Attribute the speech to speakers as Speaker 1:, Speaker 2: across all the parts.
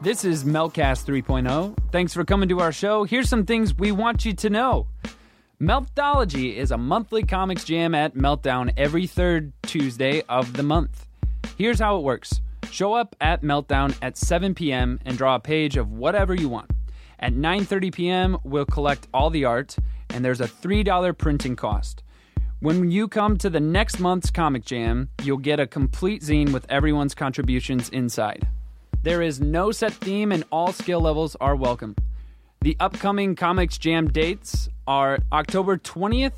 Speaker 1: This is Meltcast 3.0. oh. Thanks for coming to our show. Here's some things we want you to know. Meltology is a monthly comics jam at Meltdown every third Tuesday of the month. Here's how it works show up at Meltdown at 7 p.m. and draw a page of whatever you want. At 9:30 p.m., we'll collect all the art, and there's a $3 printing cost. When you come to the next month's comic jam, you'll get a complete zine with everyone's contributions inside. There is no set theme, and all skill levels are welcome. The upcoming Comics Jam dates are October 20th,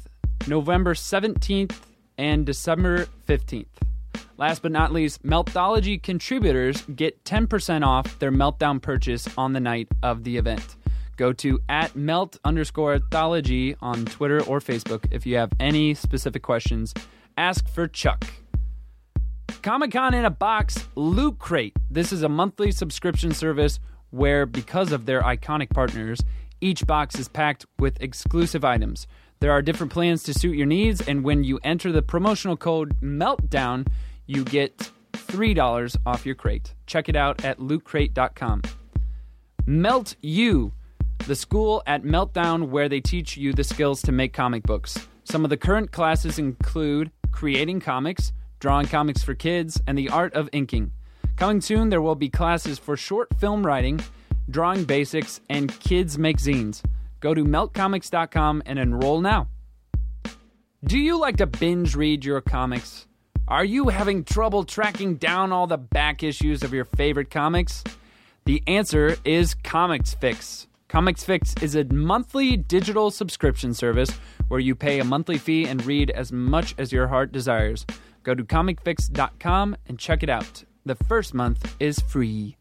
Speaker 1: November 17th, and December 15th. Last but not least, Meltology contributors get 10% off their Meltdown purchase on the night of the event. Go to at melt underscore thology on Twitter or Facebook if you have any specific questions. Ask for Chuck. Comic Con in a Box Loot Crate. This is a monthly subscription service where, because of their iconic partners, each box is packed with exclusive items. There are different plans to suit your needs, and when you enter the promotional code MELTDOWN, you get $3 off your crate. Check it out at lootcrate.com. Melt U, the school at Meltdown where they teach you the skills to make comic books. Some of the current classes include creating comics, drawing comics for kids, and the art of inking. Coming soon, there will be classes for short film writing, drawing basics, and kids make zines. Go to meltcomics.com and enroll now. Do you like to binge read your comics? Are you having trouble tracking down all the back issues of your favorite comics? The answer is Comics Fix. Comics Fix is a monthly digital subscription service where you pay a monthly fee and read as much as your heart desires. Go to comicfix.com and check it out. The first month is free.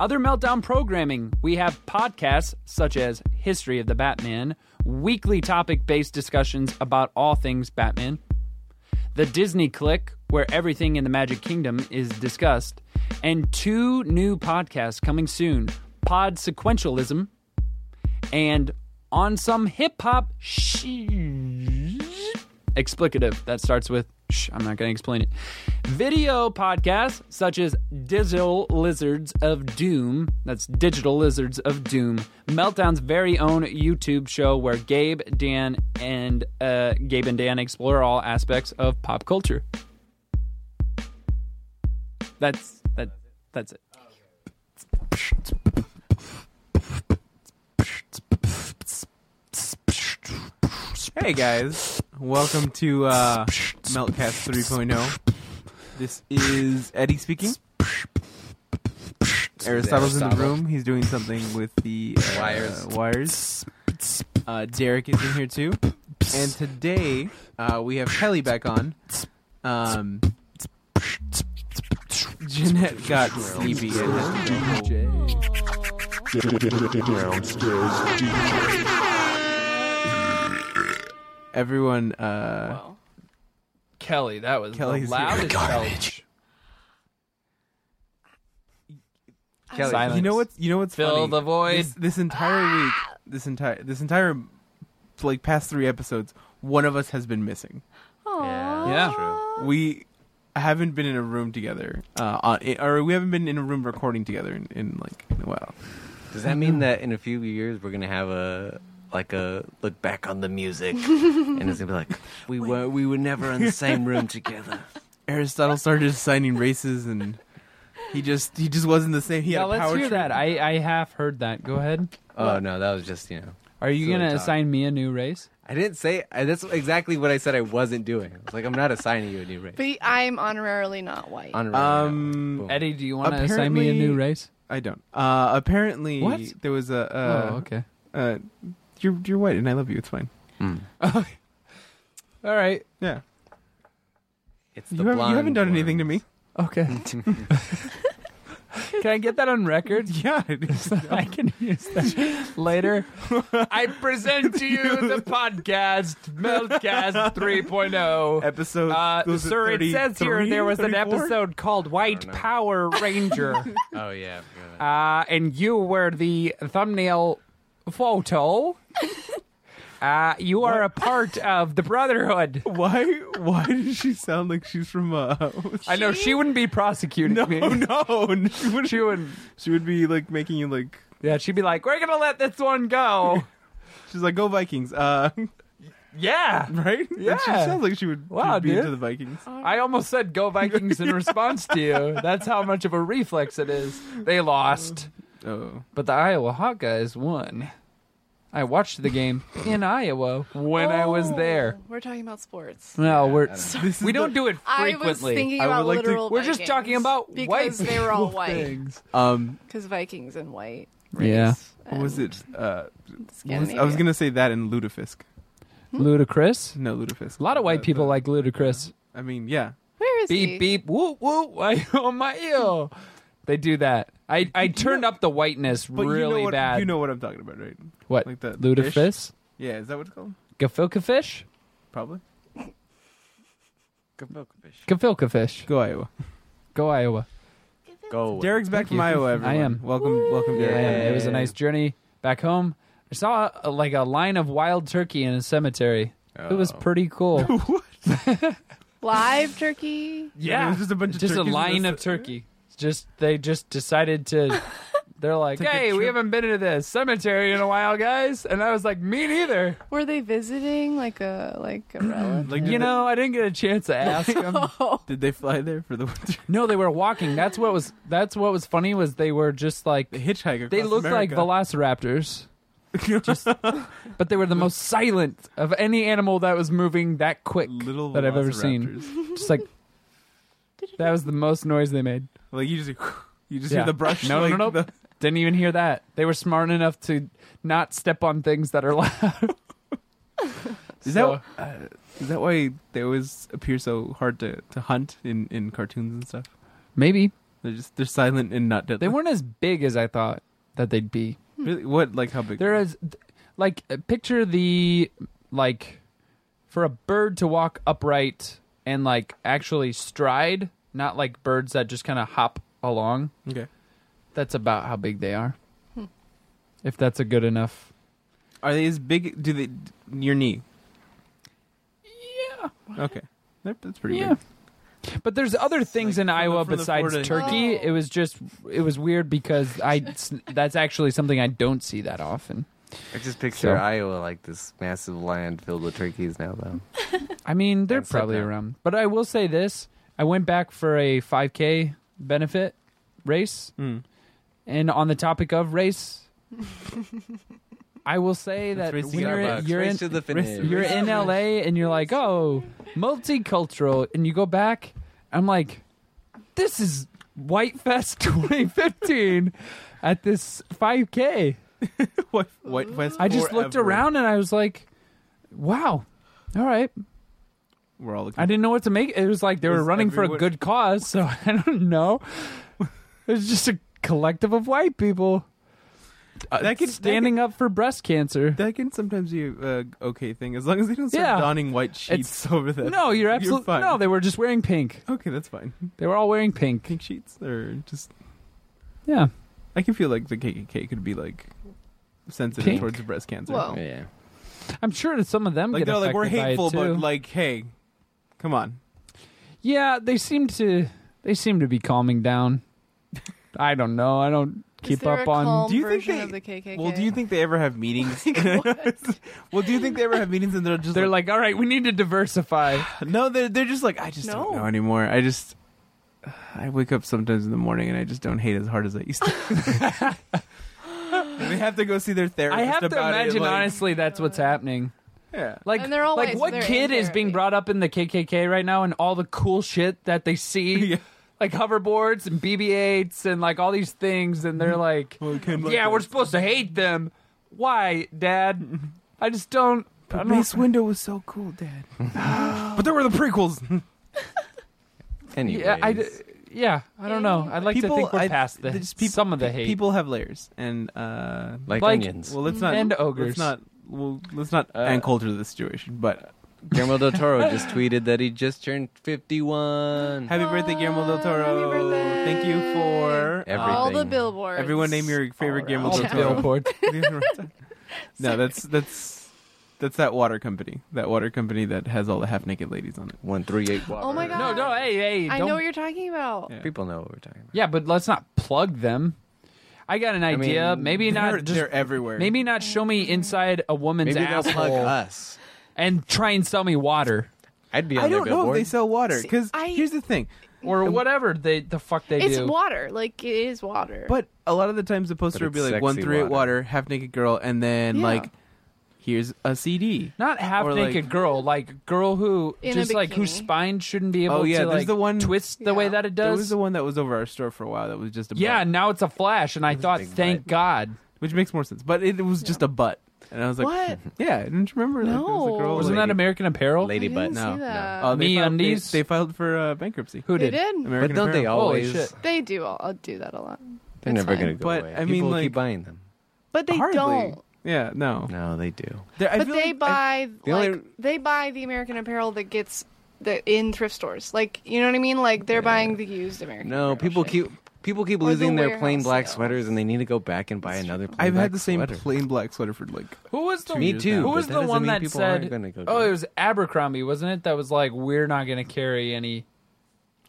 Speaker 1: Other Meltdown programming. We have podcasts such as History of the Batman, weekly topic based discussions about all things Batman, the Disney Click, where everything in the Magic Kingdom is discussed, and two new podcasts coming soon Pod Sequentialism and On Some Hip Hop Sh- Explicative. That starts with shh, I'm not going to explain it. Video podcasts such as Digital Lizards of Doom, that's Digital Lizards of Doom, Meltdown's very own YouTube show where Gabe, Dan, and uh, Gabe and Dan explore all aspects of pop culture. That's that. That's it.
Speaker 2: Hey guys, welcome to uh, Meltcast 3.0. This is Eddie speaking. Aristotle's in the
Speaker 3: Aristotle.
Speaker 2: room. He's doing something with the uh,
Speaker 3: Wires.
Speaker 2: Wires. Uh, Derek is in here too. And today uh, we have Kelly back on. Um, Jeanette got sleepy.
Speaker 4: Downstairs
Speaker 2: Everyone, uh,
Speaker 1: Kelly, that was
Speaker 2: Kelly's
Speaker 1: the loudest.
Speaker 2: here.
Speaker 1: Garbage.
Speaker 2: Kelly,
Speaker 1: Silence.
Speaker 2: you know what's you know what's
Speaker 1: Fill
Speaker 2: funny?
Speaker 1: the void. Ah!
Speaker 2: This, this entire week, this entire this entire like past three episodes, one of us has been missing.
Speaker 5: Aw.
Speaker 1: Yeah.
Speaker 2: We haven't been in a room together, uh, on, or we haven't been in a room recording together in, in like in a while.
Speaker 3: Does that mean that in a few years we're gonna have a like a look back on the music, and it's gonna be like we were we were never in the same room together.
Speaker 2: Aristotle started assigning races, and he just he just wasn't the same. He
Speaker 1: Yeah,
Speaker 2: had a
Speaker 1: let's
Speaker 2: power
Speaker 1: hear
Speaker 2: trip.
Speaker 1: that. I, I have heard that. Go ahead.
Speaker 3: Oh no, that was just you know.
Speaker 1: Are you
Speaker 3: Silly
Speaker 1: going to
Speaker 3: talk.
Speaker 1: assign me a new race?
Speaker 3: I didn't say I, that's exactly what I said I wasn't doing. I was like, I'm not assigning you a new race.
Speaker 5: But I'm honorarily not white.
Speaker 3: Honorary
Speaker 2: Um,
Speaker 3: Boom.
Speaker 1: Eddie, do you want to assign me a
Speaker 2: Apparently-
Speaker 1: new race?
Speaker 2: I don't. Uh, apparently,
Speaker 1: What?
Speaker 2: there was a. Uh,
Speaker 1: oh, okay.
Speaker 2: uh, you're you're white, and I love you. It's fine.
Speaker 3: Mm.
Speaker 1: All right.
Speaker 2: Yeah,
Speaker 3: It's the
Speaker 2: you, have, you
Speaker 3: blonde
Speaker 2: haven't done anything to me.
Speaker 3: ones.
Speaker 1: Okay. can I get that on record?
Speaker 2: Yeah, it is.
Speaker 1: I can use that later. I present to you the podcast Meltcast 3.0.
Speaker 2: episode.
Speaker 1: Uh,
Speaker 2: was it
Speaker 1: sir, it says here
Speaker 2: 33,
Speaker 1: there was an
Speaker 2: 34?
Speaker 1: episode called White
Speaker 3: know.
Speaker 1: Power Ranger.
Speaker 3: Oh yeah. I forgot about that.
Speaker 1: uh, and you were the thumbnail photo. Uh, you are a part of the Brotherhood.
Speaker 2: Why? Why does she sound like she's from? Uh,
Speaker 1: I know she wouldn't be prosecuting
Speaker 2: no,
Speaker 1: me.
Speaker 2: no, no, she would.
Speaker 1: She wouldn't.
Speaker 2: She would be like making you like.
Speaker 1: Yeah, she'd be like, "We're gonna let this one go."
Speaker 2: She's like, go Vikings, uh,
Speaker 1: yeah.
Speaker 2: right? Like,
Speaker 1: Yeah.
Speaker 2: she sounds like she would, she
Speaker 1: Wow,
Speaker 2: would be
Speaker 1: dude.
Speaker 2: into the Vikings.
Speaker 1: I almost said "Go Vikings" in response to you. That's how much of a reflex it is. They lost,
Speaker 2: Oh,
Speaker 1: but the Iowa Hawkeyes won. I watched the game in Iowa when I was
Speaker 5: Oh,
Speaker 1: there.
Speaker 5: We're talking about sports.
Speaker 1: No, we're
Speaker 2: This is
Speaker 1: we don't do it
Speaker 5: I
Speaker 1: frequently.
Speaker 5: was thinking
Speaker 2: I would
Speaker 5: about
Speaker 2: like to-
Speaker 5: literal.
Speaker 1: we're just
Speaker 5: Vikings
Speaker 1: talking about
Speaker 5: because
Speaker 1: white
Speaker 5: they were all
Speaker 1: people
Speaker 5: white.
Speaker 1: things.
Speaker 2: um,
Speaker 5: Because Vikings and white.
Speaker 1: Yeah.
Speaker 5: race
Speaker 2: what was
Speaker 5: and
Speaker 2: it? Uh, what was- I was
Speaker 5: Scandinavia.
Speaker 2: gonna say that in Ludafisk.
Speaker 1: Ludicrous.
Speaker 2: No, Ludafisk.
Speaker 1: Hmm? A lot of white people like Ludacris.
Speaker 2: I mean, yeah.
Speaker 5: Where is he?
Speaker 1: Beep beep whoop whoop I on my ear. They do that. I, I turned up the whiteness
Speaker 2: But
Speaker 1: really
Speaker 2: you know what,
Speaker 1: bad.
Speaker 2: You know what I'm talking about, right?
Speaker 1: what?
Speaker 2: like that
Speaker 1: Ludafish?
Speaker 2: Yeah, is that what it's called?
Speaker 1: Gafilkafish?
Speaker 2: Probably.
Speaker 1: Gafilkafish.
Speaker 2: Go Iowa.
Speaker 1: Go Iowa.
Speaker 3: Go. away.
Speaker 2: Derek's back
Speaker 1: Thank
Speaker 2: from
Speaker 1: you.
Speaker 2: Iowa. Everyone.
Speaker 1: I am.
Speaker 2: Welcome, welcome,
Speaker 1: Yeah,
Speaker 2: Derek.
Speaker 1: it was a nice journey back home. I saw uh like a line of wild turkey in a cemetery. It was
Speaker 3: Oh.
Speaker 1: pretty cool.
Speaker 5: Live turkey.
Speaker 2: It was just a bunch of
Speaker 1: just a
Speaker 2: turkeys in
Speaker 1: line
Speaker 2: the-
Speaker 1: of turkey. It's Just they just decided to. They're like,
Speaker 2: Take a
Speaker 1: hey, we
Speaker 2: trip."
Speaker 1: haven't been into the cemetery in a while, guys. And I was like, me neither.
Speaker 5: Were they visiting like a like a relative? Oh,
Speaker 2: Like,
Speaker 1: You
Speaker 2: did
Speaker 1: know, I didn't get a chance to ask them.
Speaker 2: they- did they fly there for the winter?
Speaker 1: No, they were walking. That's what was. That's what was funny was they were just like
Speaker 2: They hitchhike across
Speaker 1: they looked like
Speaker 2: America.
Speaker 1: velociraptors, just, but they were the most silent of any animal that was moving that quick
Speaker 2: little
Speaker 1: that I've ever seen.
Speaker 2: velociraptors.
Speaker 1: Just like that was the most noise they made.
Speaker 2: Like you just you just
Speaker 1: Yeah.
Speaker 2: hear the brush.
Speaker 1: No, no,
Speaker 2: like,
Speaker 1: no, no.
Speaker 2: the-
Speaker 1: Didn't even hear that. They were smart enough to not step on things that are loud.
Speaker 2: Is
Speaker 1: So-
Speaker 2: that uh, is that why they always appear so hard to, to hunt in, in cartoons and stuff?
Speaker 1: Maybe
Speaker 2: They're just they're silent and not deadly.
Speaker 1: they weren't as big as I thought that they'd be.
Speaker 2: really what like how big?
Speaker 1: There is, th- like, uh, picture the like for a bird to walk upright and like actually stride, not like birds that just kind of hop along.
Speaker 2: okay.
Speaker 1: That's about how big they are. If that's a good enough.
Speaker 2: Are they as big? Do they your knee?
Speaker 1: Yeah.
Speaker 2: Okay, That- that's pretty
Speaker 1: Yeah.
Speaker 2: big.
Speaker 1: But there's other things
Speaker 2: like
Speaker 1: in
Speaker 2: from the-
Speaker 1: Iowa
Speaker 2: from the
Speaker 1: besides
Speaker 2: Florida-
Speaker 1: turkey.
Speaker 5: Oh.
Speaker 1: It was just it was weird because I that's actually something I don't see that often.
Speaker 3: Oh. I just picture
Speaker 1: So-
Speaker 3: Iowa like this massive land filled with turkeys now, though.
Speaker 1: I mean, they're
Speaker 3: That's like
Speaker 1: probably
Speaker 3: that.
Speaker 1: around. But I will say this: I went back for a 5K benefit race,
Speaker 2: Mm.
Speaker 1: and on the topic of race, I will say
Speaker 2: Let's
Speaker 1: that
Speaker 2: race
Speaker 1: when
Speaker 2: together,
Speaker 1: you're, in-
Speaker 2: Bucks.
Speaker 1: you're
Speaker 3: Race
Speaker 1: in
Speaker 3: to the finish.
Speaker 1: you're in LA and you're like, oh, multicultural, and you go back, I'm like, this is White Fest 2015 at this 5K.
Speaker 2: What, what West
Speaker 1: I just looked
Speaker 2: forever.
Speaker 1: around and I was like, wow, all right.
Speaker 2: We're all looking.
Speaker 1: I didn't know what to make. It was like they were
Speaker 2: Was
Speaker 1: running for a
Speaker 2: everyone-
Speaker 1: good cause, so I don't know. It was just a collective of white people
Speaker 2: Uh, that can
Speaker 1: standing up for breast cancer.
Speaker 2: That can sometimes be a okay thing as long as they don't start
Speaker 1: Yeah.
Speaker 2: donning white sheets over that.
Speaker 1: No, you're absolutely
Speaker 2: fine.
Speaker 1: no. They were just wearing pink.
Speaker 2: okay, that's fine.
Speaker 1: They were all wearing pink.
Speaker 2: Pink sheets or just
Speaker 1: Yeah,
Speaker 2: I can feel like the KKK could be like sensitive
Speaker 1: Pink?
Speaker 2: towards breast cancer.
Speaker 5: Whoa.
Speaker 3: Yeah.
Speaker 1: I'm sure that some of them
Speaker 2: Like
Speaker 1: get
Speaker 2: they're like we're
Speaker 1: affected by it,
Speaker 2: hateful, but
Speaker 1: too.
Speaker 2: like hey, come on.
Speaker 1: yeah, they seem to they seem to be calming down. I don't know. I don't
Speaker 5: Is
Speaker 1: keep
Speaker 5: there
Speaker 1: up
Speaker 5: a
Speaker 1: on.
Speaker 5: calm
Speaker 2: Do you think
Speaker 5: version
Speaker 2: they-
Speaker 5: of the KKK?
Speaker 2: Well, do you think they ever have meetings? well, do you think they ever have meetings and they're just
Speaker 1: They're like, all right, we need to diversify.
Speaker 2: no, they're they're just like I just don't
Speaker 5: No.
Speaker 2: know anymore. I just I wake up sometimes in the morning and I just don't hate as hard as I used to. they have to go see their therapist.
Speaker 1: I have to
Speaker 2: about it,
Speaker 1: imagine,
Speaker 2: like-
Speaker 1: honestly, that's what's happening.
Speaker 2: Yeah.
Speaker 1: Like,
Speaker 5: And they're all
Speaker 1: like
Speaker 5: white, so
Speaker 1: what
Speaker 5: they're
Speaker 1: kid
Speaker 5: in
Speaker 1: is being
Speaker 5: therapy.
Speaker 1: brought up in the KKK right now and all the cool shit that they see,
Speaker 2: Yeah.
Speaker 1: like hoverboards and BB-8s and like all these things, and they're like,
Speaker 2: Well, Ken, look
Speaker 1: "Yeah,
Speaker 2: at
Speaker 1: we're
Speaker 2: this.
Speaker 1: supposed to hate them." Why, Dad? I just don't. I
Speaker 2: But
Speaker 1: don't-
Speaker 2: Mace Window was so cool, Dad. but there were the prequels.
Speaker 3: Anyways.
Speaker 1: yeah, I, d- yeah, I don't know. I'd like to think we're
Speaker 2: I-
Speaker 1: past the
Speaker 2: there's peop-
Speaker 1: some of the
Speaker 2: pe-
Speaker 1: hate.
Speaker 2: People have layers, and uh,
Speaker 3: like,
Speaker 1: like-
Speaker 3: onions.
Speaker 2: well, let's not
Speaker 1: And ogres.
Speaker 2: Let's not well, let's not
Speaker 3: Uh,
Speaker 2: add culture to the situation. But
Speaker 3: Guillermo del Toro just tweeted that he just turned 51.
Speaker 2: happy birthday, Guillermo del Toro!
Speaker 5: Happy birthday.
Speaker 2: Thank you for
Speaker 5: all the
Speaker 3: Everything.
Speaker 5: billboards?
Speaker 1: Oh,
Speaker 2: everyone. Name your favorite
Speaker 5: all
Speaker 2: Guillermo
Speaker 1: All
Speaker 2: del
Speaker 1: the
Speaker 5: around.
Speaker 2: Toro.
Speaker 1: billboards.
Speaker 2: no, that's that's That's that water company. That water company that has all the half naked ladies on it.
Speaker 3: One three eight water.
Speaker 5: Oh my god.
Speaker 1: No, no, hey, hey,
Speaker 5: I
Speaker 1: don't.
Speaker 5: know what you're talking about.
Speaker 2: Yeah.
Speaker 3: People know what we're talking about.
Speaker 1: yeah, but let's not plug them. I got an idea.
Speaker 3: mean,
Speaker 1: maybe
Speaker 2: they're,
Speaker 1: not. Just,
Speaker 2: they're everywhere.
Speaker 1: maybe not show
Speaker 5: Mm.
Speaker 1: me inside a woman's
Speaker 3: Maybe they'll plug
Speaker 1: asshole
Speaker 3: us.
Speaker 1: and try and sell me water
Speaker 3: I'd be on
Speaker 2: I don't know
Speaker 3: their
Speaker 2: if
Speaker 3: billboard.
Speaker 2: they sell water because
Speaker 5: I-
Speaker 2: here's the thing.
Speaker 1: or whatever they the fuck they
Speaker 5: It's
Speaker 1: do.
Speaker 5: water. Like it is water.
Speaker 2: But a lot of the times the poster
Speaker 3: But
Speaker 2: would be
Speaker 3: it's
Speaker 2: like one
Speaker 3: sexy
Speaker 2: three eight
Speaker 3: water.
Speaker 2: water, half naked girl, and then
Speaker 5: Yeah.
Speaker 2: like here's a CD.
Speaker 1: Not half
Speaker 2: Or, like-
Speaker 1: naked girl, like girl who
Speaker 5: In a
Speaker 1: just like whose
Speaker 5: bikini.
Speaker 1: spine shouldn't be able
Speaker 2: Oh, yeah,
Speaker 1: to
Speaker 2: there's
Speaker 1: like
Speaker 2: the one-
Speaker 1: twist the way
Speaker 5: Yeah.
Speaker 1: that it
Speaker 2: There
Speaker 1: does.
Speaker 2: was the one that was over our store for a while that was just a
Speaker 1: yeah,
Speaker 2: butt,
Speaker 1: now it's a flash, and I thought,
Speaker 3: big
Speaker 1: thank
Speaker 3: butt.
Speaker 1: God.
Speaker 2: which makes more sense. But it, was just a butt, and I was like,
Speaker 5: what?
Speaker 2: yeah, didn't you remember? Like, there was a
Speaker 5: No.
Speaker 2: girl,
Speaker 1: Wasn't
Speaker 2: like-
Speaker 1: that American Apparel?
Speaker 3: hmm, Lady
Speaker 5: I
Speaker 3: butt.
Speaker 5: didn't see
Speaker 3: No,
Speaker 5: that.
Speaker 3: no.
Speaker 2: Oh, they filed, they-
Speaker 1: MeUndies?
Speaker 2: They, filed for uh, bankruptcy.
Speaker 1: Who
Speaker 5: they
Speaker 1: did?
Speaker 5: did.
Speaker 3: But
Speaker 2: American
Speaker 3: don't they
Speaker 2: Apparel.
Speaker 1: Holy
Speaker 3: always?
Speaker 1: shit!
Speaker 5: They do. I'll, I'll do that a lot.
Speaker 3: They're
Speaker 5: It's
Speaker 3: never
Speaker 5: fine.
Speaker 3: going to go
Speaker 2: But,
Speaker 3: away.
Speaker 2: I mean,
Speaker 3: People
Speaker 2: like-
Speaker 3: keep buying them.
Speaker 5: But they
Speaker 2: Hardly.
Speaker 5: don't.
Speaker 2: Yeah, no.
Speaker 3: No, they do.
Speaker 2: There- I
Speaker 5: But
Speaker 2: feel
Speaker 5: they
Speaker 2: like- I-
Speaker 5: buy
Speaker 3: the
Speaker 5: like
Speaker 3: only-
Speaker 5: they buy the American Apparel that gets the in thrift stores. Like you know what I mean? Like they're buying the used American.
Speaker 3: No,
Speaker 5: Apparel
Speaker 3: people
Speaker 5: shit.
Speaker 3: keep people keep
Speaker 5: Or the
Speaker 3: losing their plain
Speaker 5: warehouse
Speaker 3: black
Speaker 5: sales.
Speaker 3: sweaters, and they need to go back and buy another. Plain
Speaker 2: I've had
Speaker 3: black
Speaker 2: the same
Speaker 3: sweater.
Speaker 2: plain black sweater for like.
Speaker 1: Who was the
Speaker 2: Two
Speaker 3: Me
Speaker 2: years now.
Speaker 3: too.
Speaker 1: Who
Speaker 3: but
Speaker 1: was the
Speaker 3: doesn't
Speaker 1: one
Speaker 3: mean
Speaker 1: that
Speaker 3: people aren't
Speaker 1: said-
Speaker 3: gonna go
Speaker 1: Oh,
Speaker 3: do
Speaker 1: it was Abercrombie, wasn't it? That was like, we're not going to carry any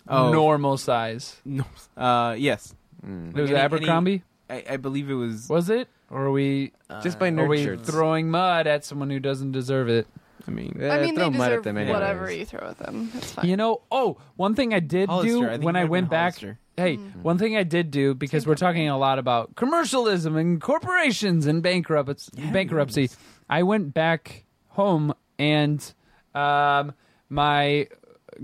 Speaker 2: Oh
Speaker 1: normal size.
Speaker 2: no. Uh, yes,
Speaker 1: It was
Speaker 2: Any-
Speaker 1: Abercrombie,
Speaker 2: I, I believe it was.
Speaker 1: was it? Or are we
Speaker 3: Just by
Speaker 1: uh, are
Speaker 3: nerd
Speaker 1: we
Speaker 3: shirts.
Speaker 1: throwing mud at someone who doesn't deserve it?
Speaker 2: I mean,
Speaker 3: Eh,
Speaker 5: I mean,
Speaker 3: throw
Speaker 5: they
Speaker 3: mud
Speaker 5: deserve
Speaker 3: at them anyways.
Speaker 5: whatever you throw at them. That's fine.
Speaker 1: You know, oh, one thing I did
Speaker 2: Hollister. I
Speaker 1: do
Speaker 2: think
Speaker 1: when
Speaker 2: it
Speaker 1: I
Speaker 2: might have
Speaker 1: went
Speaker 2: been
Speaker 1: back.
Speaker 2: Hollister.
Speaker 1: Hey,
Speaker 2: Mm.
Speaker 1: one thing I did do because we're talking a lot about commercialism and corporations and bankrupt bankruptcy. I went back home and um, my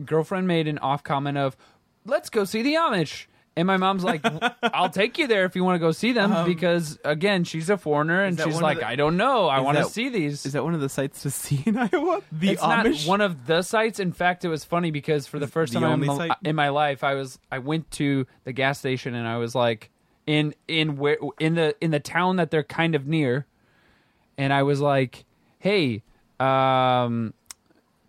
Speaker 1: girlfriend made an off comment of, "Let's go see the Amish." And my mom's like, "I'll take you there if you want to go see them," because again, she's a foreigner and
Speaker 2: Um, that
Speaker 1: she's
Speaker 2: one of
Speaker 1: like,
Speaker 2: the-
Speaker 1: "I don't know. I
Speaker 2: is
Speaker 1: want to
Speaker 2: that-
Speaker 1: see these."
Speaker 2: Is that one of the sites to see in Iowa? The
Speaker 1: it's
Speaker 2: Amish.
Speaker 1: not one of the sites. In fact, it was funny because for the first
Speaker 2: the
Speaker 1: time
Speaker 2: only
Speaker 1: in,
Speaker 2: site?
Speaker 1: my, in my life, I was I went to the gas station and I was like in in where in the in the town that they're kind of near, and I was like, hey, um,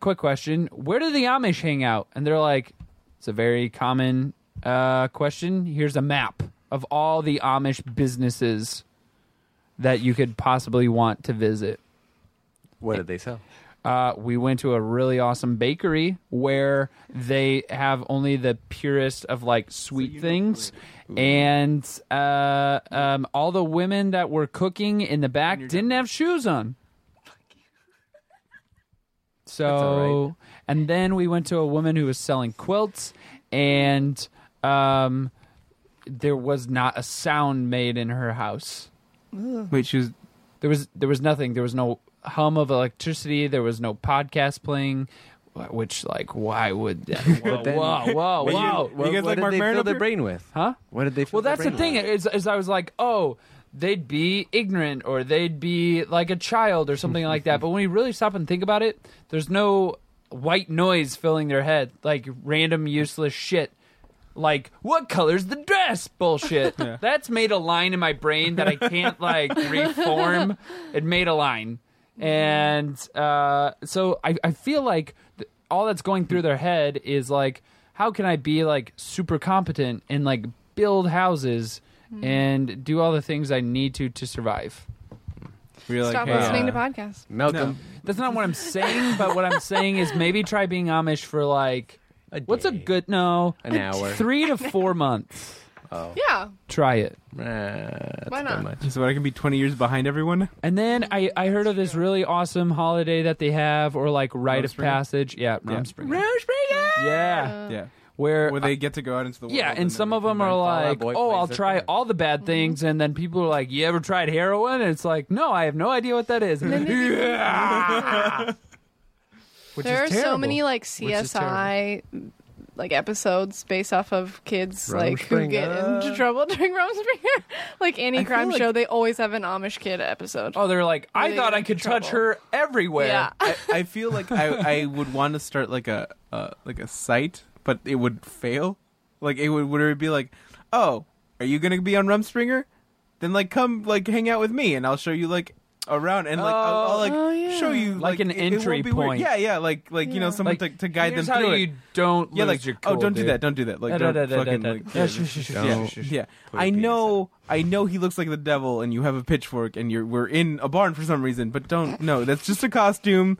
Speaker 1: quick question, where do the Amish hang out? And they're like, it's a very common uh, question. Here's a map of all the Amish businesses that you could possibly want to visit
Speaker 3: What did they sell?
Speaker 1: uh, we went to a really awesome bakery where they have only the purest of like sweet things and uh, um, all the women that were cooking in the back didn't have shoes on so and then we went to a woman who was selling quilts and um, there was not a sound made in her house
Speaker 2: Wait, she was.
Speaker 1: there was there was nothing. There was no hum of electricity. There was no podcast playing. wh- Which like why would that? Whoa whoa whoa,
Speaker 3: But you-
Speaker 1: whoa.
Speaker 3: Oh, What,
Speaker 2: guys
Speaker 3: what
Speaker 2: like
Speaker 3: did
Speaker 2: Mark
Speaker 3: they
Speaker 2: Maron
Speaker 3: fill
Speaker 2: up
Speaker 3: their
Speaker 2: here?
Speaker 3: brain with?
Speaker 1: huh?
Speaker 3: What did they? Fill
Speaker 1: Well, that's
Speaker 3: their
Speaker 1: the
Speaker 3: brain
Speaker 1: thing. Is is I was like oh. They'd be ignorant, or they'd be like a child, or something like that. But when you really stop and think about it, there's no white noise filling their head, like random useless shit, like "what color's the dress" bullshit. That's made a line in my brain that I can't like reform. It made a line. And uh, so I, I feel like th- all that's going through their head is like, how can I be like super competent and like build houses and do all the things I need to to survive?
Speaker 2: We were like,
Speaker 5: Stop
Speaker 2: hey,
Speaker 5: listening
Speaker 2: uh,
Speaker 5: to podcasts.
Speaker 3: Malcolm.
Speaker 1: That's not what I'm saying, but what I'm saying is maybe try being Amish for like,
Speaker 3: A
Speaker 1: what's a
Speaker 3: day,
Speaker 1: good, no,
Speaker 3: An hour.
Speaker 1: three to four months.
Speaker 3: Oh,
Speaker 5: Yeah.
Speaker 1: Try it.
Speaker 3: Eh, that's
Speaker 5: Why
Speaker 3: a bit
Speaker 5: not?
Speaker 3: much.
Speaker 2: So I can be 20 years behind everyone.
Speaker 1: And then I, I heard of this really awesome holiday that they have, or like rite of
Speaker 2: Rumspringa?
Speaker 1: passage. Yeah, Rumspringa. Yeah,
Speaker 2: Yeah.
Speaker 1: where
Speaker 2: Where they get to go out into the world.
Speaker 1: yeah, and some of them are
Speaker 3: Fall Out
Speaker 1: like,
Speaker 3: Boy
Speaker 1: "Oh,
Speaker 3: plays
Speaker 1: I'll
Speaker 3: it
Speaker 1: try
Speaker 3: back.
Speaker 1: all the bad things," and then people are like, "You ever tried heroin?" And it's like, "No, I have no idea what that is." yeah, Which
Speaker 5: there are
Speaker 1: is
Speaker 5: so
Speaker 1: terrible.
Speaker 5: many like
Speaker 1: is terrible.
Speaker 5: CSI like episodes based off of kids
Speaker 3: Rumspringa.
Speaker 5: like who get into trouble during Rumspringer. like any
Speaker 2: I feel
Speaker 5: crime
Speaker 2: like-
Speaker 5: show, they always have an Amish kid episode.
Speaker 1: Oh, they're like,
Speaker 5: Where
Speaker 1: "I
Speaker 5: they
Speaker 1: thought
Speaker 5: get
Speaker 1: I
Speaker 5: into
Speaker 1: could touch
Speaker 5: trouble.
Speaker 1: her everywhere."
Speaker 5: yeah.
Speaker 2: I, I feel like I, I would want to start like a uh, like a site, but it would fail. Like it would would it be like, oh, are you gonna be on Rumspringer? Then like come like hang out with me, and I'll show you like around and like I'll, I'll, like
Speaker 5: Oh, yeah.
Speaker 2: show you
Speaker 1: Like an
Speaker 2: it- it won't
Speaker 1: entry
Speaker 2: be weird.
Speaker 1: point.
Speaker 2: Yeah, yeah, like like you know
Speaker 5: Yeah.
Speaker 2: someone
Speaker 1: Like,
Speaker 2: to, to guide them
Speaker 1: Here's
Speaker 2: through
Speaker 1: how
Speaker 2: it.
Speaker 1: you don't
Speaker 2: yeah,
Speaker 1: lose
Speaker 2: like
Speaker 1: your
Speaker 2: oh,
Speaker 1: cool,
Speaker 2: don't do
Speaker 1: dude.
Speaker 2: that, don't do that. Like
Speaker 1: Da, da,
Speaker 2: don't
Speaker 1: da, da,
Speaker 2: fucking
Speaker 1: da, da.
Speaker 2: like,
Speaker 1: Yeah,
Speaker 2: yeah,
Speaker 1: sure, sure, sure,
Speaker 2: yeah,
Speaker 3: sure.
Speaker 2: yeah.
Speaker 3: Put a
Speaker 2: I
Speaker 3: penis
Speaker 2: know, I know he looks like the devil, and you have a pitchfork, and you're we're in a barn for some reason, but don't no, that's just a costume.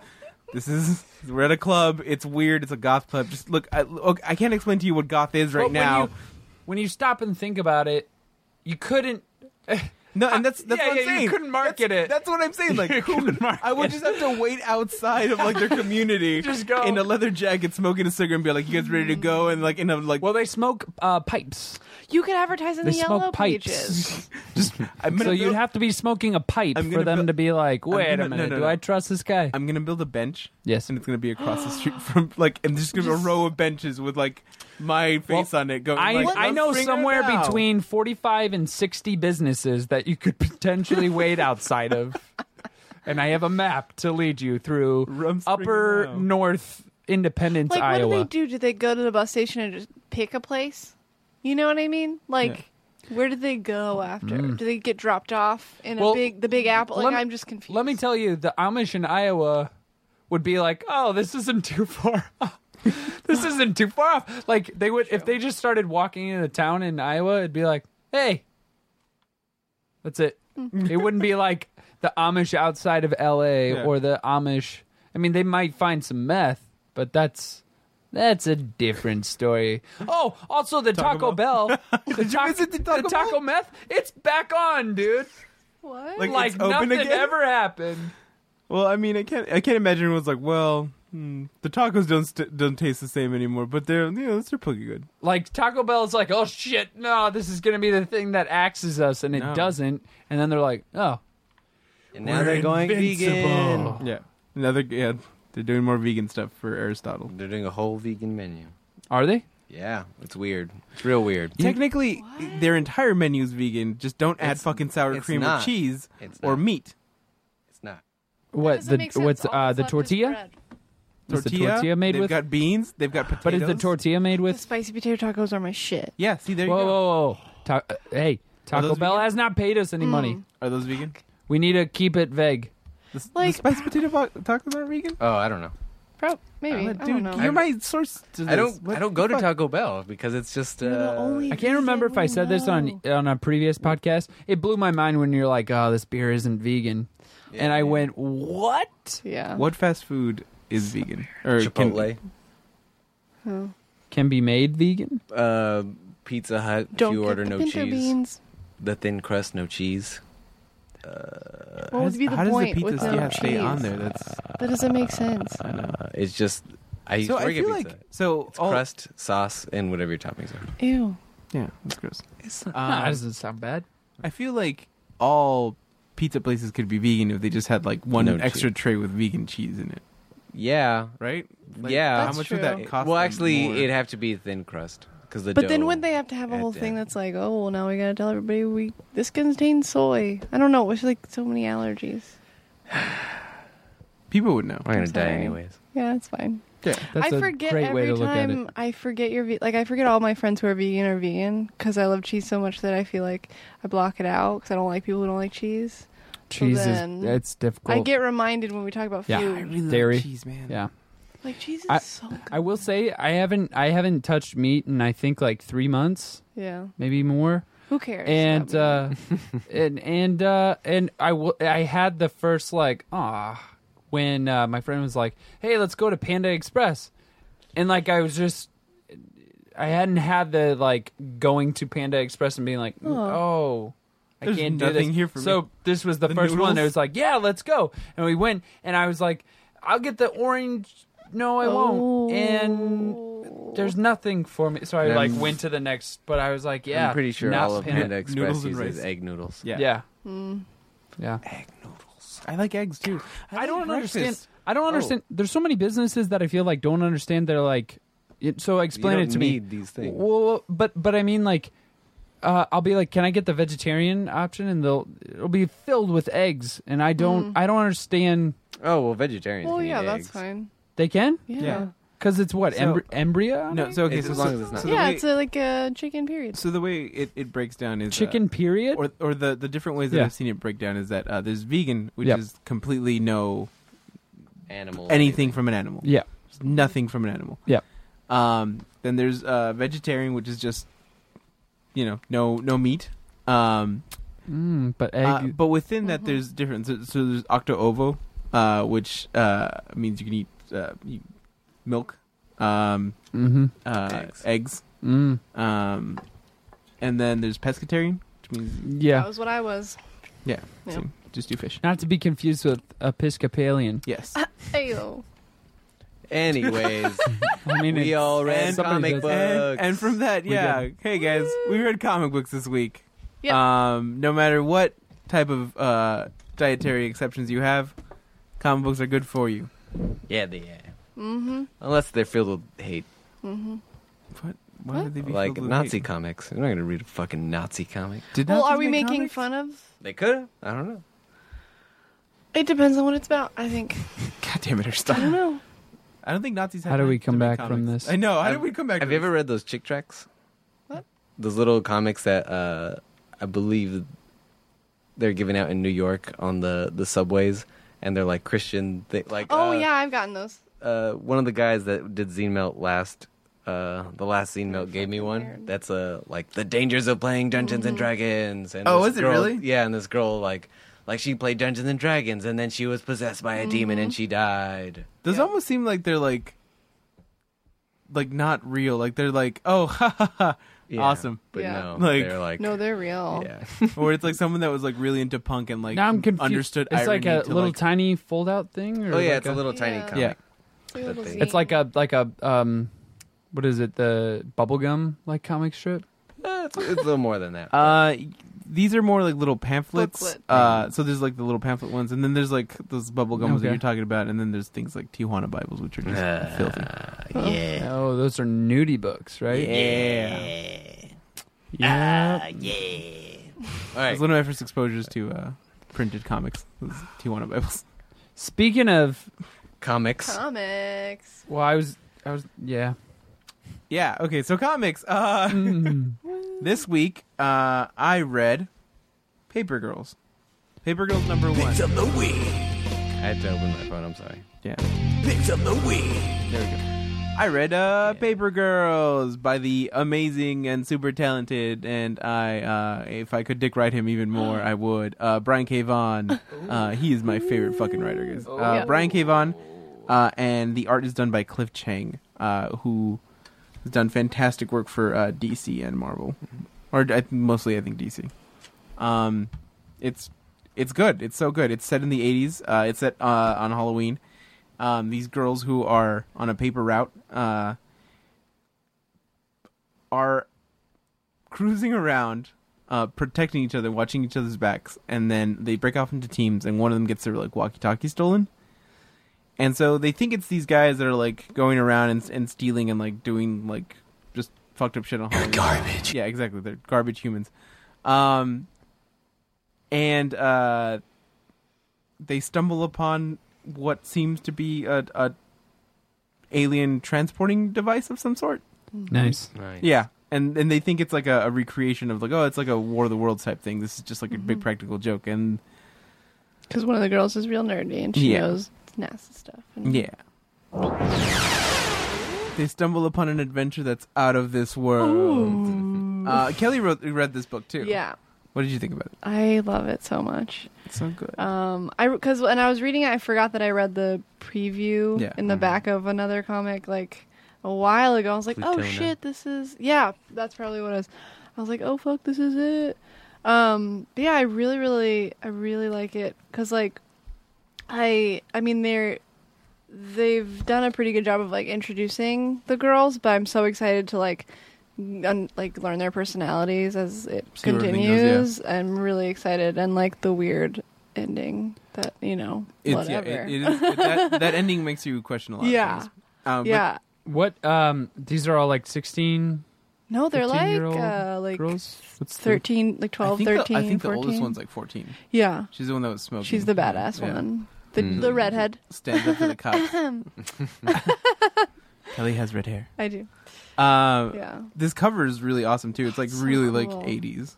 Speaker 2: This is we're at a club. It's weird. It's a goth club. Just look, I, look, I can't explain to you what goth is right
Speaker 1: But when
Speaker 2: now.
Speaker 1: you- when you stop and think about it, you couldn't.
Speaker 2: No, and that's that's
Speaker 1: Yeah,
Speaker 2: what I'm
Speaker 1: yeah, you
Speaker 2: saying.
Speaker 1: couldn't market
Speaker 2: That's-
Speaker 1: it.
Speaker 2: That's what I'm saying. Like, who, I would just have to wait outside of like their community,
Speaker 1: Just go.
Speaker 2: in a leather jacket, smoking a cigarette, and be like, "You guys ready to go?" And like, in a like,
Speaker 1: Well, they smoke uh, pipes.
Speaker 5: You could advertise in
Speaker 1: They
Speaker 5: the yellow
Speaker 1: smoke pipes.
Speaker 5: pages.
Speaker 2: just I'm gonna
Speaker 1: so
Speaker 2: build,
Speaker 1: you'd have to be smoking a pipe
Speaker 2: I'm
Speaker 1: for
Speaker 2: gonna
Speaker 1: them
Speaker 2: bu-
Speaker 1: to be like,
Speaker 2: I'm
Speaker 1: wait
Speaker 2: gonna-
Speaker 1: a
Speaker 2: no,
Speaker 1: minute,
Speaker 2: no,
Speaker 1: do
Speaker 2: no.
Speaker 1: I trust this guy?
Speaker 2: I'm gonna build a bench,
Speaker 1: yes.
Speaker 2: and it's gonna be across the street from like, and there's gonna be a row of benches with like my face on it. Going,
Speaker 1: I,
Speaker 2: like,
Speaker 1: I
Speaker 2: "I'm
Speaker 1: know
Speaker 2: figuring it
Speaker 1: somewhere
Speaker 2: out."
Speaker 1: between 45 and 60 businesses that you could potentially wait outside of. And I have a map to lead you through
Speaker 2: Rumspringa
Speaker 1: upper
Speaker 2: now.
Speaker 1: north Independence,
Speaker 5: Like, what
Speaker 1: Iowa.
Speaker 5: do they do? Do they go to the bus station and just pick a place? You know what I mean? Like, where do they go after? Do they get dropped off in
Speaker 1: Mm. Well,
Speaker 5: a big, the Big Apple? Like,
Speaker 1: lemme-
Speaker 5: I'm just confused.
Speaker 1: Let me tell you, the Amish in Iowa would be like, "Oh, this isn't too far. off. this isn't too far off." Like they would if they just started walking into town in Iowa, it'd be like, "Hey, that's it." it wouldn't be like the Amish outside of L.A.
Speaker 2: Yeah.
Speaker 1: or the Amish. I mean, they might find some meth, but that's. That's a different story. Oh, also the Taco, Bell, the,
Speaker 2: you visit the Taco
Speaker 1: the Taco
Speaker 2: Bell?
Speaker 1: Meth, it's back on, dude.
Speaker 5: What?
Speaker 2: Like-
Speaker 1: Like
Speaker 2: it's open
Speaker 1: nothing
Speaker 2: again?
Speaker 1: ever happened.
Speaker 2: Well, I mean, I can't. I can't imagine it was like, well, hmm, the tacos don't st- don't taste the same anymore, but they're you know they're pretty good.
Speaker 1: like Taco Bell's like, oh shit, no, this is gonna be the thing that axes us, and it
Speaker 2: No.
Speaker 1: doesn't. And then they're like, oh,
Speaker 3: And now they're going vegan.
Speaker 2: Yeah, another yeah, they're doing more vegan stuff for Aristotle.
Speaker 3: They're doing a whole vegan menu.
Speaker 1: are they?
Speaker 3: Yeah, it's weird. It's real weird.
Speaker 2: Technically, their entire menu is vegan. Just don't add
Speaker 3: It's-
Speaker 2: fucking sour
Speaker 3: it's
Speaker 2: cream
Speaker 3: not.
Speaker 2: or cheese
Speaker 3: It's
Speaker 2: or
Speaker 3: not.
Speaker 2: meat.
Speaker 3: It's not.
Speaker 1: What the what's uh, the tortilla? Is the tortilla made
Speaker 2: they've
Speaker 1: with?
Speaker 2: got beans. They've got potatoes.
Speaker 1: but is the tortilla made
Speaker 5: The
Speaker 1: with?
Speaker 5: spicy potato tacos are my shit.
Speaker 2: Yeah, see there
Speaker 1: Whoa,
Speaker 2: you go.
Speaker 1: whoa, whoa! Ta- uh, hey, Taco
Speaker 2: those
Speaker 1: Bell
Speaker 2: vegan?
Speaker 1: has not paid us any
Speaker 5: Mm.
Speaker 1: money.
Speaker 2: Are those vegan?
Speaker 1: We need to keep it vague.
Speaker 2: The, s-
Speaker 5: Like-
Speaker 2: the spicy potato bo- tacos aren't vegan.
Speaker 3: Oh, I don't know.
Speaker 5: Pro- maybe.
Speaker 2: Uh,
Speaker 5: I
Speaker 2: dude,
Speaker 5: don't know.
Speaker 2: you're my source. To
Speaker 3: I
Speaker 2: this.
Speaker 3: don't.
Speaker 2: What
Speaker 3: I don't go
Speaker 2: the
Speaker 3: to
Speaker 2: fuck?
Speaker 3: Taco Bell because it's just. Uh,
Speaker 5: You're the only
Speaker 1: I can't remember if I said this on on a previous podcast. It blew my mind when you're like, "Oh, this beer isn't vegan," and I went, "What?"
Speaker 5: Yeah.
Speaker 2: What fast food is vegan or can-
Speaker 3: Chipotle,
Speaker 1: Can be made vegan?
Speaker 3: uh, Pizza Hut.
Speaker 5: Don't
Speaker 3: if you
Speaker 5: get
Speaker 3: order
Speaker 5: the
Speaker 3: no
Speaker 5: pinto
Speaker 3: cheese,
Speaker 5: beans.
Speaker 3: the thin crust, no cheese. Uh,
Speaker 5: What would be the
Speaker 2: How does the
Speaker 5: point
Speaker 2: pizza
Speaker 5: with no
Speaker 2: yeah, stay
Speaker 5: cheese?
Speaker 2: on there? That's
Speaker 5: That doesn't make sense.
Speaker 2: I know.
Speaker 3: Uh, it's just. I used
Speaker 2: so
Speaker 3: to
Speaker 2: I
Speaker 3: work at
Speaker 2: feel
Speaker 3: Pizza
Speaker 2: like
Speaker 3: Hut.
Speaker 2: so
Speaker 3: It's
Speaker 2: all,
Speaker 3: crust, sauce, and whatever your toppings are.
Speaker 5: Ew.
Speaker 2: Yeah, that's gross. Um,
Speaker 1: Nah, that doesn't sound bad.
Speaker 2: I feel like all pizza places could be vegan if they just had like one
Speaker 3: No
Speaker 2: extra tray with vegan cheese in it,
Speaker 3: Yeah.
Speaker 2: right? Like,
Speaker 3: yeah.
Speaker 2: how
Speaker 5: That's
Speaker 2: much would
Speaker 5: true.
Speaker 2: that cost?
Speaker 3: well,
Speaker 2: them
Speaker 3: actually,
Speaker 2: more?
Speaker 3: it'd have to be thin crust because the.
Speaker 5: But then
Speaker 3: dough-
Speaker 5: wouldn't they have to have a
Speaker 3: add
Speaker 5: whole
Speaker 3: that.
Speaker 5: thing that's like, oh, well, now we gotta tell everybody we this contains soy. I don't know. It was like so many allergies.
Speaker 2: people would know.
Speaker 3: We're gonna
Speaker 5: I'm
Speaker 3: die
Speaker 5: sorry.
Speaker 3: anyways.
Speaker 5: Yeah, it's fine.
Speaker 2: Yeah.
Speaker 1: That's
Speaker 5: I
Speaker 1: a
Speaker 5: forget
Speaker 1: great
Speaker 5: every
Speaker 1: way to look
Speaker 5: time
Speaker 1: at it.
Speaker 5: I forget your ve- like I forget all my friends who are vegan are vegan because I love cheese so much that I feel like I block it out because I don't like people who don't like cheese. So
Speaker 1: Jesus,
Speaker 5: then-
Speaker 1: it's difficult.
Speaker 5: I get reminded when we talk about
Speaker 1: Yeah,
Speaker 5: food.
Speaker 2: I really
Speaker 1: Dairy.
Speaker 2: love cheese, man.
Speaker 1: yeah.
Speaker 5: like cheese is
Speaker 1: I-
Speaker 5: so good.
Speaker 1: I will say I haven't I haven't touched meat in I think like three months,
Speaker 5: yeah.
Speaker 1: maybe more.
Speaker 5: Who cares?
Speaker 1: And
Speaker 5: I
Speaker 1: uh, and and uh, and I will I had the first like ah when uh, my friend was like, hey, let's go to Panda Express, and like I was just. I hadn't had the like going to Panda Express and being like,
Speaker 5: Oh.
Speaker 1: oh, I
Speaker 2: There's
Speaker 1: can't do
Speaker 2: nothing
Speaker 1: this.
Speaker 2: here for me.
Speaker 1: so this was the,
Speaker 2: The
Speaker 1: first one.
Speaker 2: noodles?
Speaker 1: It was like, yeah, let's go, and we went, and I was like, I'll get the orange. No, I won't. And
Speaker 5: Oh.
Speaker 1: there's nothing for me. So I
Speaker 3: And
Speaker 1: like
Speaker 3: I'm-
Speaker 1: went to the next, but I was like, yeah,
Speaker 3: I'm pretty sure
Speaker 1: not
Speaker 3: all of
Speaker 1: Panda-
Speaker 3: Panda Express
Speaker 2: Noodles and
Speaker 3: uses
Speaker 2: rice.
Speaker 3: egg noodles.
Speaker 2: Yeah.
Speaker 1: Yeah,
Speaker 5: Mm.
Speaker 1: yeah.
Speaker 3: Egg noodles.
Speaker 2: I like eggs too.
Speaker 1: I don't
Speaker 2: like breakfast.
Speaker 1: understand. I
Speaker 3: Oh.
Speaker 1: don't understand. There's so many businesses that I feel like don't understand. They're like, it, so explain
Speaker 3: you
Speaker 1: it
Speaker 3: don't
Speaker 1: to me.
Speaker 3: need these things.
Speaker 1: Well, but but I mean like. Uh, I'll be like, can I get the vegetarian option? And they'll it'll be filled with eggs, and I don't I don't understand.
Speaker 3: Oh well, vegetarians.
Speaker 5: Well,
Speaker 3: can eat
Speaker 5: yeah, that's
Speaker 3: eggs.
Speaker 5: fine.
Speaker 1: They can?
Speaker 5: Yeah.
Speaker 2: Yeah.
Speaker 1: Because it's what
Speaker 2: So-
Speaker 1: embry- embryo?
Speaker 2: No, so okay,
Speaker 3: It's
Speaker 2: so
Speaker 3: as long
Speaker 2: so-
Speaker 3: as it's not-
Speaker 2: so the
Speaker 5: yeah,
Speaker 2: way-
Speaker 5: it's a, like a chicken period.
Speaker 2: so the way it, it breaks down is uh,
Speaker 1: chicken period.
Speaker 2: or or the the different ways that
Speaker 1: Yeah.
Speaker 2: I've seen it break down is that uh, there's vegan, which
Speaker 1: Yep.
Speaker 2: is completely no
Speaker 3: Animal.
Speaker 2: anything from an animal,
Speaker 1: yeah,
Speaker 2: Just nothing from an animal.
Speaker 1: Yep.
Speaker 2: Um, then there's uh, vegetarian, which is just you know no no meat. Um,
Speaker 1: mm, but egg.
Speaker 2: uh, but within that,
Speaker 5: Mhm.
Speaker 2: there's different. So, so there's octo ovo, uh, which uh, means you can eat uh, you- milk, um,
Speaker 1: mm-hmm.
Speaker 2: uh,
Speaker 3: Eggs.
Speaker 2: eggs.
Speaker 1: mm,
Speaker 2: Um, and then there's pescatarian, which means
Speaker 5: That
Speaker 1: yeah,
Speaker 5: was what I was. Yeah.
Speaker 2: so just do fish.
Speaker 1: not to be confused with Episcopalian.
Speaker 2: Yes.
Speaker 5: Ayo.
Speaker 3: Anyways,
Speaker 1: I mean,
Speaker 3: we
Speaker 1: it's-
Speaker 3: all read
Speaker 2: and
Speaker 1: somebody
Speaker 3: comic
Speaker 1: does
Speaker 3: books.
Speaker 2: and, and from that,
Speaker 1: We
Speaker 2: yeah.
Speaker 1: did.
Speaker 2: Hey guys, we read comic books this week.
Speaker 5: Yep.
Speaker 2: Um, no matter what type of uh, dietary exceptions you have, comic books are good for you.
Speaker 3: yeah, they yeah.
Speaker 5: Mm-hmm.
Speaker 3: Unless they're filled with hate,
Speaker 5: Mm-hmm.
Speaker 2: What? Why
Speaker 5: What?
Speaker 2: would they be
Speaker 3: like
Speaker 2: filled with
Speaker 3: Nazi
Speaker 2: hate?
Speaker 3: comics. We're not gonna read a fucking Nazi comic.
Speaker 2: Did
Speaker 5: Well,
Speaker 2: Nazis
Speaker 5: are we
Speaker 2: make
Speaker 5: making
Speaker 2: comics?
Speaker 5: fun of?
Speaker 3: They could. have. I don't know.
Speaker 5: It depends on what it's about. I think.
Speaker 2: God damn it,
Speaker 5: I don't
Speaker 2: Aristotle.
Speaker 5: know.
Speaker 2: I don't think Nazis.
Speaker 1: How
Speaker 2: had
Speaker 1: do we
Speaker 2: to
Speaker 1: come
Speaker 2: make
Speaker 1: back from
Speaker 2: comics.
Speaker 1: this?
Speaker 2: I know. How
Speaker 3: Have-
Speaker 2: do we come back?
Speaker 3: Have
Speaker 2: from
Speaker 3: you ever
Speaker 2: this?
Speaker 3: read those chick tracks?
Speaker 5: What?
Speaker 3: Those little comics that uh, I believe they're given out in New York on the the subways, and they're like Christian. They, like
Speaker 5: Oh
Speaker 3: uh,
Speaker 5: yeah, I've gotten those.
Speaker 3: uh, one of the guys that did Zine Melt last, uh, the last Zine Melt gave me one.
Speaker 5: Weird. Mm-hmm.
Speaker 3: That's uh, like the dangers of playing Dungeons and Dragons. And
Speaker 2: Oh,
Speaker 3: this
Speaker 2: is it
Speaker 3: girl-
Speaker 2: really?
Speaker 3: Yeah, and this girl like, like she played Dungeons and Dragons, and then she was possessed by a demon
Speaker 5: Mm-hmm.
Speaker 3: and she died.
Speaker 2: Those
Speaker 5: Yeah.
Speaker 2: almost seem like they're like, like not real. Like they're like, oh, ha ha ha,
Speaker 3: Yeah.
Speaker 2: awesome.
Speaker 3: But
Speaker 5: Yeah.
Speaker 3: no,
Speaker 2: Like-
Speaker 3: they're like,
Speaker 5: No, they're real.
Speaker 3: yeah,
Speaker 2: or it's like someone that was like really into punk and like
Speaker 1: now I'm confused.
Speaker 2: understood.
Speaker 1: It's like
Speaker 2: irony
Speaker 1: a
Speaker 2: to,
Speaker 1: little
Speaker 2: like-
Speaker 1: tiny fold-out thing. Or
Speaker 3: oh yeah,
Speaker 1: like
Speaker 3: it's a little tiny
Speaker 5: Yeah.
Speaker 3: comic.
Speaker 2: yeah.
Speaker 5: It's a little
Speaker 3: thing.
Speaker 5: zine.
Speaker 1: It's like a like a um, what is it? The bubblegum like comic strip.
Speaker 3: Eh, it's, it's a little more than that.
Speaker 2: Uh, these are more like little pamphlets.
Speaker 5: Booklet.
Speaker 2: Uh, so there's like the little pamphlet ones, and then there's like those bubble gums
Speaker 1: Okay.
Speaker 2: that you're talking about, and then there's things like Tijuana Bibles, which are just
Speaker 3: Uh,
Speaker 2: filthy.
Speaker 3: yeah.
Speaker 1: Oh, those are nudie books, right?
Speaker 3: Yeah.
Speaker 1: Yeah.
Speaker 3: Ah, yeah. All
Speaker 2: It's
Speaker 3: right.
Speaker 2: one of my first exposures to uh, printed comics. was Tijuana Bibles.
Speaker 1: Speaking of,
Speaker 3: Comics.
Speaker 5: comics.
Speaker 1: well, I was, I was, yeah.
Speaker 2: Yeah. Okay. So comics. Uh,
Speaker 1: Mm.
Speaker 2: this week, uh, I read Paper Girls. Paper Girls number one.
Speaker 4: Picked up the weed.
Speaker 3: I had to open my phone. I'm sorry.
Speaker 2: Yeah.
Speaker 4: Picked up the weed.
Speaker 2: There we go. I read uh,
Speaker 3: Yeah.
Speaker 2: Paper Girls by the amazing and super talented, and I, uh, if I could dick write him even more, I would. Uh, Brian K. Vaughan. Uh, he is my favorite fucking writer, guys.
Speaker 4: Oh,
Speaker 2: Uh,
Speaker 5: Yeah.
Speaker 2: Brian K. Vaughan, uh, and the art is done by Cliff Chang, uh, who has done fantastic work for uh, DC and Marvel, or I th- mostly I think DC. Um, it's it's good. It's so good. It's set in the '80s. Uh, it's set uh, on Halloween. Um, these girls who are on a paper route uh, are cruising around, uh, protecting each other, watching each other's backs, and then they break off into teams, and one of them gets their like walkie-talkie stolen. And so they think it's these guys that are like going around and, and stealing and like doing like just fucked up shit on Halloween.
Speaker 4: Garbage.
Speaker 2: Yeah, exactly. They're garbage humans. Um, and uh, they stumble upon what seems to be a, a alien transporting device of some sort.
Speaker 5: Mm-hmm.
Speaker 1: nice.
Speaker 3: Nice.
Speaker 2: Yeah, and and they think it's like a, a recreation of like oh, it's like a War of the Worlds type thing. This is just like a big practical joke. And
Speaker 5: Because one of the girls is real nerdy and she
Speaker 2: Yeah.
Speaker 5: knows NASA stuff. And
Speaker 2: yeah. They stumble upon an adventure that's out of this world. Uh, Kelly wrote, read this book too.
Speaker 5: Yeah,
Speaker 2: What did you think about it?
Speaker 5: I love it so much.
Speaker 2: It's so good.
Speaker 5: Um, I because when I was reading it, I forgot that I read the preview
Speaker 2: Yeah. Mm-hmm.
Speaker 5: in the back of another comic like a while ago. I was like, oh
Speaker 3: Plutona.
Speaker 5: shit, this is yeah, that's probably what it was. I was like, oh fuck, this is it. Um, but yeah, I really, really, I really like it because like, I, I mean, they're they've done a pretty good job of like introducing the girls, but I'm so excited to like un- like learn their personalities as it
Speaker 2: See where everything goes, yeah.
Speaker 5: continues. I'm really excited and like the weird ending that you know
Speaker 2: It's, yeah,
Speaker 5: whatever.
Speaker 2: it, it is, it- that, that ending makes you question a lot. of
Speaker 5: yeah,
Speaker 2: things. Um, but-
Speaker 5: yeah.
Speaker 1: What? Um, these are all like sixteen
Speaker 5: No, they're like
Speaker 1: 15-year-old
Speaker 5: uh, like
Speaker 1: girls. What's the-
Speaker 5: 13, like 12,
Speaker 2: I think,
Speaker 5: 13,
Speaker 2: the, I think the
Speaker 5: 14.
Speaker 2: oldest one's like 14.
Speaker 5: yeah,
Speaker 2: She's the one that was smoking.
Speaker 5: she's the badass
Speaker 2: Yeah. Mm-hmm.
Speaker 5: one. The,
Speaker 3: Mm.
Speaker 5: the redhead.
Speaker 2: Stands up for the cops. Kelly has red hair.
Speaker 5: I do.
Speaker 2: Uh,
Speaker 5: Yeah.
Speaker 2: This cover is really awesome too. It's like
Speaker 5: so
Speaker 2: really
Speaker 5: cool.
Speaker 2: like 80s.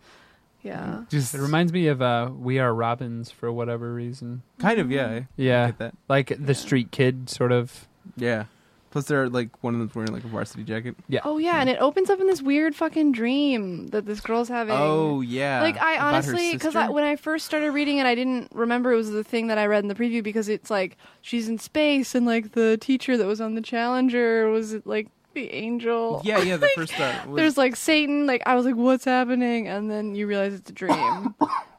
Speaker 5: Yeah.
Speaker 2: Just
Speaker 1: It reminds me of uh, We Are Robins for whatever reason.
Speaker 2: kind of yeah. I
Speaker 1: Yeah,
Speaker 2: Get that.
Speaker 1: like the street kid sort of.
Speaker 2: Yeah. Plus they're like one of them's wearing like a varsity jacket.
Speaker 5: Oh yeah, and it opens up in this weird fucking dream that this girl's having.
Speaker 2: Oh yeah.
Speaker 5: Like I
Speaker 2: About her
Speaker 5: honestly, because
Speaker 2: sister?
Speaker 5: when I first started reading it, I didn't remember it was the thing that I read in the preview because it's like she's in space and like the teacher that was on the Challenger was it like the angel?
Speaker 2: yeah yeah the first uh, was,
Speaker 5: There's like Satan. Like I was like, what's happening? And then you realize it's a dream,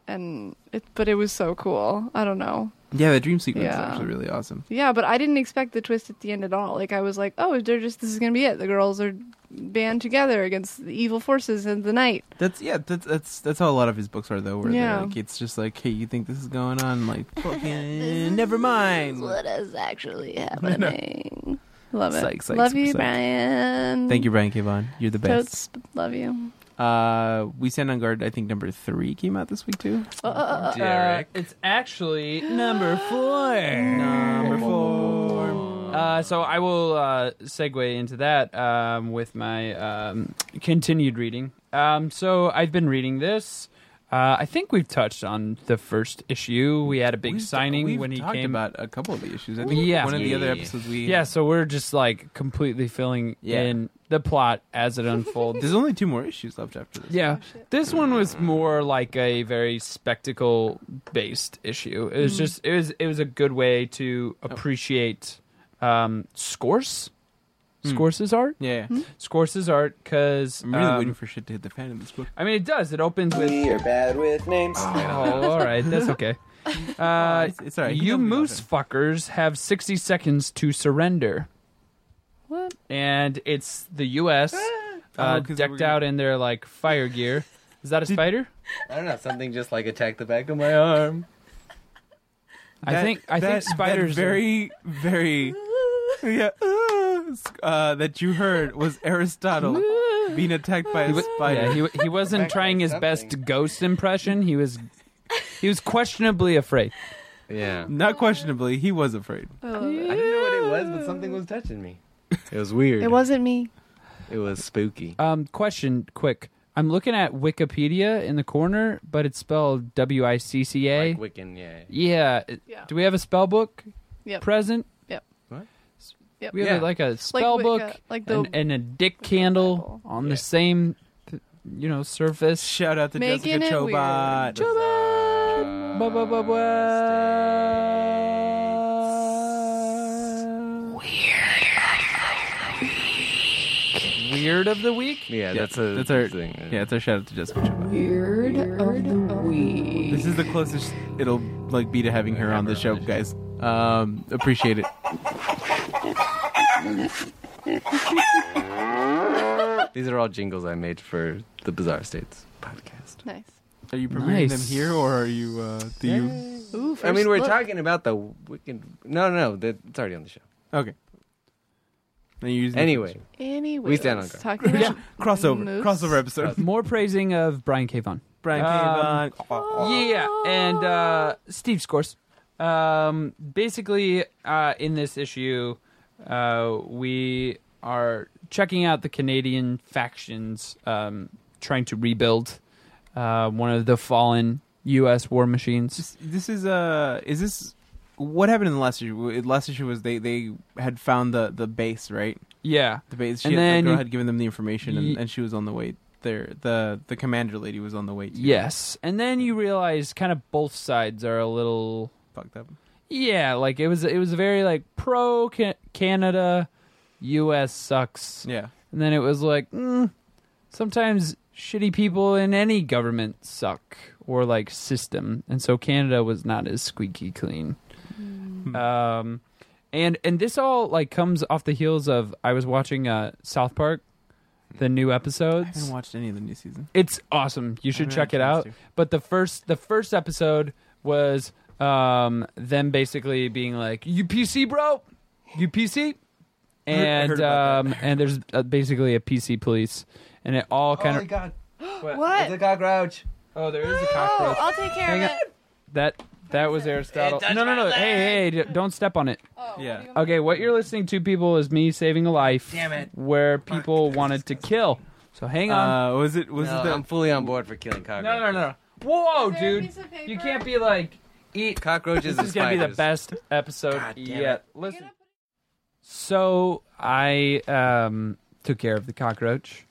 Speaker 5: and it. But it was so cool. I don't know.
Speaker 2: yeah the dream sequence is
Speaker 5: Yeah.
Speaker 2: actually really awesome.
Speaker 5: Yeah, but I didn't expect the twist at the end at all. Like I was like, oh, they're just this is gonna be it. The girls are band together against the evil forces in the night.
Speaker 2: That's yeah that's that's that's how a lot of his books are though. Where
Speaker 5: Yeah.
Speaker 2: yeah. like it's just like hey you think this is going on like fucking never mind.
Speaker 5: What is actually happening? Love it.
Speaker 2: Psych, psych,
Speaker 5: love you,
Speaker 2: psych.
Speaker 5: Brian.
Speaker 2: Thank you Brian Kavon. You're the best.
Speaker 5: Totes, love you.
Speaker 2: Uh, we stand on guard. I think number three came out this week too.
Speaker 5: Oh, oh, oh, oh.
Speaker 3: Derek.
Speaker 1: it's actually number four.
Speaker 2: Number four.
Speaker 1: Uh, so I will uh, segue into that um, with my um, continued reading. Um, so I've been reading this. Uh, I think we've touched on the first issue. We had a big
Speaker 2: We've-
Speaker 1: signing
Speaker 2: we've
Speaker 1: when he
Speaker 2: talked
Speaker 1: came.
Speaker 2: about a couple of the issues. I think
Speaker 1: Yeah.
Speaker 2: one of the other
Speaker 3: Yeah.
Speaker 2: episodes we
Speaker 1: yeah, so we're just like completely filling
Speaker 2: Yeah.
Speaker 1: in the plot as it unfolds.
Speaker 2: There's only two more issues left after this.
Speaker 1: Yeah, this one was more like a very spectacle-based issue. It was
Speaker 2: Mm-hmm.
Speaker 1: just it was it was a good way to
Speaker 2: Oh.
Speaker 1: appreciate um, Scorse, Scorse's art,
Speaker 2: Yeah.
Speaker 5: Hmm?
Speaker 1: Scorse's art, because
Speaker 2: Hmm. I'm really waiting for shit to hit the fan in this book.
Speaker 1: I mean, it does. It opens with
Speaker 4: We are bad with names.
Speaker 1: oh, all right, that's okay. Uh,
Speaker 2: It's, it's all right.
Speaker 1: you moose fuckers have sixty seconds to surrender,
Speaker 5: What?
Speaker 1: and it's the U.S. Uh,
Speaker 2: Ah. Oh, 'cause we're
Speaker 1: decked
Speaker 2: gonna-
Speaker 1: out in their like fire gear. Is that a spider?
Speaker 3: I don't know. Something just like attacked the back of my arm.
Speaker 1: I think I think spiders. are-
Speaker 2: very, very. Yeah. Uh, that you heard was Aristotle being attacked by a
Speaker 1: Yeah,
Speaker 2: spider.
Speaker 1: he he wasn't trying his best ghost impression. He was he was questionably afraid.
Speaker 3: Yeah.
Speaker 2: Not questionably, he was afraid.
Speaker 5: I love it.
Speaker 3: I didn't know what it was, but something was touching me. It was weird.
Speaker 5: It wasn't me.
Speaker 3: It was spooky.
Speaker 1: Um, question, quick. I'm looking at Wikipedia in the corner, but it's spelled W I C C A.
Speaker 3: Like Wiccan, yeah.
Speaker 1: Yeah.
Speaker 5: Yeah.
Speaker 1: Do we have a spell book
Speaker 5: Yep.
Speaker 1: present?
Speaker 5: Yep.
Speaker 3: What?
Speaker 5: Yep.
Speaker 1: We have
Speaker 3: Yeah.
Speaker 1: like a spell
Speaker 5: Wicca-
Speaker 1: book
Speaker 5: like the-
Speaker 1: and, and a dick candle
Speaker 5: Bible.
Speaker 1: on the same, you know, surface.
Speaker 2: Shout out to
Speaker 5: Making
Speaker 2: Jessica
Speaker 5: it
Speaker 2: Chobot.
Speaker 5: weird.
Speaker 1: Ba- ba- ba- ba- Weird of the week.
Speaker 3: Yeah, that's a
Speaker 2: That's our
Speaker 3: thing.
Speaker 2: Yeah, it's our shout out to Jessica Chobot.
Speaker 6: Weird of the week.
Speaker 2: This is the closest it'll like be to having her on the show, guys. Um, appreciate it.
Speaker 3: These are all jingles I made for the Bizarre States podcast.
Speaker 5: Nice.
Speaker 2: Are you premiering them
Speaker 1: Nice.
Speaker 2: here, or are you? Uh, do you?
Speaker 5: Ooh,
Speaker 3: I mean,
Speaker 5: first
Speaker 3: we're
Speaker 5: look.
Speaker 3: talking about the Wiccan. No, no, that, it's already on the show.
Speaker 2: Okay. Are you using-
Speaker 3: Anyway,
Speaker 5: Anyway,
Speaker 3: We stand on
Speaker 5: let's
Speaker 3: guard.
Speaker 5: talking about
Speaker 2: crossover,
Speaker 5: moose.
Speaker 2: crossover episode.
Speaker 1: More praising of Brian K. Vaughan.
Speaker 2: Brian
Speaker 1: Um,
Speaker 5: Oh.
Speaker 2: Caveon.
Speaker 1: Yeah, and uh, Steve scores. Um, basically, uh, in this issue, uh, we are checking out the Canadian factions um, trying to rebuild uh, one of the fallen U.S. war machines.
Speaker 2: This, this is uh, is this what happened in the last issue? W- Last issue was they they had found the the base, right?
Speaker 1: Yeah,
Speaker 2: The base. She
Speaker 1: And
Speaker 2: had,
Speaker 1: then-
Speaker 2: the girl had given them the information, and,
Speaker 1: Ye-
Speaker 2: and she was on the way there. The the commander lady was on the way. Too.
Speaker 1: yes, and then you realize kind of both sides are a little
Speaker 2: fucked up.
Speaker 1: yeah, like it was it was very like pro Ca- Canada, U.S. sucks.
Speaker 2: Yeah.
Speaker 1: And then it was like, mm, sometimes shitty people in any government suck or like system. And so Canada was not as squeaky clean.
Speaker 5: Hmm.
Speaker 1: Um, and and this all like comes off the heels of I was watching uh, South Park, the new
Speaker 2: I haven't
Speaker 1: episodes.
Speaker 2: watched any of the new season.
Speaker 1: It's awesome. You should
Speaker 2: haven't
Speaker 1: check
Speaker 2: had
Speaker 1: it
Speaker 2: a chance
Speaker 1: out.
Speaker 2: to.
Speaker 1: But the first the first episode was um, them basically being like, "You PC, bro, you PC,"
Speaker 2: I heard
Speaker 1: and
Speaker 2: about
Speaker 1: um, and there's uh, basically a PC police, and it all
Speaker 2: Oh
Speaker 1: kind of
Speaker 3: God.
Speaker 5: What?
Speaker 3: cockroach.
Speaker 1: oh, there is a
Speaker 5: Oh,
Speaker 1: cockroach
Speaker 5: I'll take care
Speaker 1: Hang
Speaker 5: of
Speaker 1: on.
Speaker 5: it.
Speaker 1: that That was Aristotle.
Speaker 3: Hey, touch
Speaker 1: No, no,
Speaker 3: my
Speaker 1: no. Hey, hey, d- don't step on it.
Speaker 5: Oh,
Speaker 2: Yeah.
Speaker 1: Okay, what you're listening to, people, is me saving a life.
Speaker 3: Damn it.
Speaker 1: Where people wanted to kill. So hang on.
Speaker 2: Uh, was it was
Speaker 3: No,
Speaker 2: it the
Speaker 3: I'm fully on board for killing cockroaches.
Speaker 1: no, no, no. Whoa,
Speaker 5: Is there a
Speaker 1: dude.
Speaker 5: piece of paper?
Speaker 1: You can't be like eat.
Speaker 3: Cockroaches
Speaker 1: This is
Speaker 3: and
Speaker 1: gonna be
Speaker 3: spiders.
Speaker 1: the best episode
Speaker 3: God damn
Speaker 1: yet. Listen. So I um, took care of the cockroach,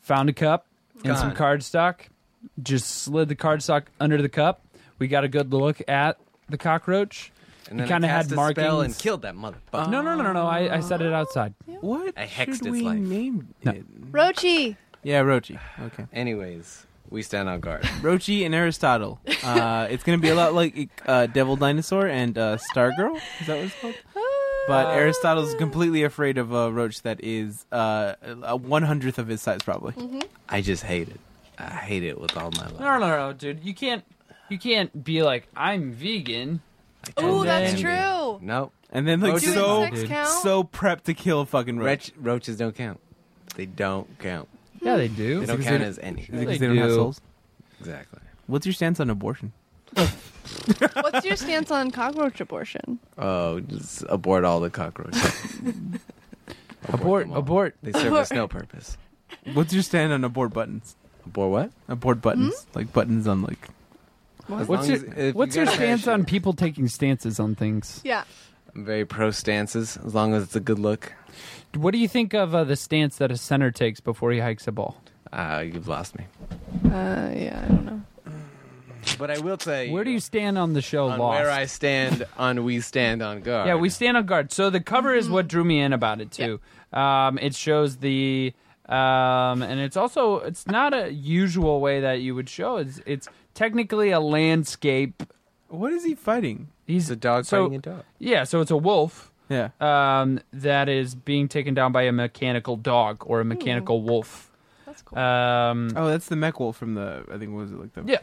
Speaker 1: found a cup and some cardstock, just slid the cardstock under the cup. We got a good look at the cockroach.
Speaker 3: And then
Speaker 1: It kinda
Speaker 3: I cast
Speaker 1: had
Speaker 3: a spell
Speaker 1: markings. Uh-huh.
Speaker 3: and killed that motherfucker.
Speaker 1: no, no, no, no, no. I, I set it outside.
Speaker 2: what
Speaker 3: I hexed
Speaker 2: should
Speaker 3: its
Speaker 2: we
Speaker 3: life.
Speaker 2: name
Speaker 1: No.
Speaker 2: it?
Speaker 5: Rochi.
Speaker 2: Yeah, Rochi. Okay,
Speaker 3: Anyways, we stand on guard.
Speaker 2: Rochi and Aristotle. Uh, it's gonna be a lot like uh, Devil Dinosaur and uh, Stargirl. Is that what it's called?
Speaker 1: Uh,
Speaker 2: But Aristotle's completely afraid of a roach that is uh, a one hundredth of his size, probably.
Speaker 1: Mm-hmm.
Speaker 3: I just hate it. I hate it with all my life.
Speaker 1: No, no, no, dude. You can't. You can't be like I'm vegan.
Speaker 5: Ooh,
Speaker 1: And
Speaker 5: that's
Speaker 1: then-
Speaker 5: true.
Speaker 3: Nope.
Speaker 2: And then like
Speaker 3: Roaches-
Speaker 5: Do
Speaker 2: so
Speaker 5: insects count?
Speaker 2: so prepped to kill a fucking roach.
Speaker 3: Roach, roaches don't count. They don't count.
Speaker 1: Yeah, they
Speaker 3: They
Speaker 1: do.
Speaker 3: don't count as anything.
Speaker 2: Is it
Speaker 1: They
Speaker 2: 'cause they don't have
Speaker 1: do.
Speaker 2: souls?
Speaker 3: Exactly.
Speaker 2: What's your stance on abortion?
Speaker 5: What's your stance on cockroach abortion?
Speaker 3: Oh, just abort all the cockroaches.
Speaker 1: Abort,
Speaker 3: them all.
Speaker 1: abort.
Speaker 3: They service no purpose.
Speaker 2: What's your stand on abort buttons?
Speaker 3: Abort what?
Speaker 2: Abort buttons,
Speaker 1: Hmm?
Speaker 2: like buttons on like.
Speaker 1: What's
Speaker 3: As long as- if
Speaker 1: your, what's
Speaker 3: you
Speaker 1: your
Speaker 3: got a
Speaker 1: stance on
Speaker 3: parachute-
Speaker 1: people taking stances on things?
Speaker 5: Yeah.
Speaker 3: I'm very pro stances, as long as it's a good look.
Speaker 1: What do you think of uh, the stance that a center takes before he hikes a ball?
Speaker 3: Ah, you've lost me.
Speaker 5: Uh, yeah, I don't know.
Speaker 3: But I will say,
Speaker 1: Where do you stand on the show?
Speaker 3: on
Speaker 1: Lost.
Speaker 3: where I stand on We Stand on Guard?
Speaker 1: yeah, we stand on guard. So the cover is what drew me in about it too. Um, it shows the um, and it's also it's not a usual way that you would show. It's it's technically a landscape.
Speaker 2: What is he fighting?
Speaker 1: He's
Speaker 3: It's a dog
Speaker 1: so,
Speaker 3: fighting a dog.
Speaker 1: Yeah, so it's a wolf.
Speaker 2: Yeah.
Speaker 1: um, that is being taken down by a mechanical dog or a mechanical wolf.
Speaker 5: That's cool.
Speaker 1: Um,
Speaker 2: Oh, that's the mech wolf from the. I think what was it like the.
Speaker 1: Yeah.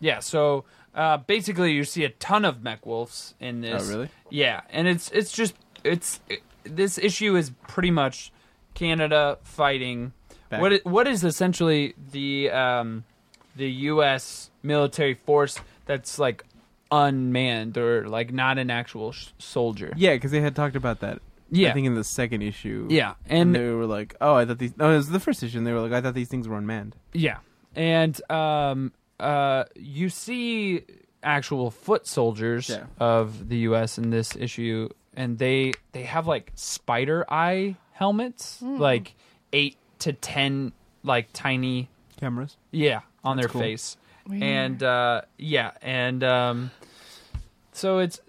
Speaker 1: yeah, so uh, basically, you see a ton of mech wolves in this.
Speaker 2: Oh, really?
Speaker 1: Yeah, and it's it's just it's it, this issue is pretty much Canada fighting
Speaker 2: Back.
Speaker 1: what i- what is essentially the um, the U.S. military force that's like unmanned or like not an actual sh- soldier.
Speaker 2: Yeah, because they had talked about that.
Speaker 1: Yeah,
Speaker 2: I think in the second issue.
Speaker 1: yeah, and
Speaker 2: And they were like, "Oh, I thought these." No, it was the first issue. and They were like, "I thought these things were unmanned."
Speaker 1: Yeah. And um uh you see actual foot soldiers
Speaker 2: Yeah.
Speaker 1: of the US in this issue and they they have like spider eye helmets, like 8 to 10 like tiny
Speaker 2: Cameras.
Speaker 1: yeah, on their
Speaker 2: cool.
Speaker 1: face. And uh yeah, and um so it's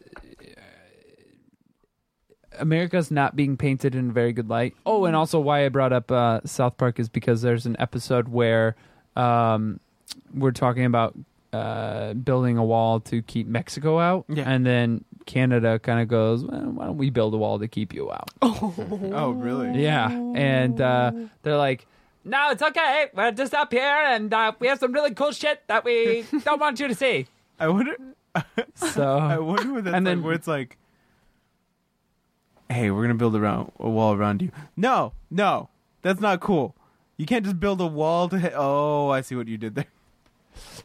Speaker 1: America's not being painted in a very good light. Oh, and also why I brought up uh, South Park is because there's an episode where um, we're talking about uh, building a wall to keep Mexico out,
Speaker 2: Yeah.
Speaker 1: and then Canada kind of goes, well, "Why don't we build a wall to keep you out?"
Speaker 2: Oh, really?
Speaker 1: Yeah, and uh, they're like, "No, it's okay. We're just up here, and uh, we have some really cool shit that we don't want you to see."
Speaker 2: I wonder. I
Speaker 5: Oh.
Speaker 1: So
Speaker 2: wonder what that's
Speaker 1: And
Speaker 2: like,
Speaker 1: then-
Speaker 2: where it's like, "Hey, we're gonna build around a wall around you." No, no, that's not cool. You can't just build a wall to. Hit. Oh, I see what you did there.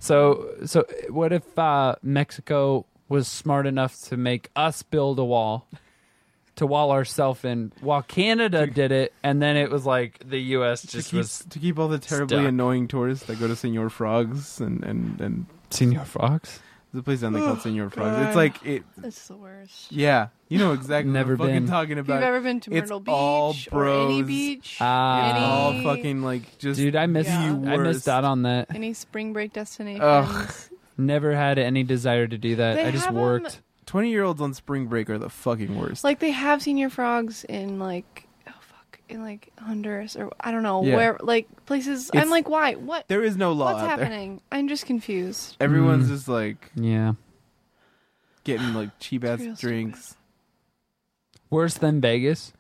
Speaker 1: So, so what if uh, Mexico was smart enough to make us build a wall to wall ourselves in, while Canada did it, and then it was like the U.S. just
Speaker 2: to keep,
Speaker 1: was
Speaker 2: to keep all the terribly
Speaker 1: stuck.
Speaker 2: annoying tourists that go to Senor Frogs and and and
Speaker 1: Senior Fox.
Speaker 2: the place down there called Senor Frogs. It's like it.
Speaker 5: It's the worst.
Speaker 2: Yeah, you know exactly.
Speaker 1: Never
Speaker 2: what I'm
Speaker 1: been.
Speaker 2: fucking talking
Speaker 5: If you've
Speaker 2: about.
Speaker 5: ever been to
Speaker 2: it's
Speaker 5: Myrtle
Speaker 2: all
Speaker 5: Beach or any
Speaker 2: bros.
Speaker 5: beach,
Speaker 1: Ah.
Speaker 5: any,
Speaker 1: It's
Speaker 2: all fucking like just
Speaker 1: Dude, I missed
Speaker 5: Yeah.
Speaker 1: I missed out on that.
Speaker 5: any spring break destinations.
Speaker 2: Ugh.
Speaker 1: Never had any desire to do that.
Speaker 5: They
Speaker 1: I just
Speaker 5: have 'em-
Speaker 1: worked.
Speaker 2: Twenty year olds on spring break are the fucking worst.
Speaker 5: Like they have senior frogs in like oh fuck in like Honduras or I don't know
Speaker 2: Yeah.
Speaker 5: where like places. I'm
Speaker 2: It's-
Speaker 5: like why what
Speaker 2: there is no law
Speaker 5: what's
Speaker 2: out there.
Speaker 5: happening? I'm just confused.
Speaker 2: Everyone's
Speaker 1: Mm.
Speaker 2: just like
Speaker 1: yeah,
Speaker 2: getting like cheap ass
Speaker 5: It's real stupid.
Speaker 2: drinks.
Speaker 1: worse than Vegas.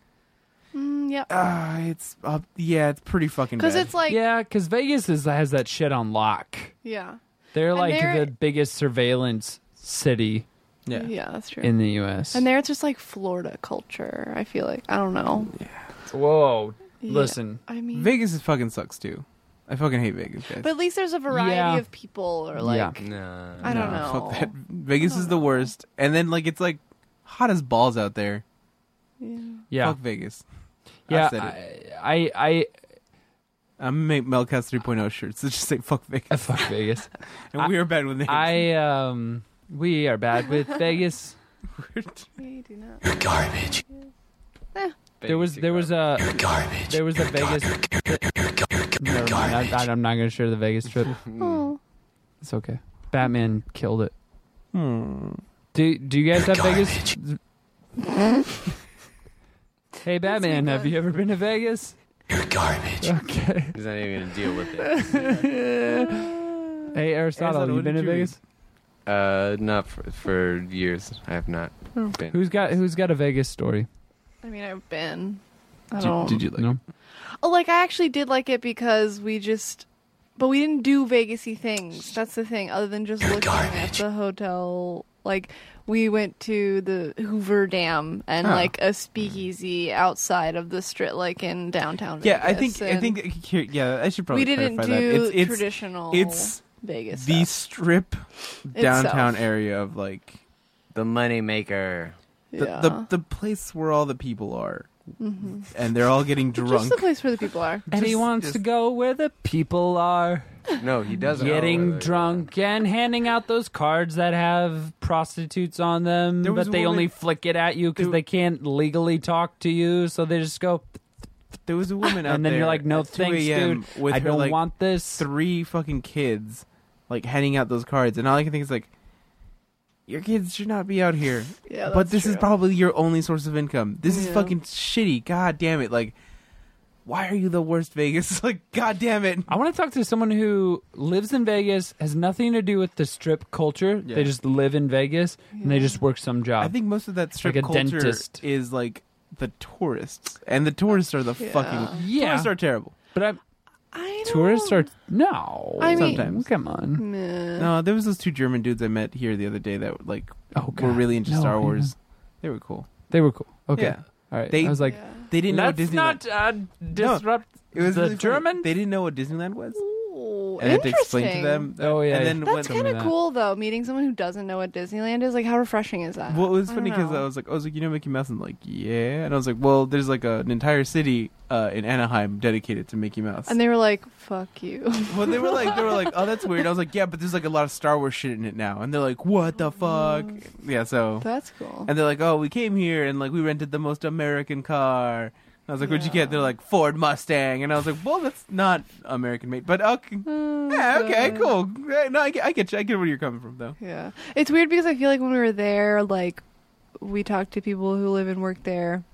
Speaker 5: Mm, yep.
Speaker 2: Ah, it's up. Yeah, it's pretty fucking.
Speaker 5: Because
Speaker 2: Because
Speaker 5: it's like yeah.
Speaker 1: yeah, because Vegas is, has that shit on lock. They're
Speaker 5: And
Speaker 1: like
Speaker 5: they're-
Speaker 1: the biggest surveillance city
Speaker 5: yeah
Speaker 2: yeah.
Speaker 5: that's true.
Speaker 1: in the U.S.
Speaker 5: and there it's just like Florida culture. I feel like I don't know.
Speaker 1: Whoa,
Speaker 5: Yeah.
Speaker 1: listen.
Speaker 5: I mean
Speaker 2: Vegas is fucking sucks too. I fucking hate Vegas, guys.
Speaker 5: But at least there's a variety
Speaker 1: Yeah.
Speaker 5: of people, or like,
Speaker 3: Nah.
Speaker 5: I don't
Speaker 2: Nah,
Speaker 5: know.
Speaker 2: Fuck that. Vegas
Speaker 5: don't
Speaker 2: is the
Speaker 5: know.
Speaker 2: worst. And then like it's like hot as balls out there.
Speaker 5: Yeah.
Speaker 1: Yeah,
Speaker 2: Fuck Vegas.
Speaker 1: yeah.
Speaker 2: I've said it.
Speaker 1: I, I,
Speaker 2: I'm gonna make Melcast 3.0 shirts that just say "fuck
Speaker 1: I
Speaker 2: Vegas,"
Speaker 1: fuck Vegas.
Speaker 2: and we are bad with names.
Speaker 1: I um we are bad with Vegas.
Speaker 5: We do not.
Speaker 4: Garbage.
Speaker 1: There was there was a
Speaker 4: Garbage.
Speaker 1: there was a Vegas. Never mind, I, I'm not gonna share the Vegas trip.
Speaker 2: Mm.
Speaker 3: Mm.
Speaker 5: Oh,
Speaker 1: It's okay. Batman killed it.
Speaker 2: Hmm.
Speaker 1: Do do you guys have Vegas? hey Batman,
Speaker 5: good.
Speaker 1: have you ever been to Vegas?
Speaker 4: Garbage.
Speaker 1: Okay.
Speaker 3: He's not even gonna deal with it.
Speaker 1: Hey Aristotle,
Speaker 2: Aristotle,
Speaker 1: have you
Speaker 2: what
Speaker 1: been
Speaker 2: did
Speaker 1: to
Speaker 2: you
Speaker 1: Vegas?
Speaker 3: Uh, not for, for years. I have not been.
Speaker 1: Who's got who's got a Vegas story?
Speaker 5: I mean, I've been. I don't.
Speaker 2: Did you like?
Speaker 1: no.
Speaker 5: Oh, like I actually did like it because we just, but we didn't do Vegasy things. That's the thing. Other than just looking at
Speaker 4: Garbage.
Speaker 5: the hotel, like we went to the Hoover Dam and
Speaker 2: Huh.
Speaker 5: like a speakeasy outside of the strip, like in downtown.
Speaker 2: Yeah, I
Speaker 5: Vegas,
Speaker 2: think I
Speaker 5: and
Speaker 2: think uh, here- yeah, I should probably
Speaker 5: we didn't
Speaker 2: clarify
Speaker 5: do
Speaker 2: that. It's, it's,
Speaker 5: traditional.
Speaker 2: it's
Speaker 5: Vegas.
Speaker 2: the
Speaker 5: stuff.
Speaker 2: strip
Speaker 5: Itself.
Speaker 2: downtown area of like
Speaker 3: the moneymaker?
Speaker 2: the,
Speaker 5: yeah. Mm-hmm.
Speaker 2: the the place where all the people are, and they're all getting
Speaker 5: just
Speaker 2: drunk.
Speaker 5: the place where the people are.
Speaker 1: And he
Speaker 2: Just-
Speaker 1: wants
Speaker 2: just-
Speaker 1: to go where the people are.
Speaker 3: No, he doesn't. Oh,
Speaker 1: getting drunk and handing out those cards that have prostitutes on them,
Speaker 2: There was
Speaker 1: but they
Speaker 2: one
Speaker 1: only
Speaker 2: that-
Speaker 1: flick it at you because
Speaker 2: there-
Speaker 1: they can't legally talk to you, so they just go.
Speaker 2: there was a woman out
Speaker 1: And then
Speaker 2: there
Speaker 1: you're like, "No
Speaker 2: at 2
Speaker 1: thanks,
Speaker 2: a.m.
Speaker 1: dude.
Speaker 2: With
Speaker 1: I
Speaker 2: her,
Speaker 1: don't
Speaker 2: like,
Speaker 1: want this."
Speaker 2: three fucking kids, like handing out those cards, and all I can think is like, your kids should not be out here.
Speaker 5: Yeah,
Speaker 2: but
Speaker 5: that's
Speaker 2: this is
Speaker 5: true.
Speaker 2: probably your only source of income. This is
Speaker 5: Yeah.
Speaker 2: fucking shitty. God damn it! Like, why are you the worst Vegas? Like, god damn it!
Speaker 1: I want to talk to someone who lives in Vegas, has nothing to do with the strip culture.
Speaker 2: Yeah.
Speaker 1: They just live in Vegas and they just work some job.
Speaker 2: I think most of that strip
Speaker 1: Like a
Speaker 2: culture
Speaker 1: dentist.
Speaker 2: is like the tourists, and the tourists are the
Speaker 5: Yeah.
Speaker 2: fucking
Speaker 1: Yeah.
Speaker 2: tourists are terrible.
Speaker 1: but I,
Speaker 5: I don't-
Speaker 1: tourists are no.
Speaker 5: I mean-
Speaker 2: Sometimes.
Speaker 1: come on.
Speaker 5: Nah.
Speaker 2: No, there was those two German dudes I met here the other day that like
Speaker 1: Oh, God.
Speaker 2: were really into
Speaker 1: No,
Speaker 2: Star
Speaker 1: I
Speaker 2: Wars. They were cool.
Speaker 1: They were cool. Okay,
Speaker 2: Yeah.
Speaker 1: all right.
Speaker 2: They-
Speaker 1: I was like,
Speaker 5: Yeah.
Speaker 2: They didn't know
Speaker 1: let's
Speaker 2: Disneyland.
Speaker 1: not uh, disrupt
Speaker 2: it was
Speaker 1: the
Speaker 2: really funny.
Speaker 1: German.
Speaker 2: They didn't know what Disneyland was,
Speaker 5: Ooh,
Speaker 2: and I had to explain to
Speaker 5: interesting.
Speaker 2: them. that-
Speaker 1: Oh, yeah,
Speaker 2: and then
Speaker 1: yeah.
Speaker 5: That's
Speaker 2: when,
Speaker 1: me
Speaker 5: kind of
Speaker 1: that.
Speaker 5: cool, though. Meeting someone who doesn't know what Disneyland is, like, how refreshing is that?
Speaker 2: Well, it was
Speaker 5: I
Speaker 2: funny
Speaker 5: don't
Speaker 2: because
Speaker 5: know.
Speaker 2: I was like, "Oh, I was like, you know Mickey Mouse?" And like, yeah. And I was like, "Well, there's like a, an entire city uh, in Anaheim dedicated to Mickey Mouse."
Speaker 5: and they were like, "Fuck you."
Speaker 2: well, they were like, they were like, "Oh, that's weird." I was like, "Yeah, but there's like a lot of Star Wars shit in it now." And they're like, "What the fuck?" Yeah. So,
Speaker 5: Mm. That's cool.
Speaker 2: and they're like, "Oh, we came here and like we rented the most American car." And I was like, "What'd you
Speaker 5: Yeah.
Speaker 2: get?" They're like, "Ford Mustang." And I was like, "Well, that's not American made, but okay,
Speaker 5: Mm,
Speaker 2: yeah, okay,
Speaker 5: but-
Speaker 2: cool. Yeah, No, I get, I get you. I get where you're coming from, though."
Speaker 5: Yeah, it's weird because I feel like when we were there, like, we talked to people who live and work there.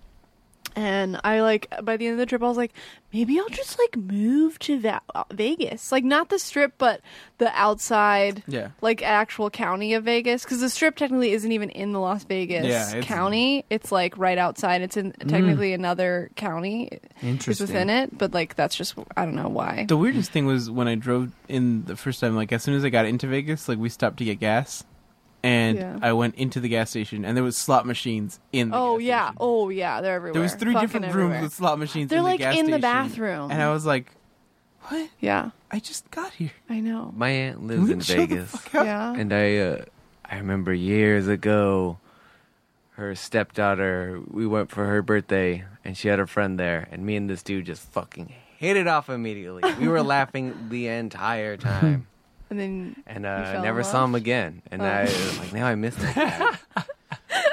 Speaker 5: And I like by the end of the trip, I was like, maybe I'll just like move to Va- Vegas, like not the Strip, but the outside
Speaker 2: Yeah.
Speaker 5: like actual county of Vegas because the strip technically isn't even in the Las Vegas
Speaker 2: Yeah, it's- Mm.
Speaker 5: county. It's like right outside. It's in technically another county. It's
Speaker 1: Interesting.
Speaker 5: within it, but like that's just I don't know why.
Speaker 2: The weirdest thing was when I drove in the first time, like as soon as I got into Vegas, like we stopped to get gas and
Speaker 5: Yeah.
Speaker 2: I went into the gas station and there was slot machines in the
Speaker 5: Oh
Speaker 2: gas
Speaker 5: yeah,
Speaker 2: station.
Speaker 5: oh yeah, they're everywhere.
Speaker 2: There was three
Speaker 5: Fucking
Speaker 2: different
Speaker 5: everywhere.
Speaker 2: rooms with slot machines
Speaker 5: They're
Speaker 2: in
Speaker 5: like
Speaker 2: the gas
Speaker 5: in the
Speaker 2: station.
Speaker 5: bathroom.
Speaker 2: And I was like, What?
Speaker 5: yeah,
Speaker 2: I just got here.
Speaker 5: I know.
Speaker 3: My aunt lives
Speaker 2: Will
Speaker 3: in
Speaker 2: you chill the
Speaker 3: Vegas,
Speaker 2: fuck out?
Speaker 5: Yeah,
Speaker 3: and I uh, I remember years ago, her stepdaughter. We went for her birthday, and she had a friend there, and me and this dude just fucking hit it off immediately. We were laughing the entire time,
Speaker 5: and then
Speaker 3: and
Speaker 5: You
Speaker 3: uh,
Speaker 5: fell in
Speaker 3: never
Speaker 5: love?
Speaker 3: saw him again. And
Speaker 5: Oh.
Speaker 3: I was like, now I missed that. guy."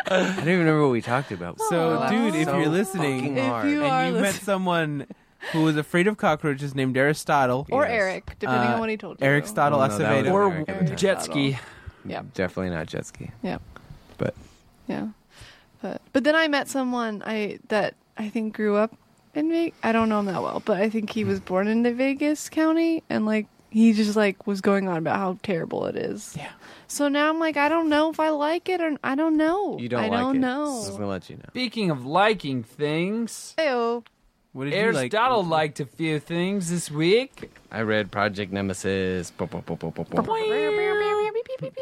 Speaker 3: I don't even remember what we talked about.
Speaker 2: So,
Speaker 5: Aw.
Speaker 2: dude, if
Speaker 3: So
Speaker 2: you're listening
Speaker 3: fucking
Speaker 5: If
Speaker 3: hard.
Speaker 5: you
Speaker 2: and
Speaker 5: are
Speaker 2: you met
Speaker 5: listening-
Speaker 2: someone who was afraid of cockroaches named Aristotle,
Speaker 5: or
Speaker 3: Yes.
Speaker 5: Eric, depending
Speaker 2: Uh,
Speaker 5: on what he told you.
Speaker 2: Eric Stoddle
Speaker 3: Oh, no, that
Speaker 2: Acevedo.
Speaker 3: was-
Speaker 1: or
Speaker 3: American
Speaker 5: American
Speaker 1: jet
Speaker 5: Idol.
Speaker 1: ski.
Speaker 5: Yeah.
Speaker 3: Definitely not jet ski.
Speaker 5: Yeah, but but then I met someone I that I think grew up in Vegas. I don't know him that well, but I think he was born in the Vegas County, and like he just like was going on about how terrible it is.
Speaker 2: Yeah.
Speaker 5: So now I'm like, I don't know if I like it or I don't know.
Speaker 3: You don't
Speaker 5: I
Speaker 3: like
Speaker 5: don't
Speaker 3: it. I'm just
Speaker 5: know.
Speaker 3: gonna let you know.
Speaker 1: Speaking of liking things,
Speaker 5: Ayo.
Speaker 2: what did you like?
Speaker 1: Aristotle liked a few things this week.
Speaker 3: I read Project Nemesis. Boom, boom, boom, boom, boom, boom.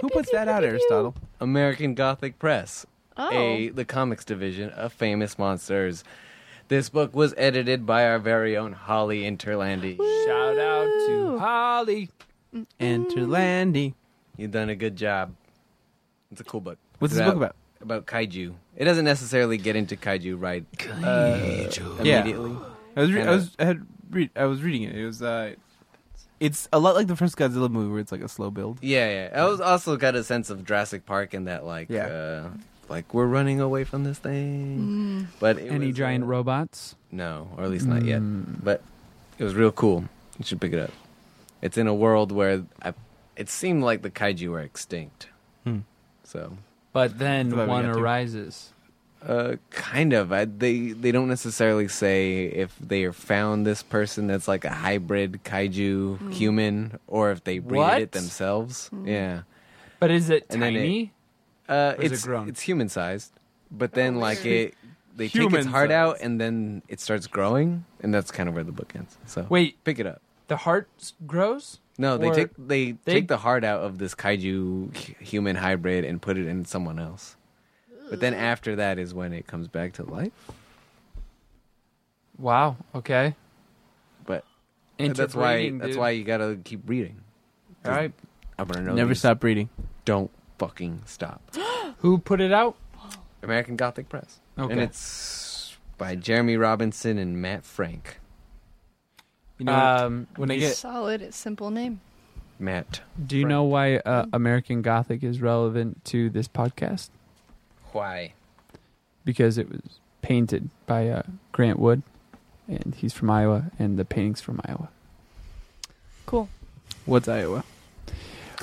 Speaker 2: Who puts that out, Aristotle?
Speaker 3: American Gothic Press,
Speaker 5: Oh.
Speaker 3: a the comics division of Famous Monsters. This book was edited by our very own Holly Interlandi.
Speaker 1: Shout out to
Speaker 5: Woo.
Speaker 1: Holly.
Speaker 2: Enter Landy.
Speaker 3: You've done a good job. It's a cool book.
Speaker 2: What's
Speaker 3: It's
Speaker 2: this book about?
Speaker 3: About kaiju. It doesn't necessarily get into kaiju right uh,
Speaker 2: Yeah.
Speaker 3: immediately.
Speaker 2: I was, re-
Speaker 3: And,
Speaker 2: I
Speaker 3: uh,
Speaker 2: was, I had read, I was reading it. It was, uh, it's a lot like the first Godzilla movie where it's like a slow build.
Speaker 3: Yeah, yeah. I was also got a sense of Jurassic Park and that like,
Speaker 2: Yeah.
Speaker 3: uh, like we're running away from this
Speaker 5: Mm.
Speaker 3: thing. But it
Speaker 1: Any
Speaker 3: was,
Speaker 1: giant Mm.
Speaker 3: uh,
Speaker 1: robots?
Speaker 3: No, or at least not yet. But it was real cool. You should pick it up. It's in a world where I, it seemed like the kaiju were extinct.
Speaker 2: Hmm.
Speaker 3: So,
Speaker 1: But then
Speaker 2: That's what we
Speaker 1: one
Speaker 2: got to.
Speaker 1: arises.
Speaker 3: uh, kind of. I, they they don't necessarily say if they found this person that's like a hybrid kaiju human or if they breeded
Speaker 1: What?
Speaker 3: it themselves. Yeah.
Speaker 1: But is it
Speaker 3: And then it-
Speaker 1: tiny?
Speaker 3: Uh,
Speaker 1: Or is it
Speaker 3: it's
Speaker 1: grown?
Speaker 3: it's human sized, but then like it, they take its
Speaker 2: Human
Speaker 3: heart out
Speaker 2: size.
Speaker 3: and then it starts growing, and that's kind of where the book ends. So
Speaker 1: Wait,
Speaker 3: pick it up.
Speaker 1: the heart s- grows?
Speaker 3: No, they
Speaker 1: Or
Speaker 3: take they,
Speaker 1: they-
Speaker 3: take the heart out of this kaiju h- human hybrid and put it in someone else. But then after that is when it comes back to life.
Speaker 1: Wow. Okay.
Speaker 3: But
Speaker 1: And
Speaker 3: that's why that's why you gotta keep reading.
Speaker 1: All right.
Speaker 3: I'm gonna know.
Speaker 2: Never
Speaker 3: these.
Speaker 2: stop reading.
Speaker 3: Don't fucking stop.
Speaker 1: Who put it out?
Speaker 3: American Gothic Press,
Speaker 1: Okay.
Speaker 3: and it's by Jeremy Robinson and Matt Frank.
Speaker 2: You know,
Speaker 3: Uh,
Speaker 1: um,
Speaker 2: when I get,
Speaker 5: Solid, simple name.
Speaker 3: Matt,
Speaker 1: do you know why uh, American Gothic is relevant to this podcast?
Speaker 3: why?
Speaker 1: Because it was painted by uh, Grant Wood, and he's from Iowa, and the painting's from Iowa.
Speaker 5: Cool.
Speaker 2: what's Iowa?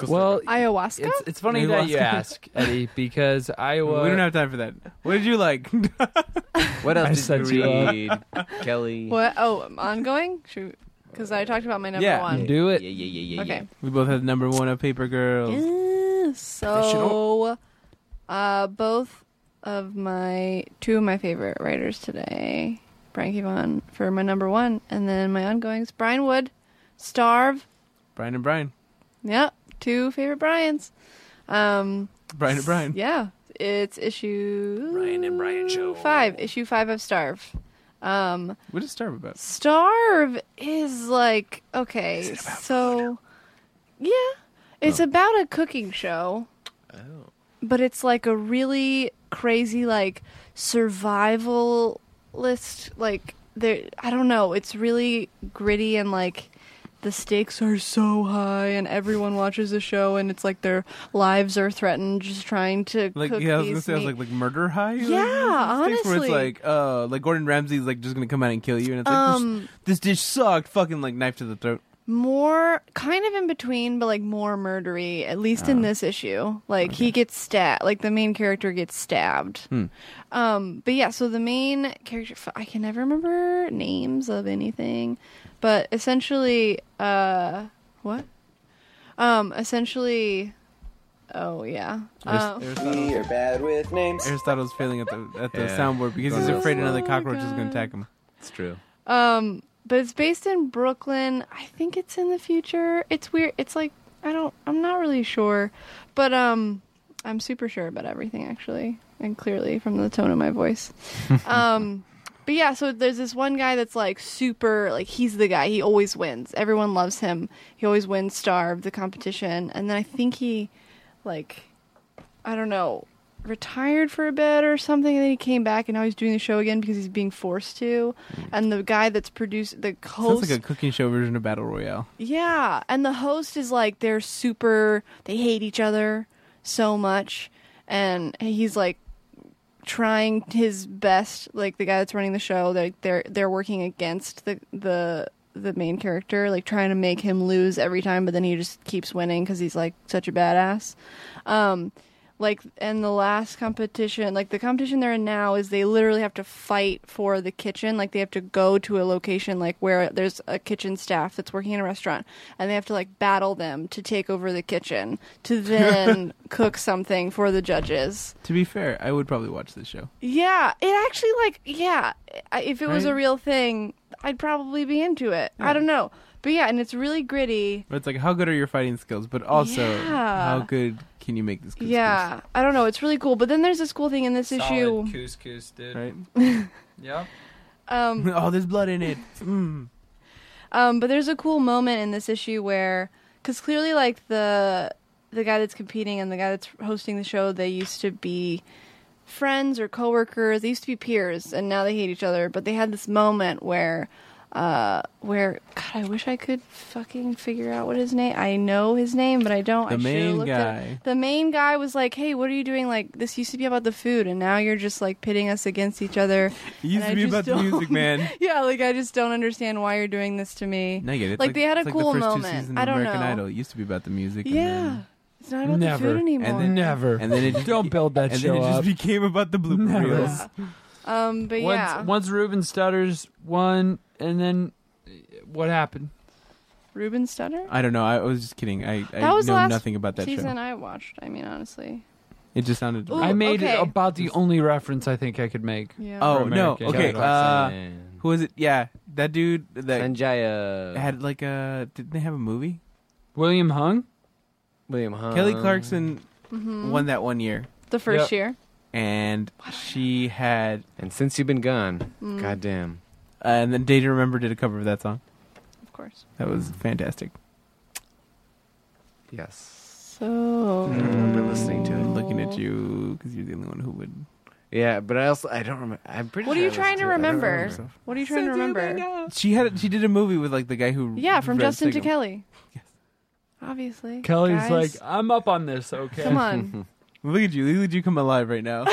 Speaker 1: Well,
Speaker 5: Ayahuasca?
Speaker 1: it's, it's funny that you
Speaker 2: Ayahuasca.
Speaker 1: ask, Eddie, because Iowa.
Speaker 2: we don't have time for that. What did you like?
Speaker 3: What
Speaker 1: I
Speaker 3: else
Speaker 1: set
Speaker 3: did you
Speaker 1: you up.
Speaker 3: read, Kelly?
Speaker 5: what? Oh, um, ongoing? Shoot. Because I talked about my number
Speaker 2: Yeah.
Speaker 5: one.
Speaker 1: do it.
Speaker 3: Yeah, yeah, yeah, yeah.
Speaker 5: Okay.
Speaker 2: we both had number one of Paper Girls.
Speaker 5: Yeah, So, uh, both of my two of my favorite writers today, Brian Kevon for my number one, and then my ongoings, Brian Wood, Starve.
Speaker 2: Brian and Brian.
Speaker 5: Yep, two favorite Brian's. Um,
Speaker 2: Brian and Brian.
Speaker 5: yeah, it's issue
Speaker 3: Brian and Brian show.
Speaker 5: five, issue five of Starve. Um,
Speaker 2: What does Starve about?
Speaker 5: Starve is like okay, so yeah,
Speaker 2: Oh.
Speaker 5: it's about a cooking show. But it's like a really crazy like survivalist like there I don't know, it's really gritty and like the stakes are so high and everyone watches the show and it's like their lives are threatened just trying to
Speaker 2: Like
Speaker 5: cook
Speaker 2: yeah, I was gonna
Speaker 5: these
Speaker 2: say, I was
Speaker 5: meat-
Speaker 2: like like murder high. Like,
Speaker 5: Yeah,
Speaker 2: those things Where it's
Speaker 5: honestly.
Speaker 2: like, uh, like Gordon Ramsay's like just gonna come out and kill you, and it's like
Speaker 5: Um,
Speaker 2: this, this dish sucked. Fucking like knife to the throat.
Speaker 5: more kind of in between but like more murdery at least in this issue like he gets stabbed like the main character gets stabbed um but yeah so the main character f- i can never remember names of anything but essentially uh what um essentially oh yeah um,
Speaker 2: Aristotle-
Speaker 3: are bad with names.
Speaker 2: Aristotle's failing at the at the
Speaker 3: Yeah.
Speaker 2: soundboard because he's
Speaker 3: Gordon
Speaker 2: afraid another
Speaker 5: Ramsay.
Speaker 2: cockroach is
Speaker 5: Oh my
Speaker 2: gonna attack him.
Speaker 3: It's true.
Speaker 5: Um, but it's based in Brooklyn. I think it's in the future. It's weird. It's like I don't. I'm not really sure, but um, I'm super sure about everything actually, and clearly from the tone of my voice. um, but yeah. So there's this one guy that's like super. Like he's the guy. He always wins. Everyone loves him. He always wins Star of the competition, and then I think he, like, I don't know. Retired for a bit or something, and then he came back, and now he's doing the show again because he's being forced to. And the guy that's produced the host,
Speaker 2: Sounds like a cooking show version of Battle Royale.
Speaker 5: yeah, and the host is like they're super they hate each other so much and he's like trying his best like the guy that's running the show they're they're, they're working against the the the main character like trying to make him lose every time but then he just keeps winning cuz he's like such a badass um like and the last competition like the competition they're in now is they literally have to fight for the kitchen like they have to go to a location like where there's a kitchen staff that's working in a restaurant and they have to like battle them to take over the kitchen to then cook something for the judges
Speaker 2: To be fair, I would probably watch this show.
Speaker 5: yeah it actually like yeah I- if it was a
Speaker 2: Right.
Speaker 5: real thing i'd probably be into it i don't know but yeah and it's really gritty
Speaker 2: But it's like, how good are your fighting skills? But also,
Speaker 5: Yeah.
Speaker 2: how good can you make this? Couscous?
Speaker 5: yeah i don't know it's really cool but then there's this cool thing in this issue
Speaker 1: couscous, dude.
Speaker 2: Right.
Speaker 1: Yeah.
Speaker 5: Um,
Speaker 2: oh, there's blood in it. Mm.
Speaker 5: Um, but there's a cool moment in this issue where, because clearly, like the the guy that's competing and the guy that's hosting the show, they used to be friends or coworkers. They used to be peers, and now they hate each other. But they had this moment where, uh, where God, I wish I could fucking figure out what his name. I know his name, but I don't.
Speaker 2: The
Speaker 5: I should've
Speaker 2: main
Speaker 5: looked at it.
Speaker 2: guy.
Speaker 5: The main guy was like, "Hey, what are you doing? Like, this used to be about the food, and now you're just like pitting us against each other."
Speaker 2: It used
Speaker 5: And
Speaker 2: to
Speaker 5: I
Speaker 2: be
Speaker 5: just
Speaker 2: about the
Speaker 5: don't-
Speaker 2: music, man.
Speaker 5: yeah, like I just don't understand why you're doing this to me.
Speaker 2: No, I get it. It's
Speaker 5: Like, they had a
Speaker 2: it's like
Speaker 5: cool
Speaker 2: the first
Speaker 5: moment.
Speaker 2: Two seasons of
Speaker 5: I don't
Speaker 2: American
Speaker 5: know.
Speaker 2: Idol. It used to be about the music. and
Speaker 5: Yeah. It's not about
Speaker 1: Never.
Speaker 5: the food anymore.
Speaker 2: then-
Speaker 1: Never.
Speaker 2: And then it just-
Speaker 1: don't build
Speaker 2: then,
Speaker 1: that
Speaker 2: and
Speaker 1: show
Speaker 2: then it just
Speaker 1: up.
Speaker 2: became about the blooper
Speaker 1: Never.
Speaker 2: reels.
Speaker 5: um, but
Speaker 1: once,
Speaker 5: yeah,
Speaker 1: once Ruben stutters one, and then uh, what happened?
Speaker 5: Ruben Stutter.
Speaker 2: I don't know. I was just kidding. I, I
Speaker 5: That was the
Speaker 2: know
Speaker 5: last
Speaker 2: nothing about Oh, that
Speaker 5: season
Speaker 2: show.
Speaker 5: I watched. I mean, honestly.
Speaker 2: It just sounded.
Speaker 5: Ooh.
Speaker 1: I made
Speaker 5: okay.
Speaker 1: about the only reference I think I could make.
Speaker 5: Yeah.
Speaker 2: Oh no!
Speaker 1: American.
Speaker 2: Okay,
Speaker 1: Shout
Speaker 2: uh, who was it? Yeah, that dude that
Speaker 3: Sanjaya.
Speaker 2: had like a. Didn't they have a movie?
Speaker 1: William Hung?
Speaker 3: William Hung.
Speaker 2: Kelly Clarkson
Speaker 5: Mhm.
Speaker 2: won that one year,
Speaker 5: the first year.
Speaker 2: and she had.
Speaker 3: And since you've been gone,
Speaker 5: Mm,
Speaker 3: goddamn.
Speaker 2: Uh, and then Data Remember did a cover of that song.
Speaker 5: Of course.
Speaker 2: That was fantastic.
Speaker 3: Yes.
Speaker 5: So.
Speaker 2: I
Speaker 3: don't remember listening to it.
Speaker 2: I'm looking at you because you're the only one who would.
Speaker 3: Yeah, but I also I don't remember. I'm pretty.
Speaker 5: What are
Speaker 3: sure
Speaker 5: you
Speaker 3: I
Speaker 5: trying to
Speaker 3: listened it. I don't
Speaker 5: remember?
Speaker 3: remember.
Speaker 5: What are you trying to remember?
Speaker 2: She had. She did a movie with like the guy who.
Speaker 5: Yeah, from
Speaker 2: read
Speaker 5: Justin to
Speaker 2: Signal.
Speaker 5: Kelly.
Speaker 2: Yes.
Speaker 5: Obviously.
Speaker 1: Kelly's
Speaker 5: Guys,
Speaker 1: like, I'm up on this, okay?
Speaker 5: Come on.
Speaker 2: Look at you! Look at you come alive right now.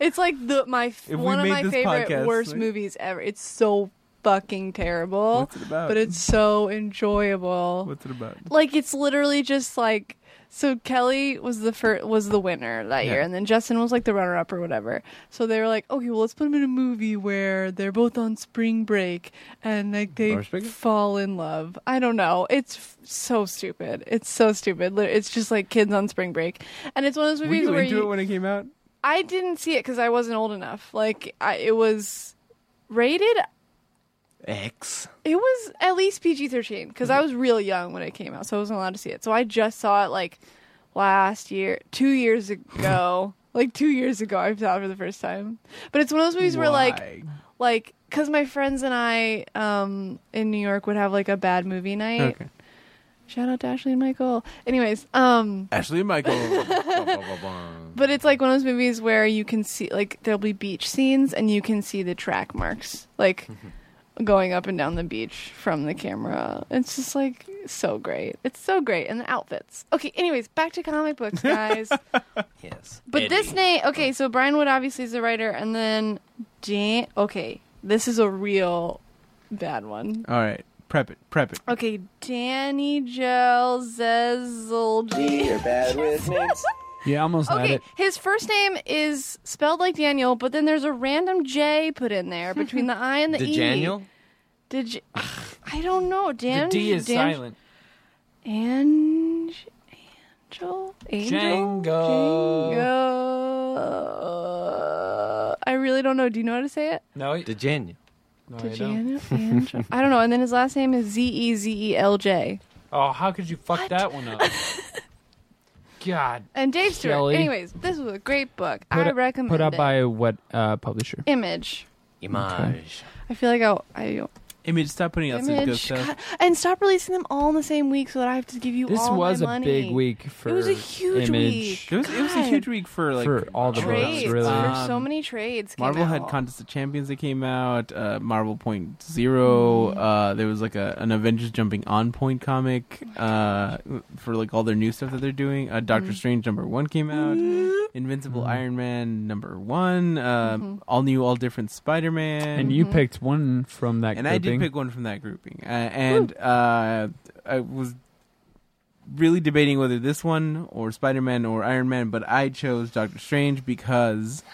Speaker 5: It's like the my f-
Speaker 2: If we
Speaker 5: one of
Speaker 2: made
Speaker 5: my
Speaker 2: this
Speaker 5: favorite
Speaker 2: podcast,
Speaker 5: worst
Speaker 2: like-
Speaker 5: movies ever. It's so fucking terrible,
Speaker 2: What's it about?
Speaker 5: but it's so enjoyable.
Speaker 2: What's it about?
Speaker 5: like it's literally just like so Kelly was the fir- was the winner that
Speaker 2: Yeah.
Speaker 5: year, and then Justin was like the runner up or whatever. So they were like, okay, well let's put them in a movie where they're both on spring break and like they
Speaker 3: Or spring?
Speaker 5: fall in love. I don't know. It's f- so stupid. It's so stupid. Li- It's just like kids on spring break, and it's one of those
Speaker 2: Were
Speaker 5: movies
Speaker 2: you
Speaker 5: where
Speaker 2: into
Speaker 5: you
Speaker 2: it when it came out?
Speaker 5: I didn't see it because I wasn't old enough. Like I, it was rated.
Speaker 3: X.
Speaker 5: It was at least PG thirteen because
Speaker 2: Mm-hmm.
Speaker 5: I was real young when it came out, so I wasn't allowed to see it. So I just saw it like last year, two years ago. like two years ago, I saw it for the first time. But it's one of those movies where like
Speaker 2: Why?
Speaker 5: like because my friends and I um in New York would have like a bad movie night.
Speaker 2: Okay.
Speaker 5: Shout out to Ashley and Michael. Anyways, um.
Speaker 2: Ashley and Michael.
Speaker 5: But it's like one of those movies where you can see like there'll be beach scenes and you can see the track marks like going up and down the beach from the camera. It's just like so great. It's so great and the outfits. Okay, anyways, back to comic books, guys.
Speaker 3: Yes.
Speaker 5: but this name, okay, so Brian Wood obviously is the writer and then Dan okay, this is a real bad one.
Speaker 2: All right, prep it. Prep it.
Speaker 5: Okay, Danny Gel Zezelji. You're bad with names.
Speaker 1: Yeah, almost had
Speaker 5: Okay,
Speaker 1: it.
Speaker 5: his first name is spelled like Daniel, but then there's a random J put in there between the I and the E.
Speaker 3: Daniel.
Speaker 5: Did you? I don't know. Dan.
Speaker 1: The D is
Speaker 5: Dan-
Speaker 1: silent.
Speaker 5: Ange, Angel. Angel.
Speaker 1: Django.
Speaker 5: Django. I really don't know. Do you know how to say it?
Speaker 1: No,
Speaker 3: Daniel.
Speaker 1: no I don't.
Speaker 5: Daniel. Angel. I don't know. And then his last name is Z E Z E L J.
Speaker 1: Oh, how could you fuck that one up? God.
Speaker 5: And Dave Stewart.
Speaker 1: Shelley.
Speaker 5: Anyways, this was a great book.
Speaker 1: Put
Speaker 5: I
Speaker 1: up-
Speaker 5: recommend
Speaker 1: Put out
Speaker 5: it.
Speaker 1: by what uh, publisher?
Speaker 5: Image.
Speaker 3: Image.
Speaker 5: I feel like I. I
Speaker 2: Image, stop putting out some good
Speaker 5: Image,
Speaker 2: stuff.
Speaker 5: God, and stop releasing them all in the same week so that I have to give you
Speaker 1: This
Speaker 5: all
Speaker 1: was
Speaker 5: my
Speaker 1: a
Speaker 5: money.
Speaker 1: big week for
Speaker 5: it was a huge
Speaker 1: Image.
Speaker 2: It
Speaker 5: week
Speaker 2: was, it was a
Speaker 5: God.
Speaker 2: huge week for like
Speaker 1: For all the books,
Speaker 5: trades.
Speaker 1: really.
Speaker 5: There's so
Speaker 2: Um,
Speaker 5: many trades. came
Speaker 2: Marvel had
Speaker 5: out.
Speaker 2: Contest of Champions that came out. Uh, Marvel Point Zero.
Speaker 5: Mm.
Speaker 2: Uh, there was like a, an Avengers jumping on point comic
Speaker 5: Oh
Speaker 2: uh, for like all their new stuff that they're doing. Uh, Doctor
Speaker 5: Mm.
Speaker 2: Strange number one came out. Invincible Iron Man number one. Uh,
Speaker 5: Mm-hmm.
Speaker 2: All new, all different Spider Man.
Speaker 1: And you picked one from that
Speaker 2: and I
Speaker 1: grouping.
Speaker 2: did pick one from that grouping, uh, and uh, I was really debating whether this one or Spider Man or Iron Man, but I chose Doctor Strange because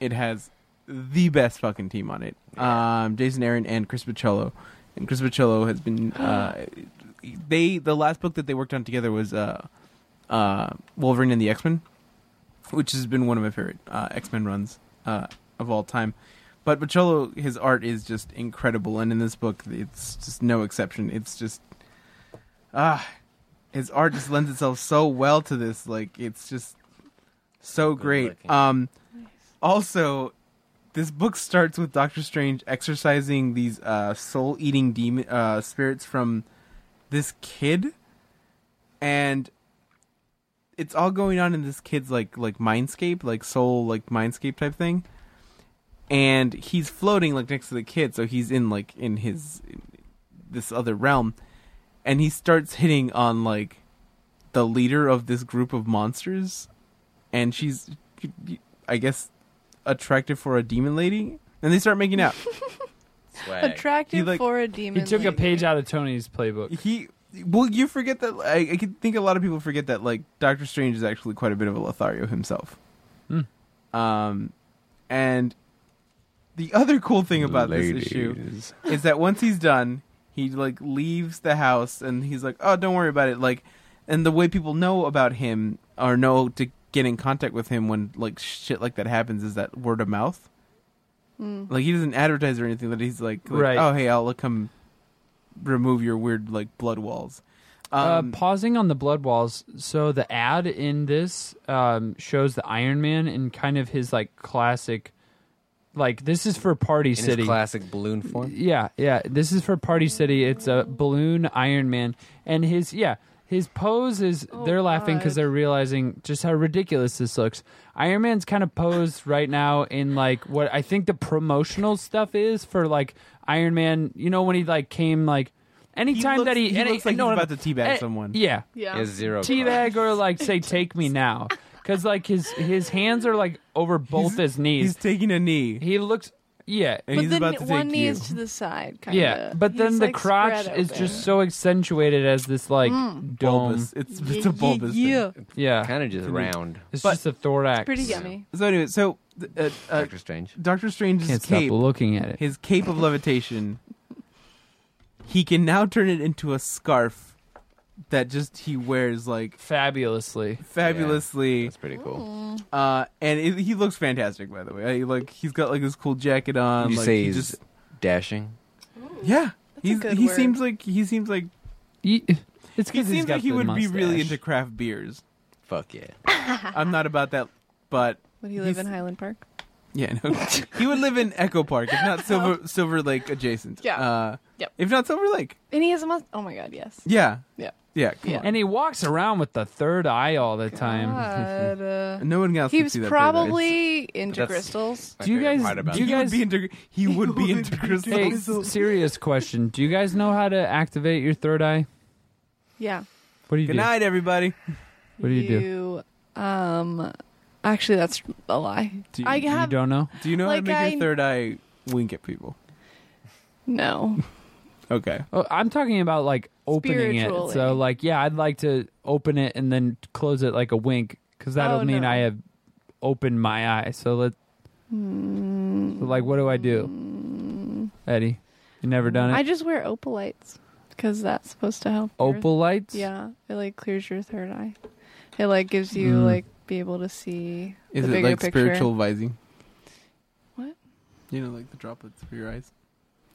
Speaker 2: it has the best fucking team on it. Um, Jason Aaron and Chris Pacello, and Chris Pacello has been uh, they the last book that they worked on together was uh, uh, Wolverine and the X Men, which has been one of my favorite uh, X Men runs uh, of all time. But Bacholo, his art is just incredible, and in this book, it's just no exception. It's just ah, his art just lends itself so well to this. Like it's just so great.
Speaker 3: looking.
Speaker 2: Um, also, this book starts with Doctor Strange exorcising these uh, soul-eating demon uh, spirits from this kid, and it's all going on in this kid's like like mindscape, like soul like mindscape type thing, and he's floating like next to the kid, so he's in like in his this other realm, and he starts hitting on like the leader of this group of monsters, and she's I guess attractive for a demon lady, and they start making out.
Speaker 3: Swag.
Speaker 5: Attractive
Speaker 2: He, like-
Speaker 5: for a demon.
Speaker 1: He took a
Speaker 5: lady.
Speaker 1: page out of Tony's playbook.
Speaker 2: he well, you forget that. I, I could think a lot of people forget that like Doctor Strange is actually quite a bit of a Lothario himself.
Speaker 1: Hmm.
Speaker 2: Um, and the other cool thing about this issue is that once he's done, he like leaves the house and he's like, "Oh, don't worry about it." Like, and the way people know about him or know to get in contact with him when like shit like that happens is that word of mouth.
Speaker 5: Mm,
Speaker 2: Like he doesn't advertise or anything, but he's like, like,
Speaker 1: Right.
Speaker 2: "Oh, hey, I'll come remove your weird like blood walls." Um,
Speaker 1: uh, pausing on the blood walls. So the ad in this um, shows the Iron Man in kind of his like classic, like this is for Party
Speaker 3: in
Speaker 1: City.
Speaker 3: his classic balloon form.
Speaker 1: Yeah, yeah. This is for Party City. It's a balloon Iron Man, and his yeah, his pose is
Speaker 5: Oh,
Speaker 1: they're laughing because
Speaker 5: God.
Speaker 1: they're realizing just how ridiculous this looks. Iron Man's kind of posed right now in like what I think the promotional stuff is for like Iron Man. You know when he like came like anytime
Speaker 2: looks-
Speaker 1: that he,
Speaker 2: he
Speaker 1: and
Speaker 2: looks like
Speaker 1: no,
Speaker 2: he's
Speaker 1: no,
Speaker 2: about to teabag
Speaker 1: eh,
Speaker 2: someone.
Speaker 1: Yeah,
Speaker 5: Yeah.
Speaker 3: He has zero.
Speaker 1: teabag or like say take me now because like his his hands are like over both
Speaker 2: He's-
Speaker 1: his knees.
Speaker 2: he's taking a knee,
Speaker 1: he looks yeah.
Speaker 2: and
Speaker 5: but
Speaker 2: he's
Speaker 5: then
Speaker 2: about to take
Speaker 5: one knee
Speaker 2: you.
Speaker 5: is to the side, kind of.
Speaker 1: Yeah, but then the crotch is just so accentuated as this like
Speaker 5: Mm.
Speaker 1: dome.
Speaker 2: bulbous. It's it's a bulbous. thing.
Speaker 5: Yeah,
Speaker 1: Yeah,
Speaker 3: Kind of just round.
Speaker 1: it's
Speaker 2: But-
Speaker 1: just a thorax.
Speaker 5: pretty yummy.
Speaker 2: So anyway, so th- uh, uh,
Speaker 3: Doctor Strange.
Speaker 2: Doctor Strange's
Speaker 1: Can't
Speaker 2: cape,
Speaker 1: stop looking at it.
Speaker 2: his cape of levitation, he can now turn it into a scarf that just he wears like
Speaker 1: Fabulously,
Speaker 2: fabulously,
Speaker 3: That's pretty
Speaker 5: Mm.
Speaker 3: cool.
Speaker 2: uh, and it, he looks fantastic. By the way, I, like he's got like this cool jacket on.
Speaker 3: you
Speaker 2: like,
Speaker 3: say
Speaker 2: he
Speaker 3: he's
Speaker 2: just
Speaker 3: dashing.
Speaker 2: yeah.
Speaker 5: a
Speaker 2: He's,
Speaker 5: good
Speaker 2: he
Speaker 5: word.
Speaker 2: seems like he seems like
Speaker 1: Ye- it's
Speaker 2: he
Speaker 1: because
Speaker 2: seems like he would be really into
Speaker 1: mustache.
Speaker 2: craft beers.
Speaker 3: Fuck yeah.
Speaker 2: I'm not about that, but
Speaker 5: Would he live
Speaker 2: He's-
Speaker 5: in Highland Park?
Speaker 2: Yeah, no. he would live in Echo Park, if not Silver Silver Lake adjacent.
Speaker 5: Yeah.
Speaker 2: Uh,
Speaker 5: Yep.
Speaker 2: If not Silver Lake.
Speaker 5: And he has a must. Oh my god, yes.
Speaker 2: Yeah.
Speaker 5: Yeah.
Speaker 2: Yeah. Come
Speaker 5: Yeah.
Speaker 2: on.
Speaker 1: And he walks around with the third eye all the time.
Speaker 5: God, uh,
Speaker 2: No one else.
Speaker 5: he
Speaker 2: can
Speaker 5: was
Speaker 2: see that paradise.
Speaker 5: probably into
Speaker 3: That's-
Speaker 5: crystals.
Speaker 3: My
Speaker 1: Do you
Speaker 3: favorite
Speaker 1: guys-
Speaker 3: part about
Speaker 1: do you
Speaker 2: He
Speaker 3: that.
Speaker 2: would
Speaker 1: guys-
Speaker 2: be into. He would be into crystals.
Speaker 1: Hey, s- serious question: Do you guys know how to activate your third eye?
Speaker 5: Yeah.
Speaker 1: What do you
Speaker 2: Good
Speaker 1: do?
Speaker 2: night, everybody.
Speaker 1: What do you do?
Speaker 5: do? Um, actually, that's a lie.
Speaker 2: Do you,
Speaker 5: I
Speaker 1: You
Speaker 5: have
Speaker 1: don't know?
Speaker 2: do you know
Speaker 5: like,
Speaker 2: how to make
Speaker 5: I-
Speaker 2: your third eye wink at people?
Speaker 5: no.
Speaker 2: Okay.
Speaker 1: Oh, I'm talking about like opening it.
Speaker 5: Spiritually.
Speaker 1: So, like, yeah, I'd like to open it and then close it like a wink because that'll
Speaker 5: Oh,
Speaker 1: mean
Speaker 5: no.
Speaker 1: I have opened my eye. So let, so, like, what do I do, Eddie? You never done it?
Speaker 5: Mm. I just wear opalites because that's supposed to help. your-
Speaker 1: Opal lights.
Speaker 5: Yeah, it like clears your third eye. It like gives you
Speaker 1: Mm.
Speaker 5: like be able to see
Speaker 2: Is
Speaker 5: the
Speaker 2: it
Speaker 5: bigger
Speaker 2: like
Speaker 5: picture.
Speaker 2: spiritual vising?
Speaker 5: What?
Speaker 2: You know, like the droplets for your eyes.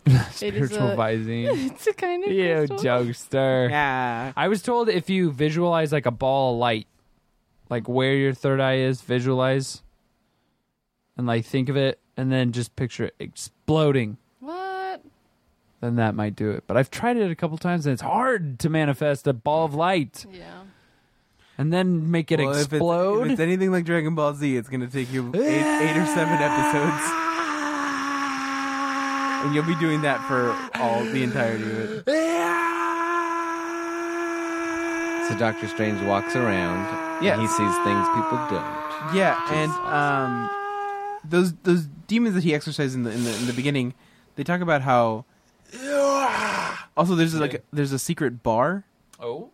Speaker 1: Spiritual
Speaker 5: a-
Speaker 1: visine.
Speaker 5: It's a kind of
Speaker 1: you
Speaker 5: crystal.
Speaker 1: jokester.
Speaker 2: Yeah.
Speaker 1: I was told if you visualize like a ball of light, like where your third eye is, visualize and like think of it and then just picture it exploding.
Speaker 5: What?
Speaker 1: then that might do it. But I've tried it a couple times and it's hard to manifest a ball of light
Speaker 5: Yeah.
Speaker 1: and then make it
Speaker 2: Well, if it's- If it's,
Speaker 1: explode.
Speaker 2: anything like Dragon Ball Z, it's gonna take you eight, eight or seven episodes, and you'll be doing that for all the entirety of it.
Speaker 3: So Doctor Strange walks around.
Speaker 2: Yes.
Speaker 3: And he sees things people don't.
Speaker 2: Yeah, and um, those those demons that he exercised in the in the, in the beginning, they talk about how. Also, there's like a, there's a secret bar
Speaker 1: oh,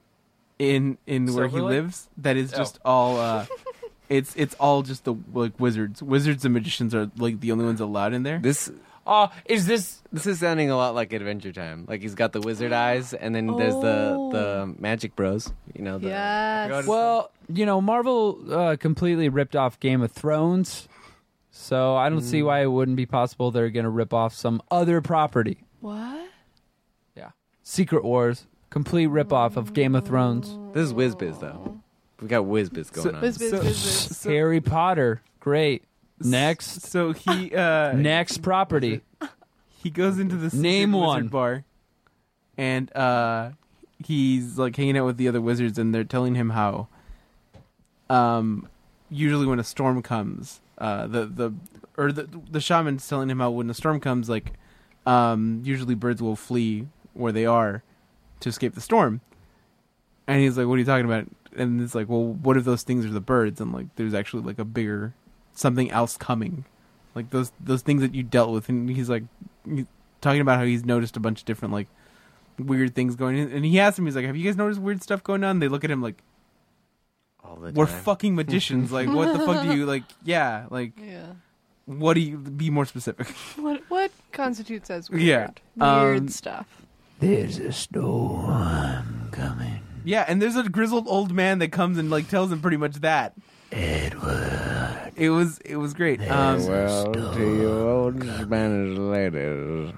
Speaker 2: in in where he
Speaker 1: Silver Lake?
Speaker 2: lives that is
Speaker 1: Oh.
Speaker 2: just all. Uh, it's it's all just the like wizards. Wizards and magicians are like the only ones allowed in there.
Speaker 3: This
Speaker 1: oh, is this?
Speaker 3: this is sounding a lot like Adventure Time. Like he's got the wizard eyes, and then there's
Speaker 5: Oh.
Speaker 3: the the magic bros. You know. The,
Speaker 5: Yes.
Speaker 1: Well, you know, Marvel uh, completely ripped off Game of Thrones, so I don't
Speaker 2: Hmm.
Speaker 1: see why it wouldn't be possible they're going to rip off some other property.
Speaker 5: What?
Speaker 1: Secret Wars, complete rip off of Game of Thrones.
Speaker 5: Mm.
Speaker 3: This is WizBiz though. We got WizBiz going on.
Speaker 5: Whiz, whiz, whiz, whiz.
Speaker 1: Harry Potter, great. Next,
Speaker 2: So he uh
Speaker 1: next property.
Speaker 2: he goes into the secret
Speaker 1: Name
Speaker 2: wizard
Speaker 1: one.
Speaker 2: bar, and uh, he's like hanging out with the other wizards, and they're telling him how. Um, usually when a storm comes, uh, the the or the the shaman's telling him how when a storm comes, like, um, usually birds will flee where they are to escape the storm. And he's like, "What are you talking about?" And it's like, "Well, what if those things are the birds?" And like, there's actually like a bigger something else coming, like those those things that you dealt with. And he's like, he- talking about how he's noticed a bunch of different like weird things going on. And he asked him, he's like, "Have you guys noticed weird stuff going on?" They look at him like,
Speaker 3: All the
Speaker 2: "We're
Speaker 3: time.
Speaker 2: fucking magicians. like, what the fuck do you like? Yeah, like,
Speaker 5: Yeah.
Speaker 2: what do you? Be more specific."
Speaker 5: What what constitutes as weird?
Speaker 2: Yeah.
Speaker 5: Weird
Speaker 2: Um,
Speaker 5: stuff.
Speaker 4: There's a storm coming.
Speaker 2: yeah, and there's a grizzled old man that comes and like tells him pretty much that. Edward. It was it was great. Um,
Speaker 7: Farewell to you old Spanish ladies.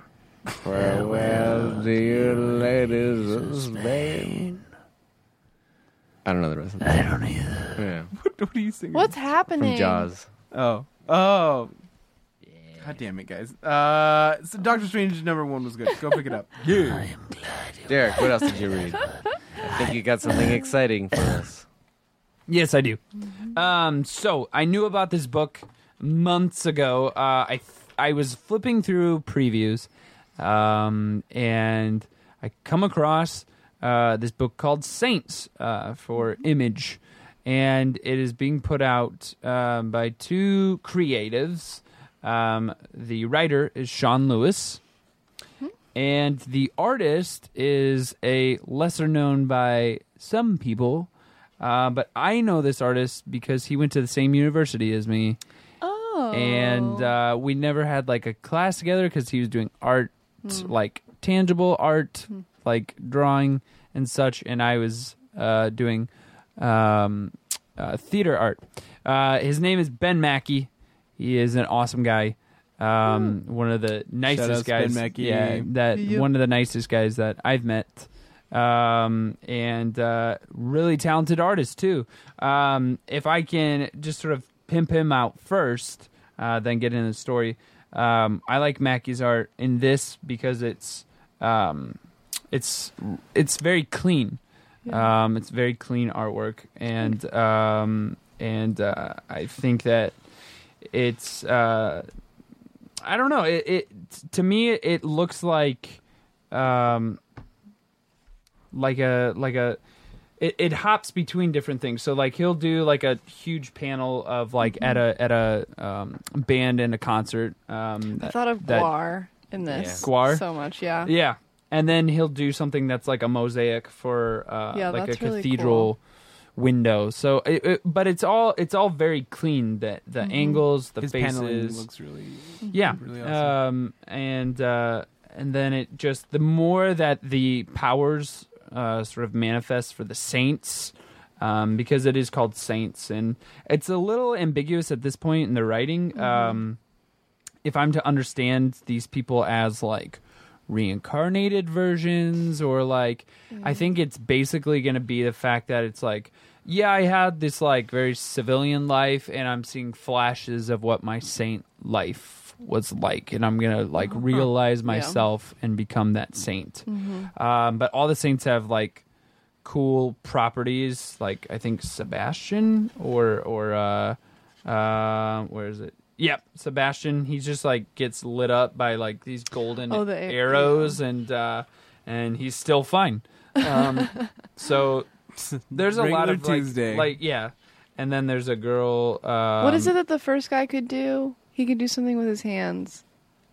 Speaker 7: Farewell to you ladies of Spain. I don't know the rest of that. I don't either.
Speaker 2: what are you singing?
Speaker 5: What's happening?
Speaker 3: From Jaws.
Speaker 2: Oh. Oh. God damn it, guys. Uh, so Doctor Strange number one was good. Go pick it up. yeah.
Speaker 3: Derek, what else did you read? I think you got something exciting for us.
Speaker 1: Yes, I do. Um, so I knew about this book months ago. Uh, I th- I was flipping through previews, um, and I come across uh, this book called Saints uh, for Image, and it is being put out um, by two creatives. Um, the writer is Sean Lewis. And the artist is a lesser known by some people, uh, but I know this artist because he went to the same university as me,
Speaker 5: Oh.
Speaker 1: and uh, we never had like a class together because he was doing art, like tangible art, like drawing and such, and I was uh, doing um, uh, theater art. Uh, his name is Ben Mackey. He is an awesome guy. Um, one of the nicest
Speaker 2: outs Hmm. to Ben
Speaker 1: guys.
Speaker 2: Mackey.
Speaker 1: Yeah, that
Speaker 5: Yep.
Speaker 1: one of the nicest guys that I've met. Um, and uh, really talented artist too. Um, if I can just sort of pimp him out first, uh, then get into the story. Um, I like Mackey's art in this because it's um, it's it's very clean.
Speaker 5: Yeah.
Speaker 1: Um, it's very clean artwork, and um, and uh, I think that it's uh, I don't know. It, it to me it looks like um, like a like a it, it hops between different things. So like he'll do like a huge panel of like at a at a um, band and a concert. Um,
Speaker 5: I thought of
Speaker 1: that-
Speaker 5: Guar in this.
Speaker 1: Yeah. Guar?
Speaker 5: So much, yeah.
Speaker 1: yeah, and then he'll do something that's like a mosaic for uh,
Speaker 5: Yeah,
Speaker 1: like a
Speaker 5: that's really
Speaker 1: cathedral window. So, it, it- but it's all it's all very clean. That the
Speaker 5: Mm-hmm.
Speaker 1: angles, the
Speaker 2: His paneling
Speaker 1: faces,
Speaker 2: looks really.
Speaker 1: yeah,
Speaker 2: really
Speaker 1: um, and uh, and then it just the more that the powers uh, sort of manifest for the saints. Um, because it is called Saints, and it's a little ambiguous at this point in the writing. Um, if I'm to understand these people as like reincarnated versions or like I think it's basically going to be the fact that it's like yeah, I had this like very civilian life and I'm seeing flashes of what my saint life was like and I'm going to like realize myself and become that saint.
Speaker 5: Mm-hmm.
Speaker 1: Um but all the saints have like cool properties like I think Sebastian or or uh uh, where is it? Yep, Sebastian. He just like gets lit up by like these golden
Speaker 5: Oh, the ar-
Speaker 1: arrows, and uh, and he's still fine. Um, so there's a lot
Speaker 2: Regular
Speaker 1: of like,
Speaker 2: Tuesday.
Speaker 1: like yeah, and then there's a girl. Um,
Speaker 5: What is it that the first guy could do? He could do something with his hands.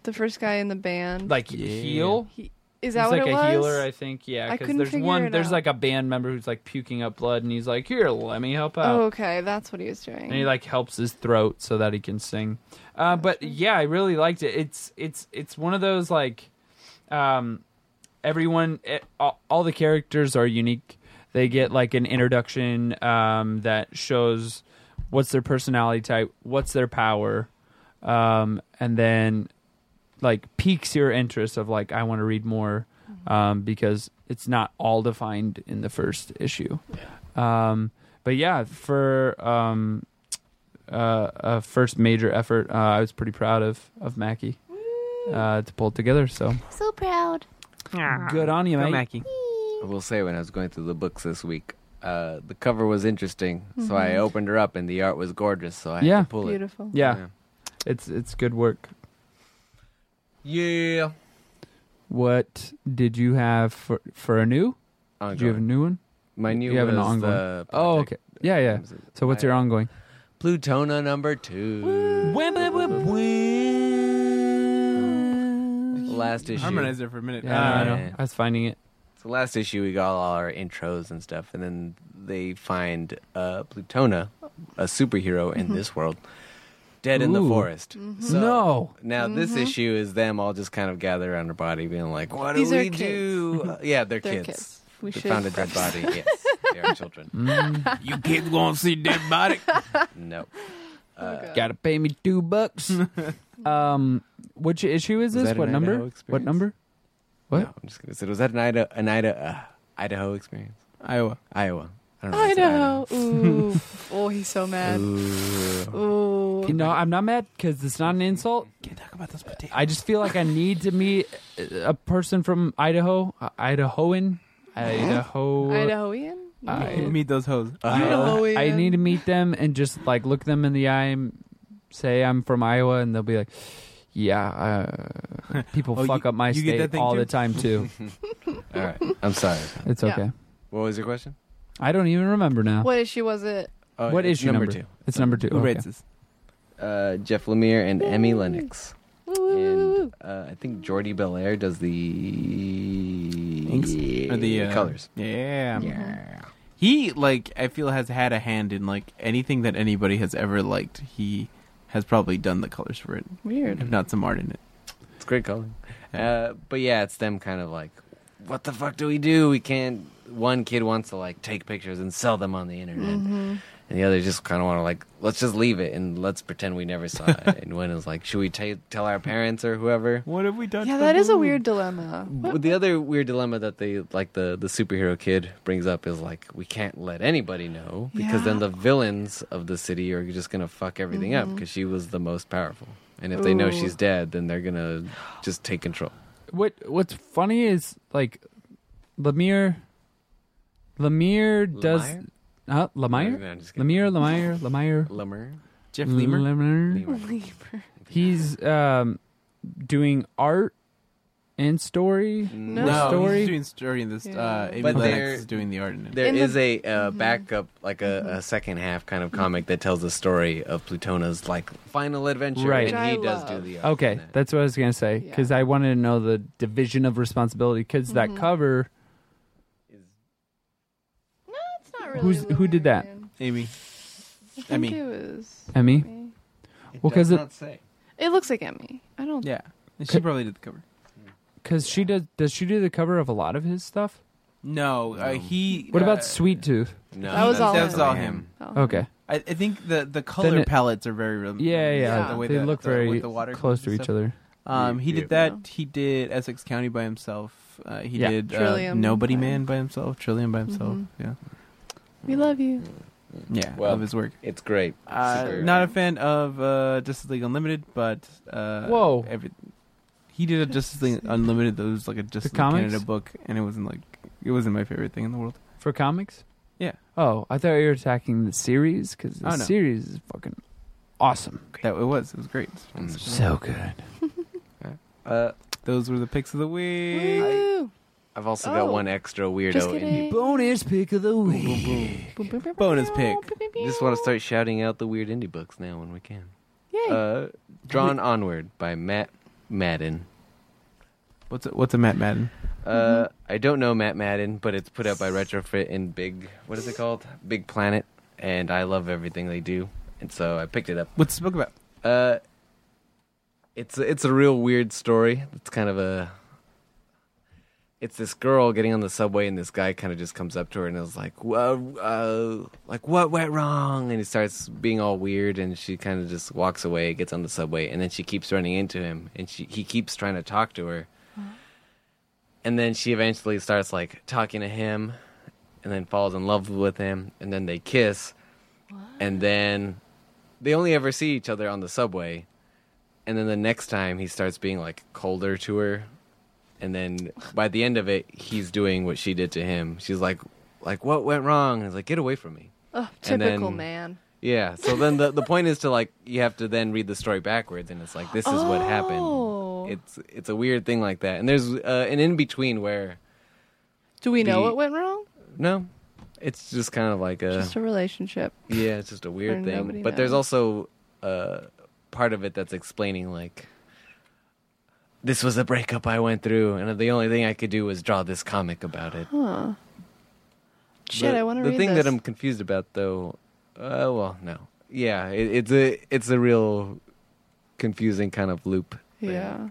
Speaker 5: The first guy in the band.
Speaker 1: Like
Speaker 2: Yeah.
Speaker 1: heal.
Speaker 5: he, is
Speaker 1: he's
Speaker 5: that what
Speaker 1: like
Speaker 5: it
Speaker 1: a
Speaker 5: was?
Speaker 1: healer, I think. Yeah,
Speaker 5: I
Speaker 1: because
Speaker 5: couldn't
Speaker 1: there's
Speaker 5: figure
Speaker 1: one.
Speaker 5: it
Speaker 1: There's
Speaker 5: out.
Speaker 1: like a band member who's like puking up blood, and he's like, "Here, let me help out."
Speaker 5: oh, okay, that's what he was doing.
Speaker 1: and he like helps his throat so that he can sing. Uh, but yeah, I really liked it. It's it's it's one of those like, um, everyone it, all, all the characters are unique. They get like an introduction um, that shows what's their personality type, what's their power, um, and then like piques your interest of like I want to read more um, because it's not all defined in the first issue. Um, but yeah, for um, uh, a first major effort. Uh, I was pretty proud of of Mackie uh, to pull it together. So
Speaker 8: So proud.
Speaker 1: good on you,
Speaker 2: Go,
Speaker 1: mate.
Speaker 2: Mackie.
Speaker 3: I will say, when I was going through the books this week, uh, the cover was interesting, so I opened her up, and the art was gorgeous, so I
Speaker 1: Mm-hmm. Yeah.
Speaker 3: had to pull
Speaker 5: Beautiful.
Speaker 3: it.
Speaker 1: Yeah, it's it's good work.
Speaker 3: Yeah.
Speaker 1: What did you have for for a new? Did you have a
Speaker 3: Ongoing.
Speaker 1: new one?
Speaker 3: My new
Speaker 1: you have an
Speaker 3: was
Speaker 1: ongoing-
Speaker 3: the
Speaker 1: Oh, okay.
Speaker 3: project.
Speaker 1: Yeah, yeah. So what's your ongoing?
Speaker 3: Plutona number two? Last issue.
Speaker 2: Harmonize there for a minute.
Speaker 1: Yeah,
Speaker 2: Uh,
Speaker 1: I know.
Speaker 3: yeah.
Speaker 1: I was finding it.
Speaker 3: So last issue, we got all our intros and stuff, and then they find uh, Plutona, a superhero in this world, dead in the
Speaker 1: Mm-hmm. Ooh.
Speaker 3: forest.
Speaker 5: Mm-hmm.
Speaker 3: So
Speaker 1: No.
Speaker 3: Now this issue is them all just kind of gather around her body, being like, "What
Speaker 5: These
Speaker 3: do
Speaker 5: are
Speaker 3: we
Speaker 5: kids.
Speaker 3: do?" Uh, yeah, they're,
Speaker 5: They're
Speaker 3: kids.
Speaker 5: kids. We
Speaker 3: They
Speaker 5: should.
Speaker 3: found a dead body. Yes, they are children.
Speaker 1: Mm,
Speaker 2: Uh, You kids gonna see dead body?
Speaker 3: No,
Speaker 5: Oh,
Speaker 1: uh,
Speaker 3: Uh,
Speaker 1: Gotta pay me two bucks. um, which issue is
Speaker 3: Was
Speaker 1: this?
Speaker 3: that
Speaker 1: What
Speaker 3: an
Speaker 1: number?
Speaker 3: Idaho
Speaker 1: What
Speaker 3: experience?
Speaker 1: number? What?
Speaker 3: no. I'm just gonna say, was that an Idaho, an Idaho, uh, Idaho experience?
Speaker 2: Iowa.
Speaker 3: Iowa. I don't know. if
Speaker 5: I
Speaker 3: it's
Speaker 5: know. Ooh. oh, he's so mad. Ooh.
Speaker 1: No, I'm not mad because it's not an insult.
Speaker 2: Can't talk about those potatoes.
Speaker 1: I just feel like I need to meet a person from Idaho, uh, Idahoan, Idaho.
Speaker 5: Idahoan?
Speaker 1: I- uh,
Speaker 5: No.
Speaker 2: Meet those hoes.
Speaker 5: Uh, Idahoan.
Speaker 1: I need to meet them and just like look them in the eye and say I'm from Iowa, and they'll be like, "Yeah, uh, people
Speaker 2: Oh,
Speaker 1: fuck
Speaker 2: you-
Speaker 1: up my
Speaker 2: you get
Speaker 1: state
Speaker 2: that thing
Speaker 1: all
Speaker 2: too?
Speaker 1: the time too."
Speaker 3: All right. I'm sorry.
Speaker 1: It's
Speaker 5: Yeah.
Speaker 1: okay.
Speaker 3: What was your question?
Speaker 1: I don't even remember now.
Speaker 5: What issue was it?
Speaker 3: Oh,
Speaker 1: What
Speaker 3: it's
Speaker 1: issue
Speaker 3: number
Speaker 1: number?
Speaker 3: two?
Speaker 1: It's number two.
Speaker 2: Who
Speaker 1: okay.
Speaker 2: rates this?
Speaker 3: Uh, Jeff Lemire and Emmy Lennox.
Speaker 5: Ooh, ooh, ooh,
Speaker 3: and uh, I think Jordy Belair does the
Speaker 2: Inks? Or the uh,
Speaker 3: colors.
Speaker 2: Yeah. He like I feel has had a hand in like anything that anybody has ever liked. He has probably done the colors for it,
Speaker 5: Weird.
Speaker 2: if not some art in it.
Speaker 3: It's great coloring. Uh, but yeah, it's them kind of like, what the fuck do we do? We can't. One kid wants to like take pictures and sell them on the internet, and the other just kind of want to like, let's just leave it and let's pretend we never saw it. and one is like, should we ta tell our parents or whoever?
Speaker 2: What have we done?
Speaker 5: Yeah, that is a weird dilemma.
Speaker 3: But the other weird dilemma that they like the the superhero kid brings up is like we can't let anybody know because then the villains of the city are just gonna fuck everything up 'cause up because she was the most powerful and if they know
Speaker 5: Ooh.
Speaker 3: she's dead then they're gonna just take control
Speaker 1: What What's funny is like Lemire. Lemire does.
Speaker 3: Lemire?
Speaker 1: Huh? Lemire?
Speaker 3: No, I'm just kidding.
Speaker 1: Lemire, Lemire, Lemire.
Speaker 3: Lemire?
Speaker 2: Jeff Lemire.
Speaker 1: Lemire.
Speaker 3: Lemire.
Speaker 1: He's um, doing art and story.
Speaker 3: No.
Speaker 1: The story?
Speaker 2: he's doing story in this. Uh,
Speaker 5: Yeah.
Speaker 2: Amy
Speaker 3: But they're-
Speaker 2: Lennox is doing the art in it.
Speaker 3: There
Speaker 5: In the- Mm-hmm.
Speaker 3: is a uh, backup, like a, a second half kind of comic that tells the story of Plutona's like final adventure,
Speaker 1: Right.
Speaker 5: Which
Speaker 3: and
Speaker 5: I
Speaker 3: he does
Speaker 5: love.
Speaker 3: do the art
Speaker 1: Okay,
Speaker 3: in that.
Speaker 1: that's what I was going to say because I wanted to know the division of responsibility because that cover.
Speaker 5: No, it's not really.
Speaker 1: Who's- who did that?
Speaker 5: Lemurian.
Speaker 2: Amy.
Speaker 5: I think
Speaker 2: Emmy.
Speaker 5: it was
Speaker 1: Emmy?
Speaker 5: Emmy.
Speaker 1: Well, 'cause
Speaker 3: does
Speaker 1: it-
Speaker 3: not say.
Speaker 5: It looks like Emmy. I don't.
Speaker 2: Yeah, she probably did the cover.
Speaker 1: Because she does. Does she do the cover of a lot of his stuff?
Speaker 2: No, uh, he.
Speaker 1: What
Speaker 2: uh,
Speaker 1: about Sweet Tooth?
Speaker 3: No,
Speaker 5: That was
Speaker 3: that's
Speaker 5: all
Speaker 2: That was
Speaker 5: him.
Speaker 2: all him.
Speaker 5: know.
Speaker 1: Okay.
Speaker 2: I, I think the the color
Speaker 1: it-
Speaker 2: palettes are very rem-
Speaker 1: Yeah, yeah.
Speaker 5: Yeah.
Speaker 1: They
Speaker 2: that-
Speaker 1: look
Speaker 2: the-
Speaker 1: very
Speaker 2: with the water
Speaker 1: close to
Speaker 2: and
Speaker 1: each
Speaker 2: stuff.
Speaker 1: other.
Speaker 2: Um, he did
Speaker 5: Yeah.
Speaker 2: that. He did Essex County by himself. Uh, he
Speaker 1: Yeah.
Speaker 2: did uh,
Speaker 5: Trillium
Speaker 2: Nobody
Speaker 5: by-
Speaker 2: Man by himself. Trillium by himself.
Speaker 5: Mhm.
Speaker 2: Yeah,
Speaker 5: We love you.
Speaker 2: yeah.
Speaker 3: Well,
Speaker 2: love his work.
Speaker 3: It's great.
Speaker 2: Uh,
Speaker 3: Super-
Speaker 2: not a fan of uh, Justice League Unlimited, but uh,
Speaker 1: Whoa.
Speaker 2: every- he did a Justice League Unlimited that was like a Justice League
Speaker 1: comics?
Speaker 2: Canada book, and it wasn't like it wasn't my favorite thing in the world.
Speaker 1: For comics?
Speaker 2: Yeah.
Speaker 1: Oh, I thought you were attacking the series because the
Speaker 2: Oh, no.
Speaker 1: series is fucking awesome.
Speaker 2: That it was. It was great.
Speaker 3: Mm.
Speaker 1: So good.
Speaker 3: Uh,
Speaker 2: Those were the picks of the week.
Speaker 5: Woo!
Speaker 3: I've also
Speaker 5: Oh.
Speaker 3: got one extra
Speaker 5: Just
Speaker 3: weirdo in
Speaker 5: kidding.
Speaker 3: here.
Speaker 1: Bonus pick of the week.
Speaker 5: Boom, boom, boom,
Speaker 2: Bonus
Speaker 5: boom,
Speaker 2: pick.
Speaker 5: boom, boom, boom.
Speaker 3: Just want to start shouting out the weird indie books now when we can.
Speaker 5: Yay.
Speaker 3: Uh, Drawn Onward by Matt Madden.
Speaker 2: What's a, what's a Matt Madden?
Speaker 3: Uh, I don't know Matt Madden, but it's put out by Retrofit and Big. What is it called? Big Planet. And I love everything they do, and so I picked it up.
Speaker 2: What's this book about?
Speaker 3: Uh, it's a, it's a real weird story. It's kind of a. It's this girl getting on the subway, and this guy kind of just comes up to her and is like, "Whoa, uh, like what went wrong?" And he starts being all weird, and she kind of just walks away, gets on the subway, and then she keeps running into him, and she he keeps trying to talk to her, and then she eventually starts like talking to him, and then falls in love with him, and then they kiss, and then they only ever see each other on the subway, and then the next time he starts being like colder to her, and then by the end of it, he's doing what she did to him. She's like, like what went wrong? And he's like, get away from me.
Speaker 5: Ugh,
Speaker 3: And
Speaker 5: typical
Speaker 3: then-
Speaker 5: man.
Speaker 3: Yeah. So then the the point is to like you have to then read the story backwards, and it's like this is what
Speaker 5: Oh.
Speaker 3: happened. It's it's a weird thing like that, and there's uh, an in between where
Speaker 5: Do we know
Speaker 3: the- uh,
Speaker 5: what went wrong?
Speaker 3: no, it's just kind of like a
Speaker 5: Just a relationship.
Speaker 3: yeah, it's just a weird
Speaker 5: Where
Speaker 3: thing.
Speaker 5: nobody
Speaker 3: But there's
Speaker 5: knows.
Speaker 3: also uh, part of it that's explaining like this was a breakup I went through, and the only thing I could do was draw this comic about it.
Speaker 5: Huh. Shit,
Speaker 3: The-
Speaker 5: I want to
Speaker 3: The
Speaker 5: read
Speaker 3: thing
Speaker 5: this.
Speaker 3: that I'm confused about, though, uh, well, no, yeah, it, it's a it's a real confusing kind of loop. thing.
Speaker 5: Yeah.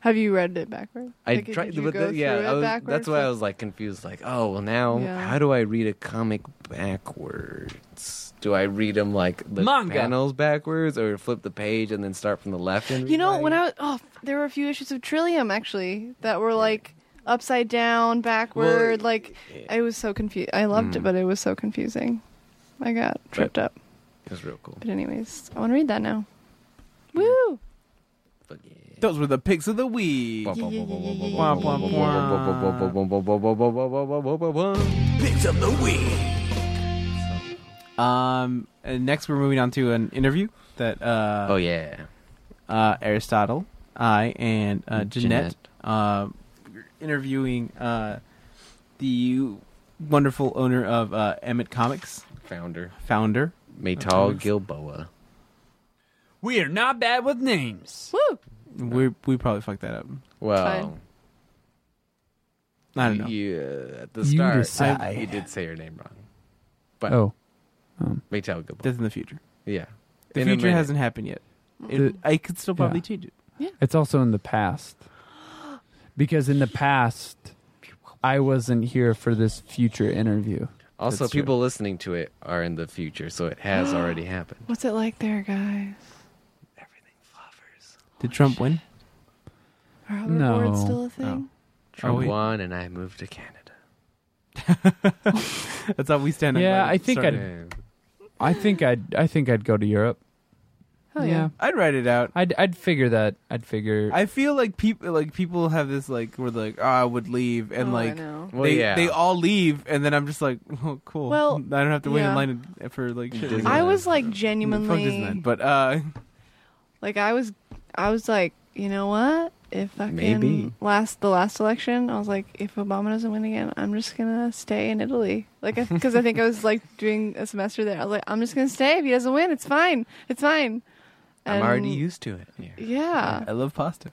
Speaker 5: Have you read it backwards?
Speaker 3: I
Speaker 5: Like,
Speaker 3: tried,
Speaker 5: did you
Speaker 3: but
Speaker 5: go
Speaker 3: the, yeah,
Speaker 5: through
Speaker 3: I
Speaker 5: it
Speaker 3: was,
Speaker 5: backwards?
Speaker 3: that's why I was like confused. Like, oh, well, now
Speaker 5: Yeah.
Speaker 3: how do I read a comic backwards? Do I read them like the
Speaker 1: Manga.
Speaker 3: panels backwards, or flip the page and then start from the left? And
Speaker 5: You know, when I was, oh, there were a few issues of Trillium actually that were like upside down, backward. like, I was so confused. I loved it, but it was so confusing. I got tripped up.
Speaker 3: it was real cool.
Speaker 5: But anyways, I want to read that now. Woo!
Speaker 3: Fuck yeah.
Speaker 2: Those were the picks of the week.
Speaker 3: Womp, womp,
Speaker 5: yeah,
Speaker 3: womp,
Speaker 5: yeah, yeah,
Speaker 3: womp,
Speaker 5: yeah,
Speaker 2: Womp,
Speaker 3: womp,
Speaker 2: womp,
Speaker 3: womp, womp, womp, womp, womp, womp, womp, womp, womp, womp, womp, womp, womp.
Speaker 2: Picks of the week. Um, and next we're moving on to an interview that uh,
Speaker 3: Oh yeah,
Speaker 2: uh, Aristotle, I, and uh, Jeanette,
Speaker 3: Jeanette.
Speaker 2: uh, we're interviewing uh, the wonderful owner of uh, Emmett Comics,
Speaker 3: founder
Speaker 2: founder.
Speaker 3: Maytal Gilboa.
Speaker 1: We are not bad with names.
Speaker 5: Woo!
Speaker 2: We we probably fucked that up.
Speaker 3: Well,
Speaker 2: I don't know.
Speaker 3: You, uh, at the
Speaker 1: You
Speaker 3: start,
Speaker 1: decide.
Speaker 3: I- you did say her name wrong. But
Speaker 1: Oh,
Speaker 3: Maytal Gilboa.
Speaker 2: That's in the future.
Speaker 3: yeah,
Speaker 2: The
Speaker 3: In a
Speaker 2: future
Speaker 3: minute.
Speaker 2: hasn't happened yet. It, I could still probably
Speaker 1: Yeah.
Speaker 2: change it.
Speaker 1: it's also in the past. Because in the past, I wasn't here for this future interview.
Speaker 3: Also,
Speaker 1: That's true.
Speaker 3: people listening to it are in the future, so it has already happened.
Speaker 5: What's it like there, guys?
Speaker 3: Everything floppers.
Speaker 2: Did Trump win?
Speaker 5: Are hoverboards
Speaker 1: No.
Speaker 5: still a thing?
Speaker 3: Trump
Speaker 2: wait.
Speaker 3: won, and I moved to Canada.
Speaker 2: That's how we stand. on
Speaker 1: Yeah,
Speaker 2: my
Speaker 1: I think
Speaker 2: start.
Speaker 1: I'd- I think I'd I think I'd go to Europe.
Speaker 5: Hell Oh. yeah.
Speaker 2: I'd write it out.
Speaker 1: I'd I'd figure that. I'd figure
Speaker 2: I feel like people like people have this like were like oh, I would leave and
Speaker 5: Oh, I
Speaker 2: like
Speaker 5: know.
Speaker 3: Well,
Speaker 2: they
Speaker 3: yeah.
Speaker 2: they all leave and then I'm just like oh cool
Speaker 5: Well,
Speaker 2: I don't have to wait
Speaker 5: yeah.
Speaker 2: in line for like shit.
Speaker 3: Disney.
Speaker 2: Like,
Speaker 5: I was like
Speaker 2: fuck Disney.
Speaker 5: genuinely
Speaker 2: but uh
Speaker 5: like I was I was like, you know what? If I
Speaker 3: Maybe.
Speaker 5: last the last election, I was like, if Obama doesn't win again, I'm just gonna stay in Italy. Like, because I think I was like doing a semester there. I was like, I'm just gonna stay. If he doesn't win, it's fine. It's fine.
Speaker 3: I'm already
Speaker 5: And-
Speaker 3: used to it. Yeah.
Speaker 5: um, Yeah,
Speaker 2: I love pasta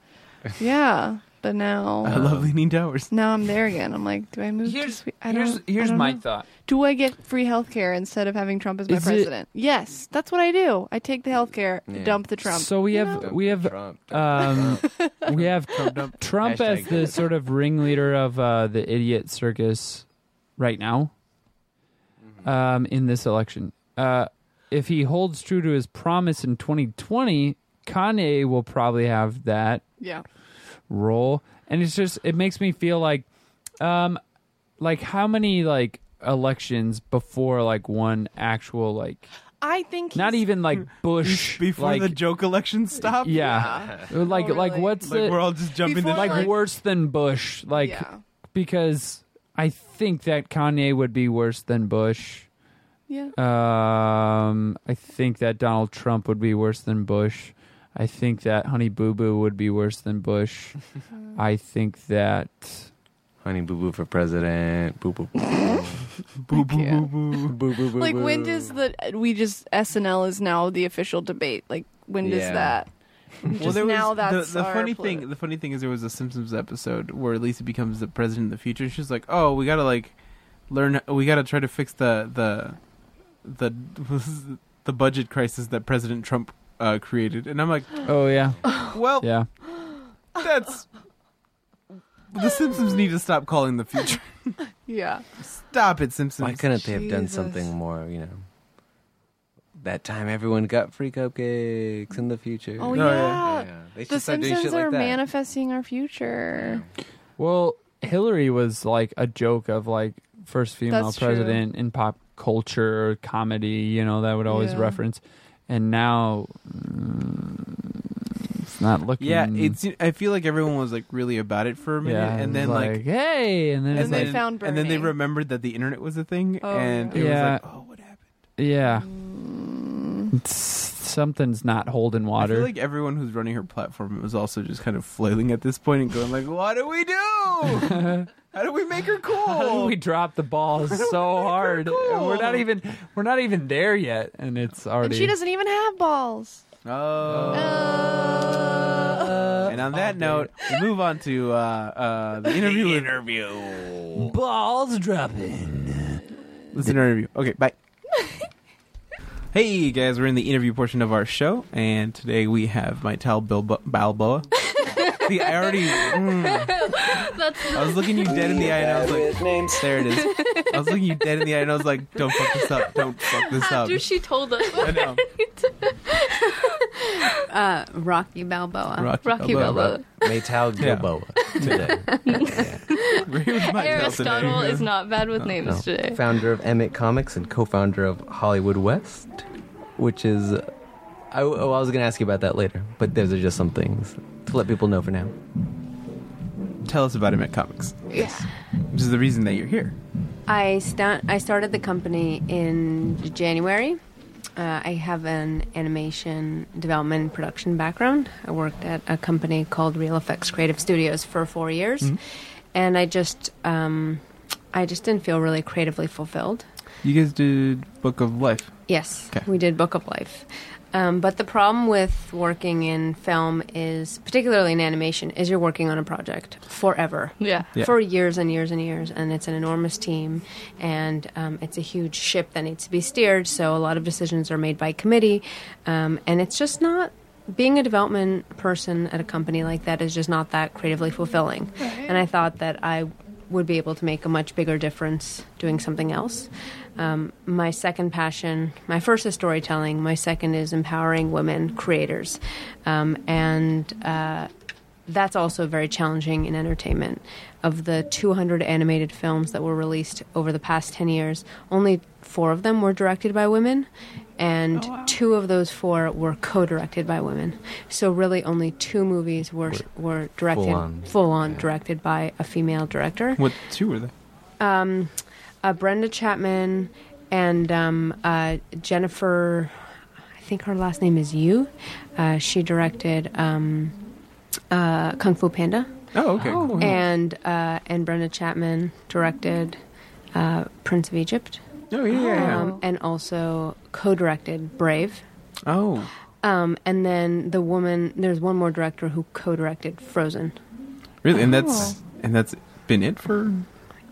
Speaker 5: yeah. But now,
Speaker 3: Um,
Speaker 2: I love Leaning Towers
Speaker 5: now I'm there again. I'm like, do I move? to
Speaker 1: Here's
Speaker 5: Swe- I don't,
Speaker 1: here's
Speaker 5: I
Speaker 1: here's
Speaker 5: don't
Speaker 1: my
Speaker 5: know.
Speaker 1: thought.
Speaker 5: Do I get free health care instead of having Trump as my
Speaker 1: Is it-
Speaker 5: president? Yes, that's what I do. I take the health care,
Speaker 3: Yeah.
Speaker 5: dump the Trump.
Speaker 1: So we
Speaker 5: you
Speaker 1: have
Speaker 5: know?
Speaker 1: we have
Speaker 3: Trump.
Speaker 2: uh,
Speaker 1: um, we have Trump, as
Speaker 3: Hashtag
Speaker 1: the
Speaker 3: Trump.
Speaker 1: sort of ringleader of uh, the idiot circus right now um, in this election. Uh, if he holds true to his promise in 2020, Kanye will probably have that
Speaker 5: yeah.
Speaker 1: role, and it's just it makes me feel like, um, like how many like elections before like one actual like
Speaker 5: I think
Speaker 1: not
Speaker 5: he's-
Speaker 1: even like Bush
Speaker 2: before
Speaker 1: like,
Speaker 2: the joke election stopped
Speaker 1: yeah. Like
Speaker 5: Oh,
Speaker 1: like
Speaker 5: really?
Speaker 1: what's
Speaker 2: like
Speaker 1: the
Speaker 2: we're all just jumping
Speaker 5: Before,
Speaker 2: the
Speaker 1: like
Speaker 5: like-
Speaker 1: worse than Bush? Like
Speaker 5: yeah.
Speaker 1: because I think that Kanye would be worse than Bush.
Speaker 5: Yeah.
Speaker 1: Um I think that Donald Trump would be worse than Bush. I think that Honey Boo Boo would be worse than Bush. I think that
Speaker 3: Honey Boo Boo for president. Boo Boo.
Speaker 2: boo boo boo boo
Speaker 3: Boo Boo Boo.
Speaker 5: Like when does the we just SNL is now the official debate? Like when does
Speaker 3: Yeah.
Speaker 5: that?
Speaker 2: well
Speaker 5: Just
Speaker 2: there was
Speaker 5: now that's
Speaker 2: the, the
Speaker 5: our
Speaker 2: funny
Speaker 5: polit-
Speaker 2: thing the funny thing is there was a Simpsons episode where Lisa becomes the president in the future and she's like oh we gotta like learn we gotta try to fix the the the the budget crisis that President Trump uh, created and I'm like
Speaker 1: Oh yeah.
Speaker 2: well
Speaker 1: Yeah.
Speaker 2: that's the Simpsons need to stop calling the future
Speaker 5: Yeah.
Speaker 2: stop it Simpsons
Speaker 3: Why couldn't they have done
Speaker 5: Jesus.
Speaker 3: something more? You know, that time everyone got free cupcakes in the future.
Speaker 5: Oh
Speaker 2: No,
Speaker 5: yeah.
Speaker 3: They should
Speaker 5: The
Speaker 3: start doing shit
Speaker 5: Simpsons
Speaker 3: like
Speaker 5: are
Speaker 3: that.
Speaker 5: manifesting our future.
Speaker 1: Well, Hillary was like a joke of like first female
Speaker 5: That's true.
Speaker 1: president in pop culture or comedy, you know, that would always
Speaker 5: Yeah.
Speaker 1: reference. and now mm, it's not looking.
Speaker 2: Yeah, it's. I feel like everyone was like really about it for a minute,
Speaker 1: yeah,
Speaker 2: and
Speaker 1: it
Speaker 2: then
Speaker 1: was
Speaker 2: like,
Speaker 1: hey, and then
Speaker 5: And
Speaker 1: it's
Speaker 5: they
Speaker 1: like
Speaker 5: found
Speaker 2: and then they
Speaker 5: Burning.
Speaker 2: remembered that the internet was a thing,
Speaker 5: Oh,
Speaker 2: and
Speaker 5: yeah.
Speaker 2: it
Speaker 1: Yeah.
Speaker 2: was like, oh, what happened?
Speaker 1: yeah,
Speaker 5: Mm.
Speaker 1: it's, something's not holding
Speaker 2: I
Speaker 1: water.
Speaker 2: feel like everyone who's running her platform was also just kind of flailing at this point and going like, what do we do? How do we make her cool?
Speaker 1: How did we drop the ball so hard? And We're not
Speaker 2: cool?
Speaker 1: even we're not even there yet, and it's already.
Speaker 5: And she doesn't even have balls.
Speaker 2: oh.
Speaker 5: Uh, Oh.
Speaker 2: And on that note, we move on to uh, uh, the interview. with-
Speaker 3: interview.
Speaker 1: balls dropping.
Speaker 2: Listen to our interview. Okay, bye. hey guys, we're in the interview portion of our show, and today we have my towel Bilbo- Balboa. See, I already. mm. I was looking you dead in the eye, and I was like, "There it is." I was looking you dead in the eye, and I was like, "Don't fuck this up! Don't fuck this up!"
Speaker 8: After she told us.
Speaker 2: I know.
Speaker 8: Uh, Rocky Balboa.
Speaker 2: Rocky
Speaker 8: Rocky
Speaker 2: Balboa.
Speaker 8: Balboa.
Speaker 3: Metal
Speaker 2: Yeah.
Speaker 3: Gilboa today.
Speaker 2: We're here with my towel today.
Speaker 8: Aristotle is not bad with names today.
Speaker 3: Founder of Emmett Comics and co-founder of Hollywood West, which is. I, oh, I was going to ask you about that later, but those are just some things to let people know for now.
Speaker 2: Tell us about him at Comics.
Speaker 8: Yes.
Speaker 2: Which is the reason that you're here.
Speaker 9: I start. I started the company in January. Uh, I have an animation development and production background. I worked at a company called Real Effects Creative Studios for four years,
Speaker 2: Mm-hmm.
Speaker 9: and I just, um, I just didn't feel really creatively fulfilled.
Speaker 2: You guys did Book of Life.
Speaker 9: Yes,
Speaker 2: Okay.
Speaker 9: we did Book of Life. Um, but the problem with working in film is, particularly in animation, is you're working on a project forever
Speaker 8: Yeah.
Speaker 2: Yeah.
Speaker 9: for years and years and years, and it's an enormous team, and um, it's a huge ship that needs to be steered. So a lot of decisions are made by committee, um, and it's just not. Being a development person at a company like that is just not that creatively fulfilling. And I thought that I would be able to make a much bigger difference doing something else. Um, my second passion, my first is storytelling, my second is empowering women creators. Um, and uh, that's also very challenging in entertainment. Of the 200 animated films that were released over the past 10 years, only four of them were directed by women, and two of those four were co directed by women. So, really, only two movies were, were directed, full
Speaker 3: full-on.
Speaker 9: on, directed by a female director
Speaker 2: What two were they?
Speaker 9: um, uh, Brenda Chapman and um, uh, Jennifer. I think her last name is Yu. Uh, she directed um, uh, Kung Fu Panda,
Speaker 2: Oh, okay. cool.
Speaker 9: and uh, and Brenda Chapman directed uh, Prince of Egypt,
Speaker 2: Oh yeah. yeah, yeah.
Speaker 9: um, and also co-directed Brave.
Speaker 2: Oh.
Speaker 9: Um, and then the woman, there's one more director who co-directed Frozen.
Speaker 2: Really, and that's and that's been it for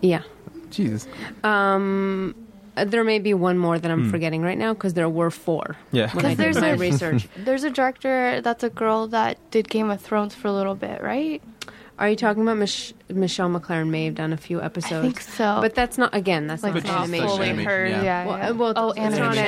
Speaker 9: Yeah.
Speaker 2: Jesus.
Speaker 9: Um, uh, there may be one more that I'm forgetting right now because there were four.
Speaker 2: Hmm. Yeah.
Speaker 9: when I did
Speaker 8: there's
Speaker 9: my
Speaker 8: a-
Speaker 9: research.
Speaker 8: There's a director that's a girl that did Game of Thrones for a little bit, right?
Speaker 9: Are you talking about Mich- Michelle McLaren may have done a few episodes?
Speaker 8: I think so.
Speaker 9: But that's not again. That's
Speaker 8: like
Speaker 9: not
Speaker 2: she's
Speaker 8: not
Speaker 2: animation.
Speaker 8: fully
Speaker 2: Animation,
Speaker 8: heard.
Speaker 2: Oh, yeah.
Speaker 8: Yeah. yeah.
Speaker 9: Well, uh, well,
Speaker 8: oh,
Speaker 9: it's animation, not
Speaker 2: animation, yeah.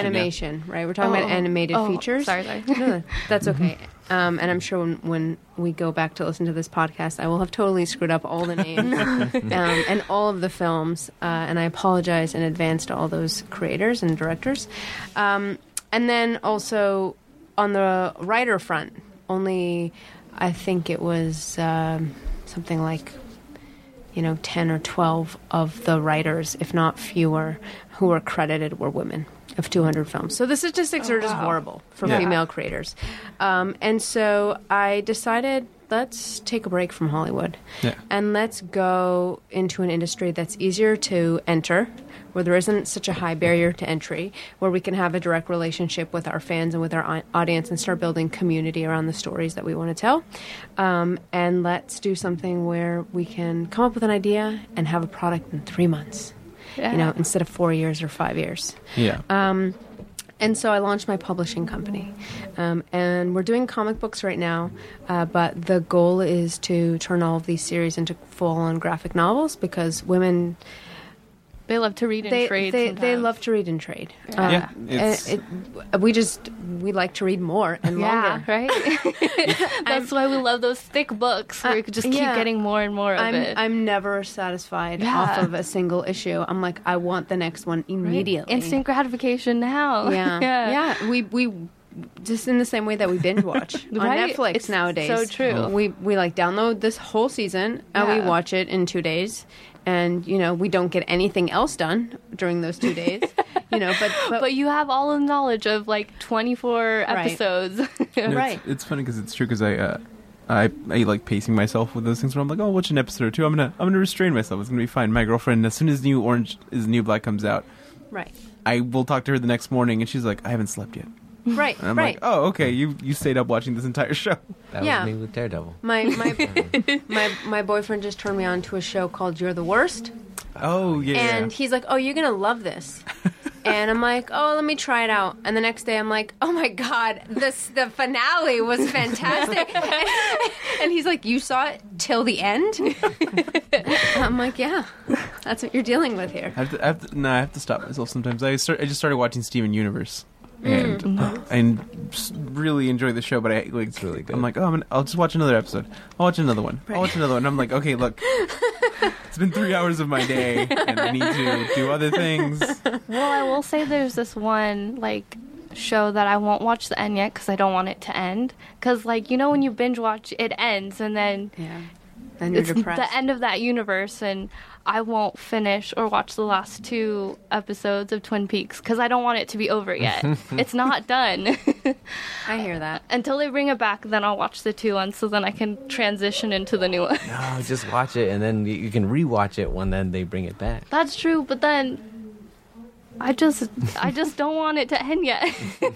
Speaker 9: animation, right? We're talking
Speaker 8: Oh,
Speaker 9: about
Speaker 8: oh,
Speaker 9: animated
Speaker 8: oh,
Speaker 9: features.
Speaker 8: Sorry, sorry.
Speaker 9: No, that's okay. Um, and I'm sure when, when we go back to listen to this podcast, I will have totally screwed up all the names um, and all of the films. Uh, and I apologize in advance to all those creators and directors. Um, and then also on the writer front, only I think it was um, something like you know 10 or 12 of the writers, if not fewer, who were credited were women of 200 films. So the statistics are just horrible for
Speaker 2: Yeah.
Speaker 9: female creators. Um, and so I decided let's take a break from Hollywood
Speaker 2: Yeah.
Speaker 9: and let's go into an industry that's easier to enter, where there isn't such a high barrier to entry, where we can have a direct relationship with our fans and with our au- audience and start building community around the stories that we want to tell. Um, and let's do something where we can come up with an idea and have a product in three months, you know, instead of four years or five years.
Speaker 2: Yeah.
Speaker 9: Um, and so I launched my publishing company. Um, and we're doing comic books right now, uh, but the goal is to turn all of these series into full on graphic novels because women,
Speaker 8: They love to read and
Speaker 9: they,
Speaker 8: trade.
Speaker 9: they, they
Speaker 8: sometimes.
Speaker 9: love to read and trade.
Speaker 2: Yeah,
Speaker 9: Um,
Speaker 2: it's-
Speaker 9: it, it- we just, we like to read more and
Speaker 8: Yeah,
Speaker 9: longer.
Speaker 8: right. That's why we love those thick books where
Speaker 9: Uh,
Speaker 8: you could just keep
Speaker 9: yeah.
Speaker 8: getting more and more of
Speaker 9: I'm,
Speaker 8: it.
Speaker 9: I'm never satisfied
Speaker 8: Yeah.
Speaker 9: off of a single issue. I'm like, I want the next one
Speaker 8: Right?
Speaker 9: immediately.
Speaker 8: uh, Instant gratification now.
Speaker 9: yeah. yeah. We we just in the same way that we binge watch on
Speaker 8: Right?
Speaker 9: Netflix
Speaker 8: It's
Speaker 9: nowadays.
Speaker 8: so true.
Speaker 2: Uh-huh.
Speaker 9: We we like download this whole season and
Speaker 8: Yeah.
Speaker 9: we watch it in two days, and you know we don't get anything else done during those two days. you know, but but,
Speaker 8: But you have all the knowledge of like 24
Speaker 9: Right.
Speaker 8: episodes.
Speaker 2: No,
Speaker 9: Right.
Speaker 2: It's, it's funny because it's true because I, uh, I, I like pacing myself with those things where I'm like, oh, I'll watch an episode or two. I'm gonna, I'm gonna restrain myself. It's gonna be fine. My girlfriend, as soon as New Orange is the New Black comes out,
Speaker 9: right,
Speaker 2: I will talk to her the next morning, and she's like, I haven't slept yet.
Speaker 9: right,
Speaker 2: And I'm
Speaker 9: right.
Speaker 2: like, oh, okay, you, you stayed up watching this entire show.
Speaker 3: That
Speaker 9: Yeah.
Speaker 3: was me with Daredevil.
Speaker 9: My my my my boyfriend just turned me on to a show called You're the Worst.
Speaker 2: Oh yeah.
Speaker 9: And he's like, "Oh, you're gonna love this." and I'm like, "Oh, let me try it out." And the next day, I'm like, "Oh my god, this the finale was fantastic." and he's like, "You saw it till the end?" I'm like, "Yeah, that's what you're dealing with here."
Speaker 2: I have to, I have to, no, I have to stop myself sometimes. I start, I just started watching Steven Universe,
Speaker 9: Mm.
Speaker 2: and
Speaker 9: Mm-hmm.
Speaker 2: and s- really enjoy the show. But I like, it's
Speaker 3: really good.
Speaker 2: I'm like, oh, I'm gonna, I'll just watch another episode. I'll watch another one. I'll watch another one. I'm like, okay, look, it's been three hours of my day, and I need to do other things.
Speaker 8: well, I will say there's this one like show that I won't watch the end yet because I don't want it to end. Because like you know when you binge watch, it ends and then
Speaker 9: Yeah. e- Then you're
Speaker 8: it's
Speaker 9: depressed.
Speaker 8: the end of that universe and I won't finish or watch the last two episodes of Twin Peaks because I don't want it to be over yet. it's not done.
Speaker 9: I hear that.
Speaker 8: Until they bring it back, then I'll watch the two ones so then I can transition into the new one.
Speaker 3: No, just watch it, and then you, you can rewatch it when then they bring it back.
Speaker 8: That's true, but then I just I just don't want it to end yet.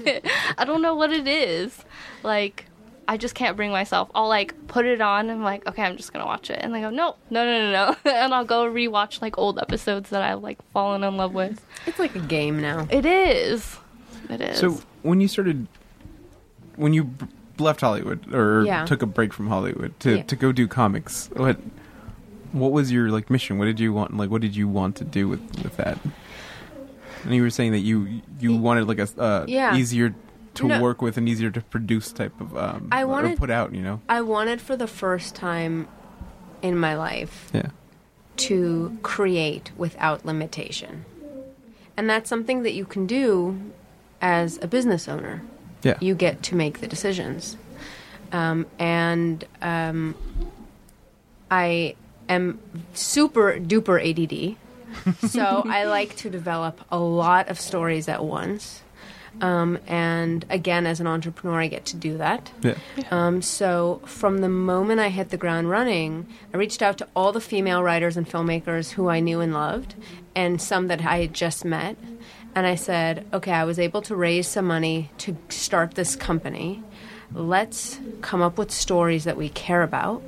Speaker 8: I don't know what it is. Like I just can't bring myself. I'll like put it on and I'm like, okay, I'm just gonna watch it. And I go, no, no, no, no, no. and I'll go rewatch like old episodes that I've like fallen in love with.
Speaker 9: It's like a game now.
Speaker 8: It is. It is.
Speaker 2: So when you started, when you b- left Hollywood or
Speaker 9: Yeah.
Speaker 2: took a break from Hollywood to,
Speaker 9: Yeah.
Speaker 2: to go do comics, what what was your like mission? What did you want? Like, what did you want to do with with that? And you were saying that you you wanted like a s- uh,
Speaker 9: Yeah.
Speaker 2: easier to
Speaker 9: No.
Speaker 2: work with and easier to produce type of um
Speaker 9: I
Speaker 2: or
Speaker 9: wanted-
Speaker 2: put out. You know,
Speaker 9: I wanted for the first time in my life
Speaker 2: yeah.
Speaker 9: to create without limitation. And that's something that you can do as a business owner.
Speaker 2: Yeah.
Speaker 9: You get to make the decisions. Um, and um, I am super duper ADD. so I like to develop a lot of stories at once. Um, and again, as an entrepreneur, I get to do that.
Speaker 2: Yeah.
Speaker 9: Um, so from the moment I hit the ground running, I reached out to all the female writers and filmmakers who I knew and loved, and some that I had just met. And I said, okay, I was able to raise some money to start this company. Let's come up with stories that we care about.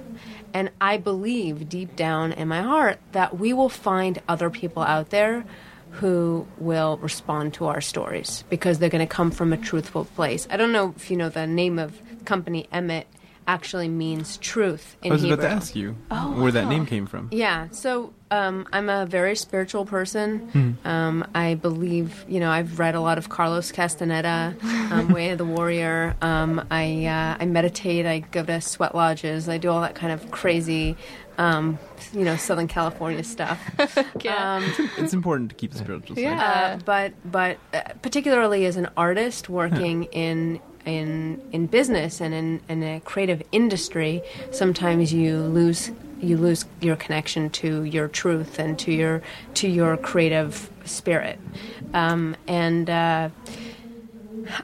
Speaker 9: And I believe deep down in my heart that we will find other people out there who will respond to our stories because they're going to come from a truthful place. I don't know if you know the name of the company Emmet actually means truth in
Speaker 2: I was
Speaker 9: Hebrew.
Speaker 2: about to ask you where that name came from.
Speaker 9: Oh, Yeah. So um, I'm a very spiritual person. Um, I believe, you know, I've read a lot of Carlos Castaneda, um, Way of the Warrior. Um, I uh, I meditate. I go to sweat lodges. I do all that kind of crazy, um, you know, Southern California stuff.
Speaker 8: yeah.
Speaker 9: Um,
Speaker 2: It's important to keep the spiritual side.
Speaker 8: Yeah.
Speaker 9: uh, but but uh, particularly as an artist working in in in business and in, in a creative industry, sometimes you lose you lose your connection to your truth and to your to your creative spirit, um, and. Uh,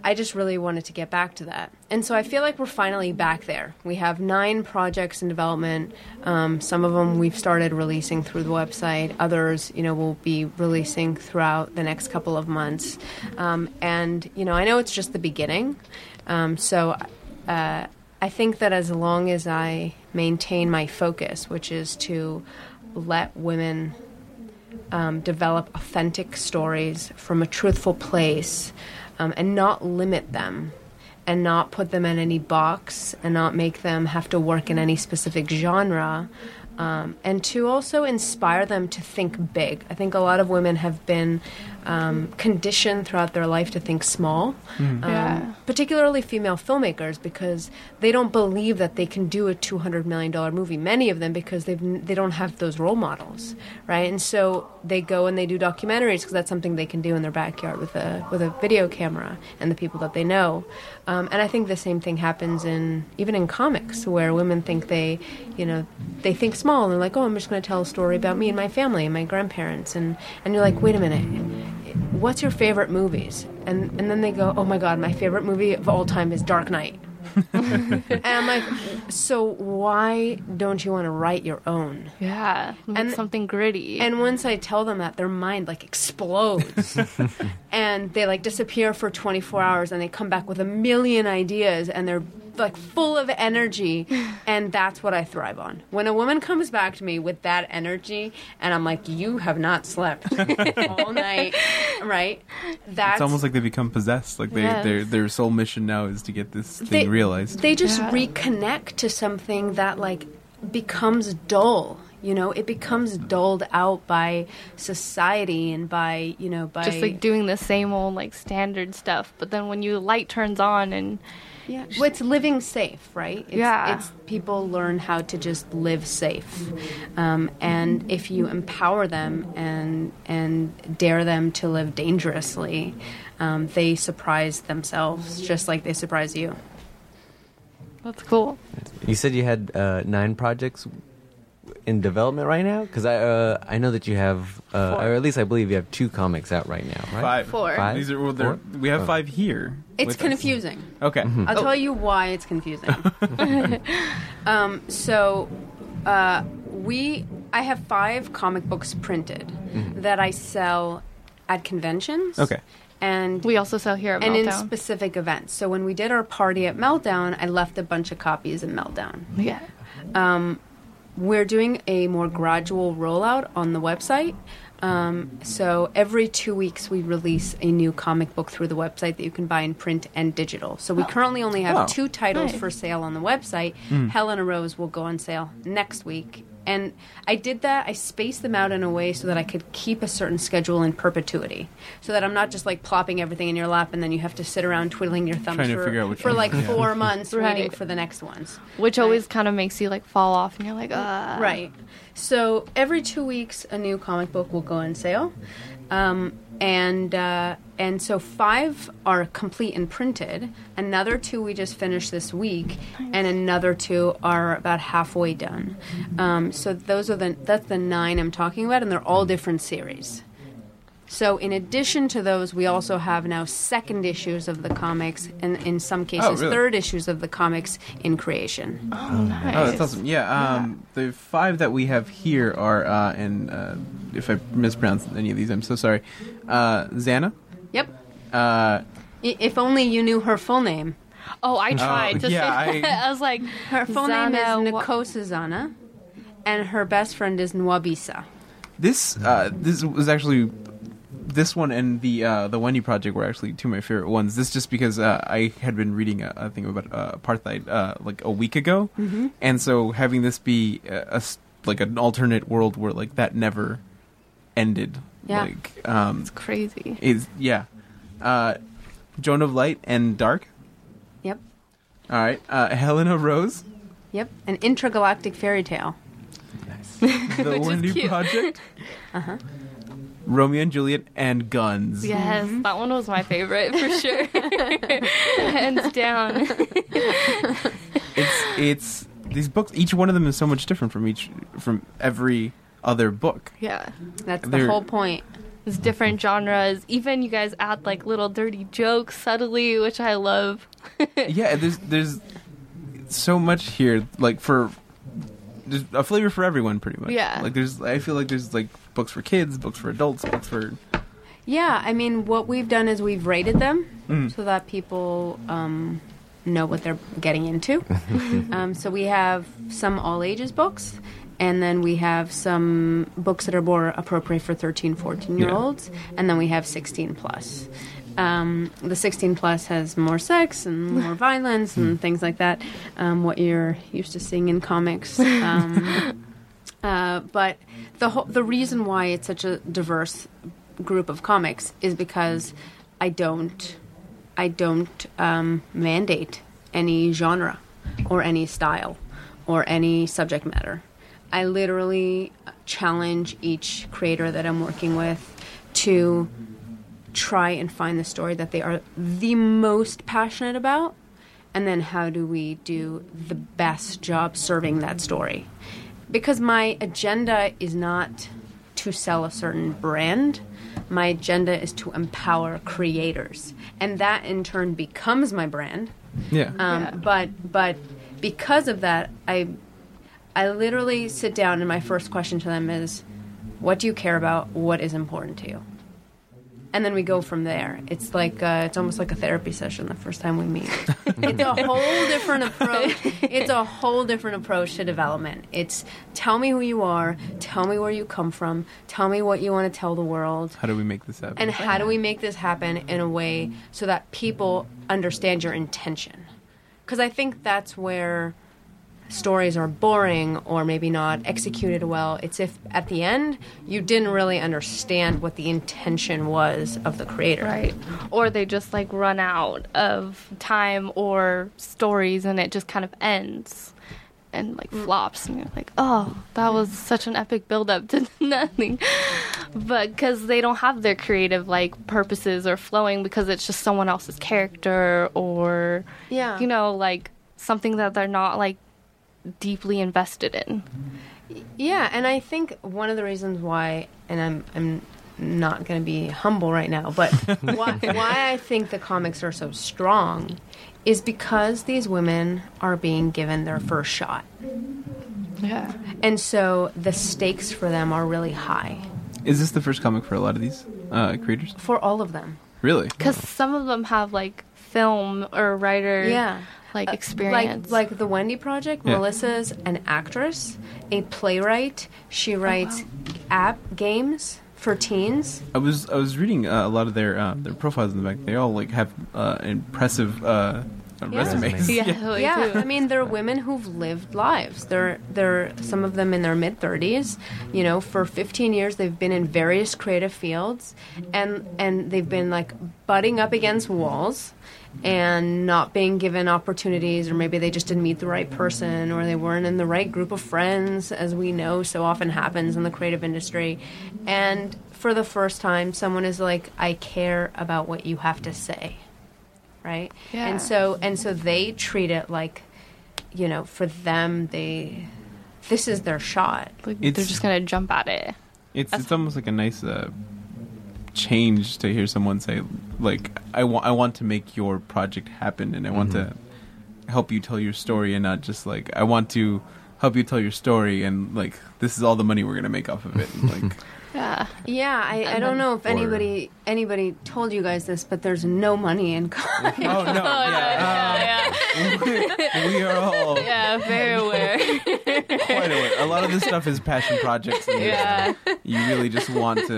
Speaker 9: I just really wanted to get back to that. And so I feel like we're finally back there. We have nine projects in development. Um, some of them we've started releasing through the website. Others, you know, will be releasing throughout the next couple of months. Um, and, you know, I know it's just the beginning. Um, so uh, I think that as long as I maintain my focus, which is to let women um, develop authentic stories from a truthful place um, and not limit them and not put them in any box and not make them have to work in any specific genre um, and to also inspire them to think big. I think a lot of women have been um, conditioned throughout their life to think small, um,
Speaker 5: Yeah.
Speaker 9: particularly female filmmakers, because they don't believe that they can do a two hundred million dollar movie. Many of them because they've n- they don't have those role models, right? And so they go and they do documentaries because that's something they can do in their backyard with a with a video camera and the people that they know. Um, and I think the same thing happens in even in comics where women think they, you know, they think small and they're like, oh, I'm just going to tell a story about me and my family and my grandparents, and and you're like, wait a minute what's your favorite movies? And and then they go, oh my god, my favorite movie of all time is Dark Knight. and I'm like, so why don't you want to write your own?
Speaker 8: Yeah,
Speaker 9: And-
Speaker 8: and something gritty.
Speaker 9: And once I tell them that, their mind like explodes, and they like disappear for 24 hours, and they come back with a million ideas, and they're like full of energy, and that's what I thrive on. When a woman comes back to me with that energy, and I'm like, you have not slept all night, right? That's
Speaker 2: It's almost like they become possessed. Like they,
Speaker 8: Yes.
Speaker 2: their their sole mission now is to get this thing realized.
Speaker 9: They just
Speaker 5: Yeah.
Speaker 9: reconnect to something that like becomes dull. You know, it becomes dulled out by society and by you know by
Speaker 8: just like doing the same old like standard stuff, but then when you light turns on and
Speaker 9: yeah. Well, it's living safe, right? It's,
Speaker 8: Yeah.
Speaker 9: It's people learn how to just live safe, um, and if you empower them and and dare them to live dangerously, um, they surprise themselves just like they surprise you.
Speaker 8: that's cool.
Speaker 3: You said you had uh, nine projects in development right now, because I uh, I know that you have, uh,
Speaker 8: Four.
Speaker 3: or at least I believe you have two comics out right now, right?
Speaker 2: Five.
Speaker 8: Four.
Speaker 3: Five?
Speaker 2: These are well, they're- we have
Speaker 3: Oh.
Speaker 2: five here.
Speaker 9: It's
Speaker 2: with us.
Speaker 9: confusing. Oh.
Speaker 2: Okay.
Speaker 9: I'll tell you why it's confusing. um, so, uh, we I have five comic books printed that I sell at conventions.
Speaker 2: Okay.
Speaker 9: And
Speaker 8: We also sell here at
Speaker 9: and in
Speaker 8: Meltdown.
Speaker 9: specific events. So when we did our party at Meltdown, I left a bunch of copies in Meltdown.
Speaker 8: yeah,
Speaker 9: We're doing a more gradual rollout on the website. Um, so every two weeks, we release a new comic book through the website that you can buy in print and digital. So we currently only have
Speaker 2: Oh. Wow. Hmm.
Speaker 9: two titles
Speaker 8: Nice.
Speaker 9: for sale on the website. Helena Rose will go on sale next week. And I did that. I spaced them out in a way so that I could keep a certain schedule in perpetuity, so that I'm not just like plopping everything in your lap and then you have to sit around twiddling your thumbs
Speaker 2: Trying to
Speaker 9: for,
Speaker 2: figure out which
Speaker 9: for
Speaker 2: one.
Speaker 9: like
Speaker 2: Yeah.
Speaker 9: four months waiting
Speaker 8: Right.
Speaker 9: for the next ones.
Speaker 8: which always kind of makes you like fall off, and you're like, uh
Speaker 9: Right. So every two weeks, a new comic book will go on sale, um, and uh, and so five are complete and printed. Another two we just finished this week, and another two are about halfway done. Um, so those are the that's the nine I'm talking about, and they're all different series. So, in addition to those, we also have now second issues of the comics, and in some cases,
Speaker 2: really?
Speaker 9: third issues of the comics in creation.
Speaker 2: Oh, that's awesome. Yeah, um, the five that we have here are, uh, and uh, if I mispronounce any of these, I'm so sorry. Uh, Xana.
Speaker 9: Yep.
Speaker 2: Uh,
Speaker 9: I- If only you knew her full name.
Speaker 8: Oh, I tried to
Speaker 2: yeah,
Speaker 8: say
Speaker 2: I-
Speaker 8: that. I was like,
Speaker 9: Her full name
Speaker 8: Zana
Speaker 9: is
Speaker 8: Wa-
Speaker 9: Nico Susana, and her best friend is Nwabisa.
Speaker 2: this uh, this was actually this one and the uh, the Wendy project were actually two of my favorite ones. This just because uh, I had been reading a, a thing about uh, apartheid uh, like a week ago, and so having this be uh, a, a s- like an alternate world where like that never ended.
Speaker 9: Yeah.
Speaker 2: Like, um,
Speaker 8: it's crazy.
Speaker 2: is yeah, uh, Joan of Light and Dark.
Speaker 9: Yep,
Speaker 2: All right, uh, Helena Rose,
Speaker 9: yep, an intergalactic fairy tale.
Speaker 2: the Wendy
Speaker 8: cute.
Speaker 2: project. Romeo and Juliet and guns.
Speaker 8: Yes, that one was my favorite for sure, hands down.
Speaker 2: it's it's these books each one of them is so much different from each from every other book
Speaker 8: Yeah.
Speaker 9: That's the
Speaker 2: They're-
Speaker 9: whole point.
Speaker 8: It's different genres. Even you guys add like little dirty jokes subtly, which I love.
Speaker 2: yeah there's there's so much here like for there's a flavor for everyone pretty much
Speaker 8: Yeah.
Speaker 2: like there's i feel like there's like books for kids books for adults books for
Speaker 9: Yeah, I mean, what we've done is we've rated them so that people um, know what they're getting into. um, so we have some all ages books, and then we have some books that are more appropriate for 13, 14 year
Speaker 2: Yeah.
Speaker 9: olds, and then we have 16 plus. Um, the 16 plus has more sex and more violence and things like that, um, what you're used to seeing in comics. Um, Uh, but the whole, the reason why it's such a diverse group of comics is because I don't I don't um, mandate any genre or any style or any subject matter. I literally challenge each creator that I'm working with to try and find the story that they are the most passionate about and then how do we do the best job serving that story because my agenda is not to sell a certain brand my agenda is to empower creators and that in turn becomes my brand
Speaker 2: Yeah.
Speaker 9: um,
Speaker 5: Yeah.
Speaker 9: But but because of that, I I literally sit down and my first question to them is, "What do you care about? What is important to you?" And then we go from there. It's like uh, it's almost like a therapy session the first time we meet. it's a whole different approach. It's a whole different approach to development. It's tell me who you are, tell me where you come from, tell me what you want to tell the world,
Speaker 2: How do we make this happen?
Speaker 9: and how do we make this happen in a way so that people understand your intention? Because I think that's where stories are boring or maybe not executed well. It's if at the end you didn't really understand what the intention was of the creator.
Speaker 8: Right. Or they just like run out of time or stories and it just kind of ends and like
Speaker 9: Mm.
Speaker 8: flops and you're like, "Oh, that was such an epic build up to nothing." But cuz they don't have their creative like purposes or flowing because it's just someone else's character or
Speaker 9: Yeah.
Speaker 8: you know, like something that they're not like deeply invested in.
Speaker 9: Yeah, and I think one of the reasons why, and I'm I'm not going to be humble right now, but why, why I think the comics are so strong is because these women are being given their first shot,
Speaker 5: Yeah.
Speaker 9: and so the stakes for them are really high
Speaker 2: Is this the first comic for a lot of these uh, creators?
Speaker 9: for all of them.
Speaker 2: Really?
Speaker 8: Cuz some of them have like film or writer like
Speaker 9: Uh,
Speaker 8: experience.
Speaker 9: Like, like the Wendy Project,
Speaker 2: Yeah.
Speaker 9: Melissa's an actress, a playwright. She writes app games for teens.
Speaker 2: I was I was reading uh, a lot of their uh, their profiles in the back. They all like have uh, impressive uh, resumes.
Speaker 8: yeah, like,
Speaker 9: yeah,
Speaker 8: too.
Speaker 9: I mean, they're women who've lived lives. They're they're some of them in their mid 30s. You know, for 15 years they've been in various creative fields, and and they've been like butting up against walls, and not being given opportunities, or maybe they just didn't meet the right person, or they weren't in the right group of friends, as we know so often happens in the creative industry, and for the first time, someone is like, I care about what you have to say right
Speaker 5: Yeah.
Speaker 9: and so and so they treat it like you know for them they this is their shot
Speaker 8: Like, they're
Speaker 2: It's-
Speaker 8: just gonna jump at it.
Speaker 2: It's it's almost like a nice uh, change to hear someone say like I want I want to make your project happen and I want to help you tell your story and not just like I want to help you tell your story and like this is all the money we're gonna make off of it. And, like
Speaker 8: Yeah.
Speaker 9: yeah i, I don't know if anybody anybody told you guys this but there's no money in college
Speaker 2: oh no, yeah,
Speaker 8: yeah,
Speaker 2: uh, we are all
Speaker 8: yeah, very aware.
Speaker 2: quite aware. A lot of this stuff is passion projects. And
Speaker 8: Yeah.
Speaker 2: you really just want to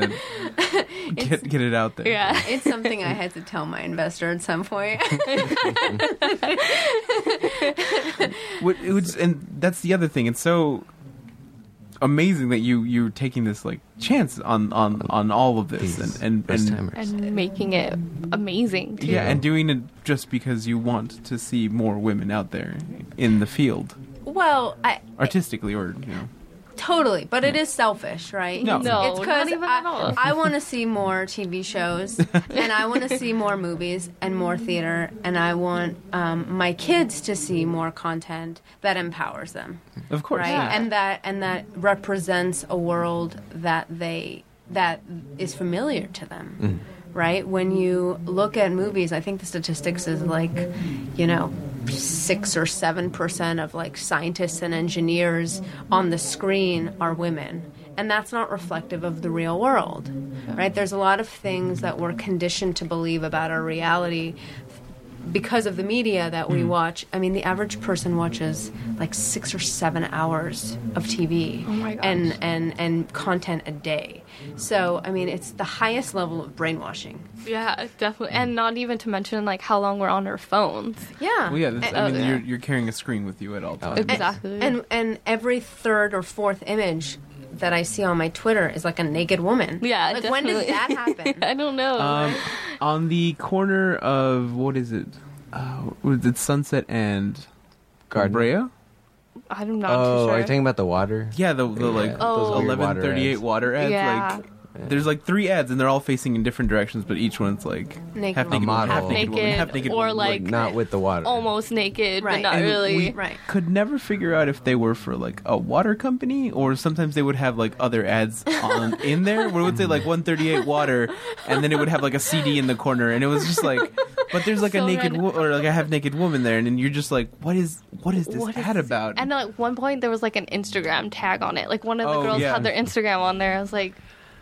Speaker 2: get get it out there.
Speaker 8: Yeah.
Speaker 9: it's something i had to tell my investor at some point
Speaker 2: What, it was, and that's the other thing. It's so amazing that you you're taking this like chance on on on all of this
Speaker 3: These
Speaker 2: and and,
Speaker 3: first
Speaker 2: and
Speaker 3: timers.
Speaker 8: And making it amazing too.
Speaker 2: yeah, and doing it just because you want to see more women out there in the field,
Speaker 9: well i
Speaker 2: artistically or you know.
Speaker 9: Totally, but it is selfish, right?
Speaker 2: No.
Speaker 8: No,
Speaker 9: it's
Speaker 8: not
Speaker 9: because
Speaker 8: even at
Speaker 9: I,
Speaker 8: all.
Speaker 9: I want to see more TV shows, and I want to see more movies and more theater, and I want um, my kids to see more content that empowers them,
Speaker 2: Of course,
Speaker 9: right?
Speaker 2: yeah.
Speaker 9: And that and that represents a world that they that is familiar to them.
Speaker 2: Mm.
Speaker 9: Right? When you look at movies, I think the statistics is like, you know, six or seven percent of like scientists and engineers on the screen are women and that's not reflective of the real world right there's a lot of things that we're conditioned to believe about our reality because of the media that
Speaker 2: Hmm.
Speaker 9: we watch i mean the average person watches like six or seven hours of
Speaker 2: Oh
Speaker 9: tv
Speaker 8: my gosh.
Speaker 9: and and and content a day so i mean it's the highest level of brainwashing
Speaker 8: Yeah, definitely. And not even to mention like how long we're on our phones.
Speaker 9: yeah Uh,
Speaker 2: Well, yeah, that's, I
Speaker 8: Oh,
Speaker 2: mean,
Speaker 8: yeah.
Speaker 3: Oh.
Speaker 2: you're you're carrying a screen with you at all times.
Speaker 8: Exactly.
Speaker 9: and and every third or fourth image that I see on my Twitter is like a naked woman.
Speaker 8: Yeah,
Speaker 9: Like, when does
Speaker 8: definitely.
Speaker 9: that happen?
Speaker 8: I don't know.
Speaker 2: Um, on the corner of what is it? Uh, was it Sunset and
Speaker 3: Oh. Garden.
Speaker 2: Brea?
Speaker 8: I'm not
Speaker 3: oh,
Speaker 8: too sure.
Speaker 3: are you talking about the water?
Speaker 2: Yeah, the, the like
Speaker 3: Yeah,
Speaker 8: Oh.
Speaker 3: those weird
Speaker 2: eleven
Speaker 3: water
Speaker 2: thirty eight
Speaker 3: ads.
Speaker 2: water ads.
Speaker 8: yeah,
Speaker 2: Like there's like three ads and they're all facing in different directions, but each one's like
Speaker 9: Naked
Speaker 2: half naked,
Speaker 9: woman.
Speaker 2: woman,
Speaker 3: model.
Speaker 2: half naked, woman,
Speaker 8: Naked
Speaker 2: half naked
Speaker 8: or,
Speaker 2: woman,
Speaker 8: like,
Speaker 3: not with the water.
Speaker 8: almost naked,
Speaker 9: Right.
Speaker 8: but not
Speaker 2: And
Speaker 8: really.
Speaker 2: we-
Speaker 9: Right.
Speaker 2: could never figure out if they were for like a water company or sometimes they would have like other ads on in there where it would say like 138 water and then it would have like a CD in the corner and it was just like but there's like a
Speaker 8: So
Speaker 2: naked
Speaker 8: random.
Speaker 2: wo- or like a half naked woman there and then you're just like what is what is this
Speaker 8: What is
Speaker 2: ad
Speaker 8: this?
Speaker 2: about
Speaker 8: And then at one point there was like an Instagram tag on it. Like one of the
Speaker 2: Oh,
Speaker 8: girls
Speaker 2: yeah.
Speaker 8: had their Instagram on there. I was like,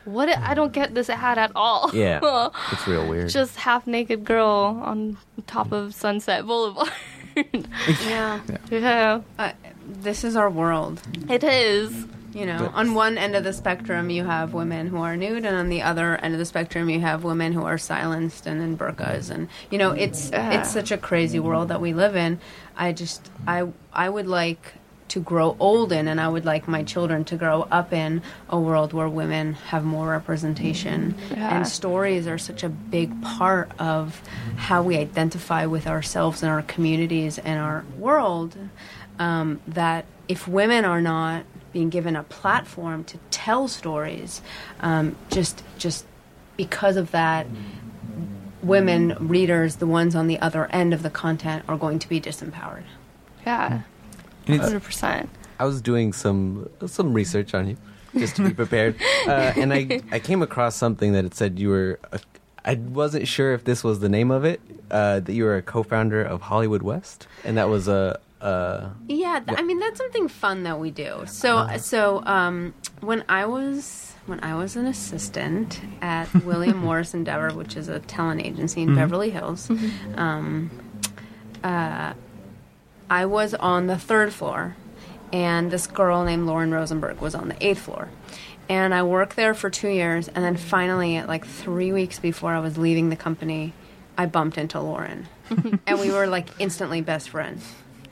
Speaker 8: what? I I don't get this ad at all.
Speaker 3: Yeah, it's real weird.
Speaker 8: Just half naked girl on top of Sunset Boulevard.
Speaker 9: Yeah.
Speaker 8: yeah,
Speaker 9: Uh, this is our world.
Speaker 8: it is.
Speaker 9: You know, on one end of the spectrum, you have women who are nude, and on the other end of the spectrum, you have women who are silenced and in burqas. And you know, it's it's such a crazy world that we live in. I just I I would like to grow old in, and I would like my children to grow up in a world where women have more representation
Speaker 8: Yeah.
Speaker 9: and stories are such a big part of how we identify with ourselves and our communities and our world um, that if women are not being given a platform to tell stories um, just just because of that women readers the ones on the other end of the content are going to be disempowered
Speaker 8: Yeah,
Speaker 2: And it's-
Speaker 8: hundred percent.
Speaker 3: I was doing some some research on you, just to be prepared, uh, and I I came across something that it said you were. A, I wasn't sure if this was the name of it. Uh, that you were a co-founder of Hollywood West, and that was a. Uh,
Speaker 9: Yeah, th- I mean that's something fun that we do. So so um, when I was when I was an assistant at William Morris Endeavor, which is a talent agency in Beverly Hills, um, uh, I was on the third floor, and this girl named Lauren Rosenberg was on the eighth floor. And I worked there for two years, and then finally, at like three weeks before I was leaving the company, I bumped into Lauren, and we were like instantly best friends.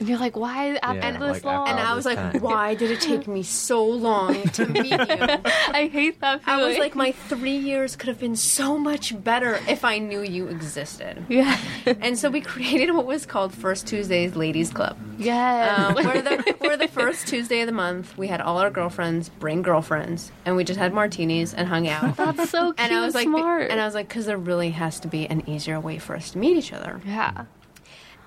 Speaker 8: And you're like, why after
Speaker 3: Yeah,
Speaker 8: this
Speaker 3: like, after
Speaker 8: long?
Speaker 3: all
Speaker 9: And I
Speaker 3: this
Speaker 9: was like,
Speaker 3: time.
Speaker 9: why did it take me so long to meet you?
Speaker 8: I hate that feeling.
Speaker 9: I was like, my three years could have been so much better if I knew you existed.
Speaker 8: yeah,
Speaker 9: And so we created what was called First Tuesdays Ladies Club.
Speaker 8: yeah.
Speaker 9: Um, we're, the, we're the first Tuesday of the month. We had all our girlfriends bring girlfriends, and we just had martinis and hung out.
Speaker 8: That's so cute.
Speaker 9: And I was like,
Speaker 8: smart.
Speaker 9: and I was like, because there really has to be an easier way for us to meet each other.
Speaker 8: yeah,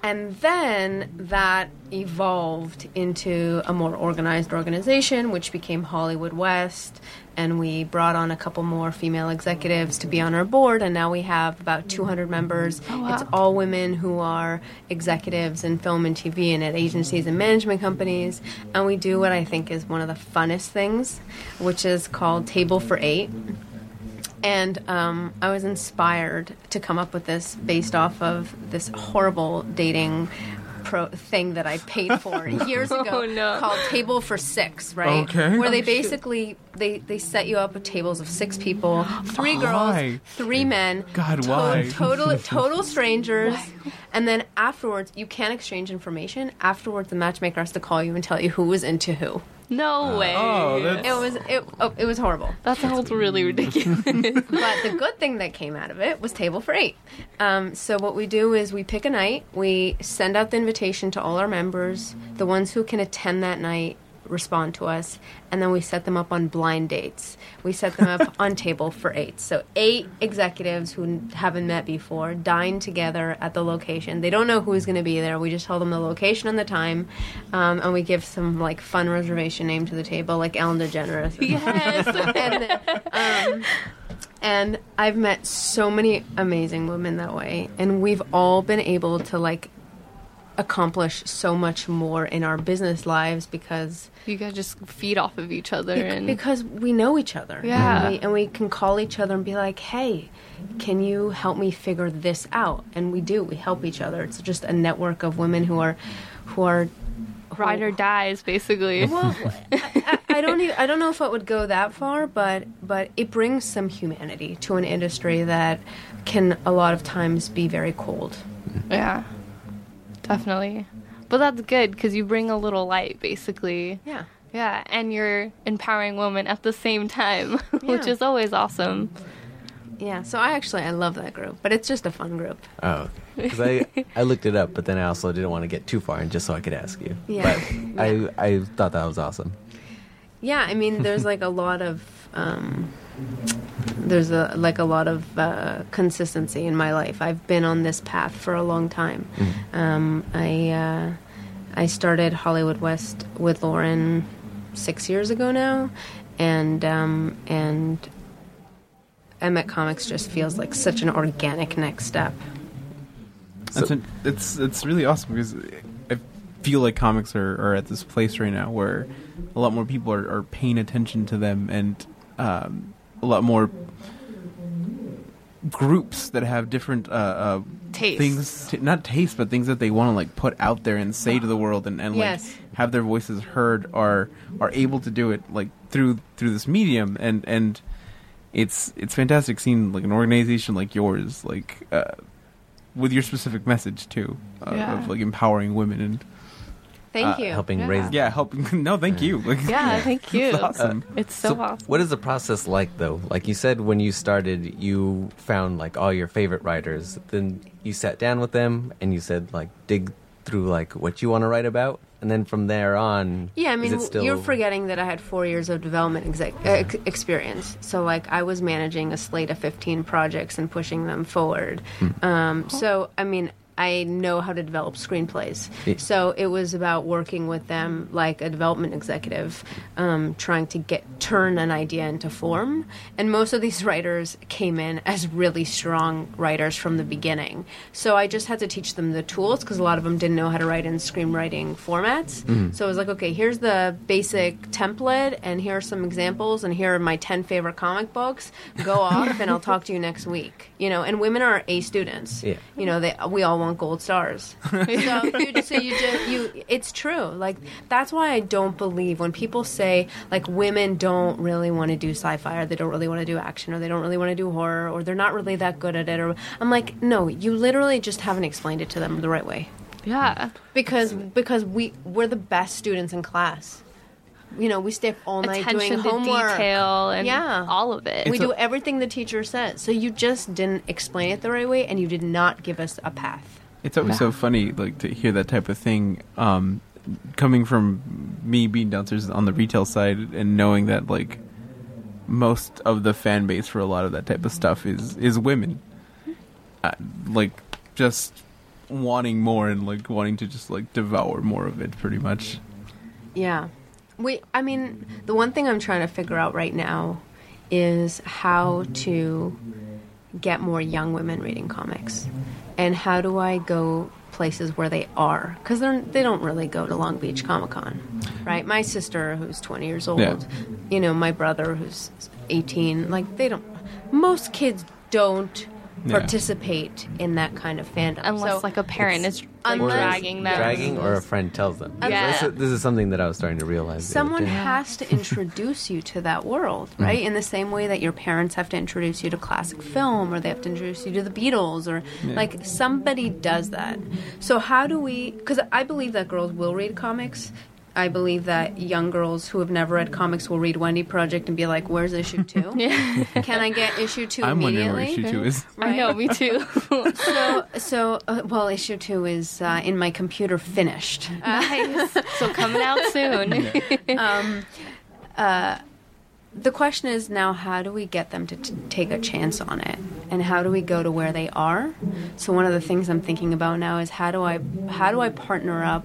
Speaker 9: And then that evolved into a more organized organization, which became Hollywood West. And we brought on a couple more female executives to be on our board. And now we have about 200 members. It's all women who are executives in film and TV and at agencies and management companies. And we do what I think is one of the funnest things, which is called Table for Eight and um, I was inspired to come up with this based off of this horrible dating pro thing that I paid for years ago
Speaker 8: Oh, no.
Speaker 9: called Table for Six, right?
Speaker 2: Okay. Oh,
Speaker 9: Where they basically they, they set you up with tables of six people, three
Speaker 2: Why?
Speaker 9: girls, three men.
Speaker 2: God,
Speaker 9: to-
Speaker 2: why?
Speaker 9: Total total strangers. And then afterwards, you can exchange information. Afterwards, the matchmaker has to call you and tell you who was into who.
Speaker 8: no way.
Speaker 2: oh that's
Speaker 9: It was it oh, it was horrible.
Speaker 8: that sounds really ridiculous.
Speaker 9: but the good thing that came out of it was table for eight. Um, so what we do is we pick a night, we send out the invitation to all our members. The ones who can attend that night respond to us, and then we set them up on blind dates. We set them up on table for eight. So eight executives who n- haven't met before dine together at the location. They don't know who's going to be there. We just tell them the location and the time, um, and we give some like fun reservation name to the table, like Ellen DeGeneres.
Speaker 8: yes.
Speaker 9: and, um, and I've met so many amazing women that way, and we've all been able to like accomplish so much more in our business lives because
Speaker 8: You guys just feed off of each other
Speaker 9: bec-
Speaker 8: and
Speaker 9: because we know each other.
Speaker 8: Yeah.
Speaker 9: And we, and we can call each other and be like, "Hey, can you help me figure this out?" And we do. We help each other. It's just a network of women who are who are
Speaker 8: rider dies basically.
Speaker 9: well, I, I I don't. Even, I don't know if it would go that far, but but it brings some humanity to an industry that can a lot of times be very cold.
Speaker 8: yeah, definitely. But that's good because you bring a little light basically
Speaker 9: Yeah.
Speaker 8: Yeah, and you're empowering women at the same time, which
Speaker 9: Yeah.
Speaker 8: is always awesome.
Speaker 9: Yeah, so I actually I love that group, but it's just a fun group.
Speaker 3: Oh, because I I looked it up, but then I also didn't want to get too far, and just so I could ask you.
Speaker 9: Yeah.
Speaker 3: But I I thought that was awesome.
Speaker 9: Yeah, I mean, there's like a lot of um, there's a like a lot of uh, consistency in my life. I've been on this path for a long time. Um, I uh, I started Hollywood West with Lauren six years ago now, and um, and Emmett Comics just feels like such an organic next step.
Speaker 2: That's an, it's it's really awesome because I feel like comics are, are at this place right now where a lot more people are, are paying attention to them and um, a lot more groups that have different uh, uh,
Speaker 8: Taste.
Speaker 2: things t- not taste but things that they want to like put out there and say to the world and, and
Speaker 9: Yes.
Speaker 2: like have their voices heard are are able to do it like through through this medium and and it's it's fantastic seeing like an organization like yours like uh, with your specific message too uh,
Speaker 5: Yeah.
Speaker 2: of like empowering women and
Speaker 9: Thank
Speaker 3: Uh,
Speaker 9: you.
Speaker 3: Helping
Speaker 5: Yeah.
Speaker 3: raise.
Speaker 2: yeah helping no thank you like
Speaker 8: Yeah, thank you.
Speaker 2: it's awesome
Speaker 8: It's so, awesome.
Speaker 3: What is the process like though? Like you said, when you started, you found like all your favorite writers. Then you sat down with them and you said like dig through like what you want to write about, and then from there on,
Speaker 9: Yeah, I mean,
Speaker 3: is it still...
Speaker 9: you're forgetting that I had four years of development exec- uh, ex- experience. So, like, I was managing a slate of 15 projects and pushing them forward.
Speaker 3: Hmm.
Speaker 9: Um, so, I mean, I know how to develop screenplays.
Speaker 3: Yeah.
Speaker 9: So, it was about working with them like a development executive, um, trying to get turn an idea into form. And most of these writers came in as really strong writers from the beginning. So, I just had to teach them the tools because a lot of them didn't know how to write in screenwriting formats. So it was like, okay, here's the basic template, and here are some examples, and here are my 10 favorite comic books. Go off, and I'll talk to you next week. You know, and women are A students.
Speaker 3: Yeah.
Speaker 9: You know, they we all want gold stars. so, you, so you just, you, it's true. Like, that's why I don't believe when people say, like, women don't really want to do sci fi, or they don't really want to do action, or they don't really want to do horror, or they're not really that good at it. Or I'm like, no, you literally just haven't explained it to them the right way
Speaker 8: Yeah.
Speaker 9: because because we we're the best students in class. You know, we stay up all night doing
Speaker 8: Attention to
Speaker 9: homework.
Speaker 8: detail and
Speaker 9: Yeah.
Speaker 8: all of it.
Speaker 9: We do everything the teacher says. So you just didn't explain it the right way, and you did not give us a path.
Speaker 2: It's always so funny, like to hear that type of thing, um, coming from me being downstairs on the retail side and knowing that like most of the fan base for a lot of that type of stuff is is women, uh, like just wanting more and like wanting to just like devour more of it, pretty much.
Speaker 9: Yeah. We, I mean, the one thing I'm trying to figure out right now is how to get more young women reading comics, and how do I go places where they are because they're they don't really go to Long Beach Comic Con, right? My sister, who's 20 years old,
Speaker 2: Yeah.
Speaker 9: you know, my brother, who's 18, like they don't. Most kids don't
Speaker 2: Yeah.
Speaker 9: participate in that kind of fandom
Speaker 8: Unless
Speaker 9: So-
Speaker 8: like a parent is like,
Speaker 9: Unless-
Speaker 8: dragging them.
Speaker 3: dragging, or a friend tells them.
Speaker 8: Yeah.
Speaker 3: This, is, this is something that I was starting to realize. the other
Speaker 9: Someone
Speaker 3: day.
Speaker 9: has to introduce you to that world,
Speaker 2: Mm.
Speaker 9: right? In the same way that your parents have to introduce you to classic film or they have to introduce you to the Beatles or like somebody does that. So, how do we? Because I believe that girls will read comics. I believe that young girls who have never read comics will read Wendy Project and be like, "Where's issue two? Can I get issue 2
Speaker 2: I'm
Speaker 9: immediately?"
Speaker 2: wondering where issue two is.
Speaker 8: I know, me too.
Speaker 9: So, so uh, well, issue two is uh, in my computer finished.
Speaker 8: nice. So coming out soon.
Speaker 9: the question is now how do we get them to t- take a chance on it and how do we go to where they are so one of the things i'm thinking about now is how do i how do i partner up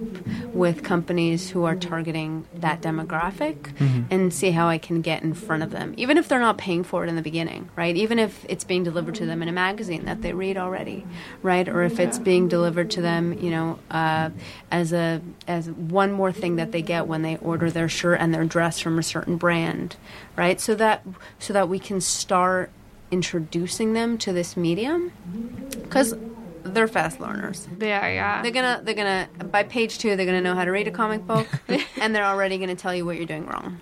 Speaker 9: with companies who are targeting that demographic and see how i can get in front of them even if they're not paying for it in the beginning right even if it's being delivered to them in a magazine that they read already right or if it's being delivered to them you know uh, as a as one more thing that they get when they order their shirt and their dress from a certain brand right so that so that we can start introducing them to this medium because they're fast learners
Speaker 8: They are, yeah.
Speaker 9: they're gonna they're gonna by page two they're gonna know how to read a comic book and they're already gonna tell you what you're doing wrong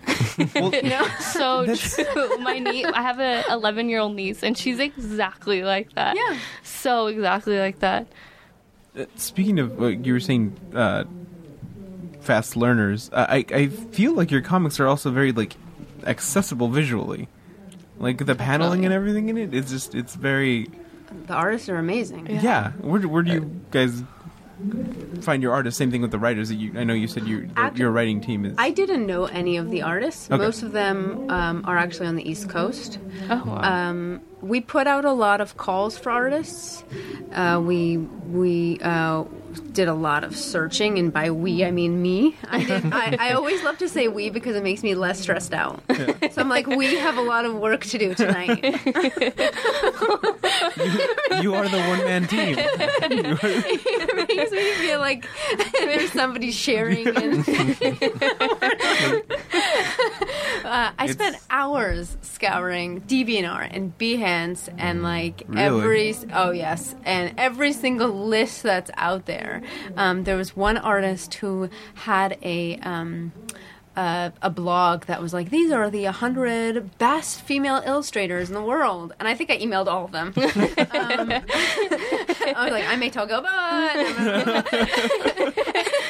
Speaker 9: you know
Speaker 8: so true. My niece, I have a 11 year old niece, and she's exactly like that.
Speaker 9: Yeah.
Speaker 8: So exactly like that.
Speaker 2: Uh, Speaking of, uh, you were saying uh, fast learners. Uh, I I feel like your comics are also very like accessible visually, like the paneling and everything in it. It's just it's very
Speaker 9: The artists are amazing.
Speaker 2: yeah. Where do- where do you guys find your artists? Same thing with the writers. That you I know you said you that
Speaker 9: Actu-
Speaker 2: your writing team is.
Speaker 9: I didn't know any of the artists.
Speaker 2: Okay.
Speaker 9: Most of them um, are actually on the East Coast.
Speaker 8: Oh, wow.
Speaker 9: Um, we put out a lot of calls for artists. Uh, we we uh, did a lot of searching, and by we I mean me. I, did, I, I always love to say we because it makes me less stressed out. So I'm like, we have a lot of work to do tonight.
Speaker 2: you are the one man team.
Speaker 9: it makes me feel like there's somebody sharing. And uh, I spent
Speaker 2: It's-
Speaker 9: hours scouring DeviantArt and Behance and like
Speaker 2: Mm. Really?
Speaker 9: every oh yes, and every single list that's out there. Um, there was one artist who had a. Um, uh, a blog that was like these are the 100 best female illustrators in the world and i think i emailed all of them um, i was like i'm a togo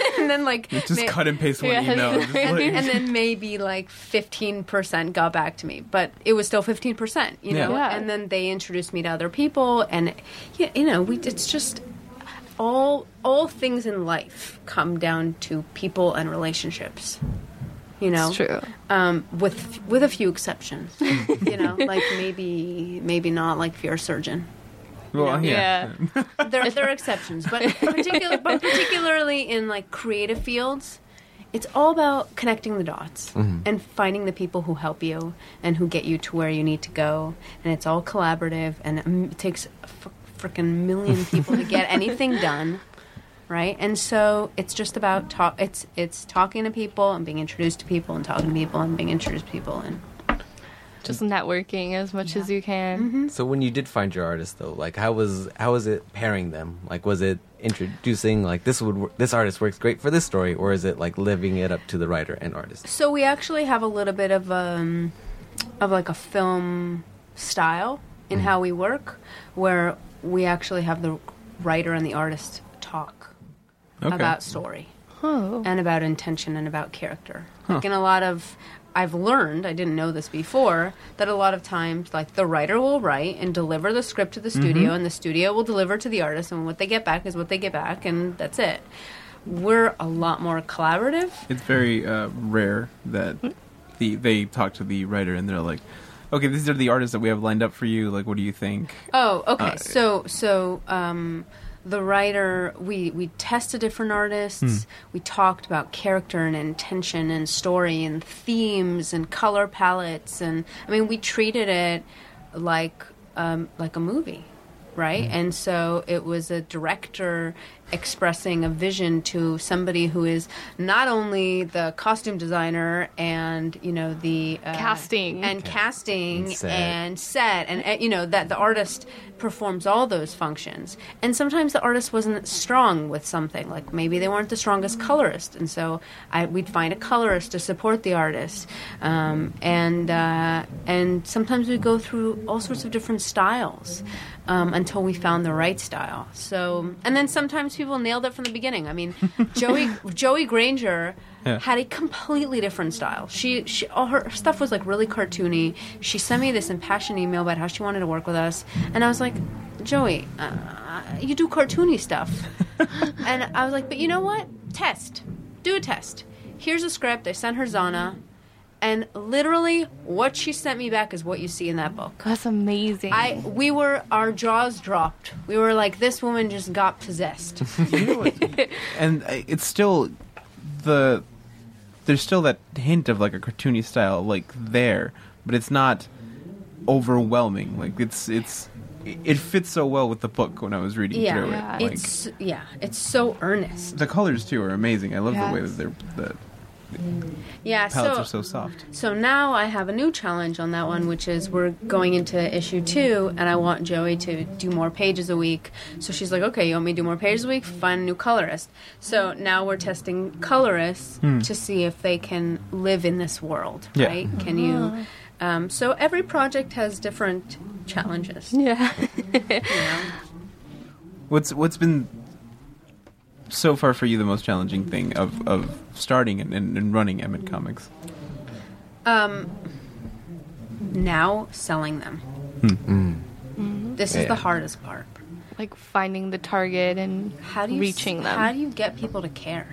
Speaker 9: and then like
Speaker 2: Just
Speaker 9: ma-
Speaker 2: cut and paste one
Speaker 8: Yeah.
Speaker 2: email. Just
Speaker 9: and,
Speaker 2: like-
Speaker 9: and then maybe like 15% got back to me but it was still 15% you know
Speaker 8: Yeah. Yeah.
Speaker 9: and then they introduced me to other people and yeah, you know we it's just all all things in life come down to people and relationships you know
Speaker 5: It's true.
Speaker 9: um, with with a few exceptions you know like maybe maybe not like if you're a surgeon
Speaker 2: well, yeah.
Speaker 9: there, there are exceptions, but particular, but particularly in like creative fields, it's all about connecting the dots and finding the people who help you and who get you to where you need to go. And it's all collaborative, and um, it takes a fr- freaking million people to get anything done. Right, and so it's just about talk. It's it's talking to people and being introduced to people and talking to people and being introduced to people and
Speaker 8: Just
Speaker 9: Mm.
Speaker 8: networking as much as you can.
Speaker 9: Mm-hmm.
Speaker 10: So when you did find your artist though, like how was how was it pairing them? Like was it introducing like this would wor- this artist works great for this story, or is it like living it up to the writer and artist?
Speaker 9: So we actually have a little bit of um, of like a film style in how we work, where we actually have the writer and the artist talk
Speaker 2: Okay.
Speaker 9: about story
Speaker 8: Oh.
Speaker 9: and about intention and about character. Like in a lot of I've learned, I didn't know this before, that a lot of times like the writer will write and deliver the script to the studio and the studio will deliver to the artist and what they get back is what they get back and that's it. We're a lot more collaborative.
Speaker 2: It's very uh, rare that the they talk to the writer and they're like, "Okay, these are the artists that we have lined up for you. Like, what do you think?"
Speaker 9: Oh, okay.
Speaker 2: Uh,
Speaker 9: so so um, the writer we we tested different artists. We talked about character and intention and story and themes and color palettes and I mean we treated it like um, like a movie. Right, and so it was a director expressing a vision to somebody who is not only the costume designer and you know the uh,
Speaker 8: Casting.
Speaker 9: and casting
Speaker 10: And set.
Speaker 9: and set and uh, you know that the artist performs all those functions and sometimes the artist wasn't strong with something like maybe they weren't the strongest colorist and so I, we'd find a colorist to support the artist um, and uh, and sometimes we'd go through all sorts of different styles um, until we found the right style so and then sometimes people nailed it from the beginning i mean joey joey granger
Speaker 2: Yeah.
Speaker 9: had a completely different style. She, she all her stuff was like really cartoony. She sent me this impassioned email about how she wanted to work with us, and I was like, Joey, uh, you do cartoony stuff, and I was like, but you know what? Test, do a test. Here's a script. I sent her Zana, and literally what she sent me back is what you see in that book.
Speaker 8: That's amazing.
Speaker 9: I we were our jaws dropped. We were like, this woman just got possessed.
Speaker 2: And uh, it's still the there's still that hint of like a cartoony style like there, but it's not overwhelming. Like it's it's it fits so well with the book when I was reading
Speaker 9: yeah,
Speaker 2: through it. Like,
Speaker 9: it's yeah, it's so earnest.
Speaker 2: the colors too are amazing. I love the way
Speaker 5: Yes.
Speaker 2: that they're
Speaker 9: Yeah,
Speaker 2: the palettes
Speaker 9: so
Speaker 2: are so soft.
Speaker 9: So now I have a new challenge on that one, which is we're going into issue two, and I want Joey to do more pages a week. So she's like, okay, you want me to do more pages a week? Find a new colorist. So now we're testing colorists to see if they can live in this world,
Speaker 2: Hmm. Yeah.
Speaker 9: right? Can you?
Speaker 8: Ah.
Speaker 9: Um, so every project has different challenges.
Speaker 8: yeah.
Speaker 2: What's what's been so far for you the most challenging thing of, of starting and, and, and running Emmett Comics?
Speaker 9: Um, now selling them.
Speaker 8: Mm-hmm.
Speaker 9: This is
Speaker 2: Hmm. Yeah.
Speaker 9: the hardest part.
Speaker 8: Like finding the target and
Speaker 9: How do you
Speaker 8: reaching them.
Speaker 9: How do you get people to care?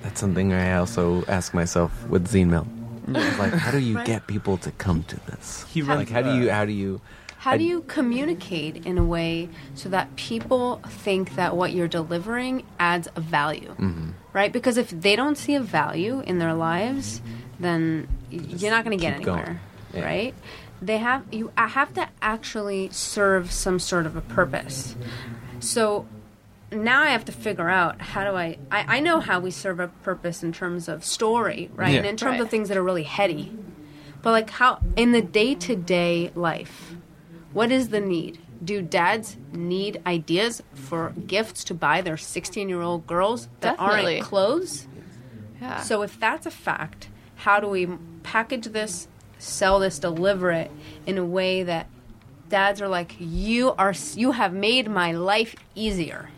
Speaker 10: That's something I also ask myself with Zine Melt. Like, how do you
Speaker 9: Right.
Speaker 10: get people to come to this?
Speaker 2: He
Speaker 10: like, how do you, how do you,
Speaker 9: How
Speaker 10: I-
Speaker 9: do you communicate in a way so that people think that what you're delivering adds a value?
Speaker 10: Mhm.
Speaker 9: Right? Because if they don't see a value in their lives, then y- you're not going to get
Speaker 10: keep going.
Speaker 9: anywhere.
Speaker 10: Yeah.
Speaker 9: Right? They have you I have to actually serve some sort of a purpose. So now I have to figure out how do I, I I know how we serve a purpose in terms of story, right?
Speaker 11: Yeah.
Speaker 9: And in terms
Speaker 11: Right.
Speaker 9: of things that are really heady. But like how in the day-to-day life, what is the need? Do dads need ideas for gifts to buy their 16-year-old girls that
Speaker 8: Definitely.
Speaker 9: aren't clothes?
Speaker 8: Yeah.
Speaker 9: So if that's a fact, how do we package this, sell this, deliver it in a way that dads are like, "You are you have made my life easier."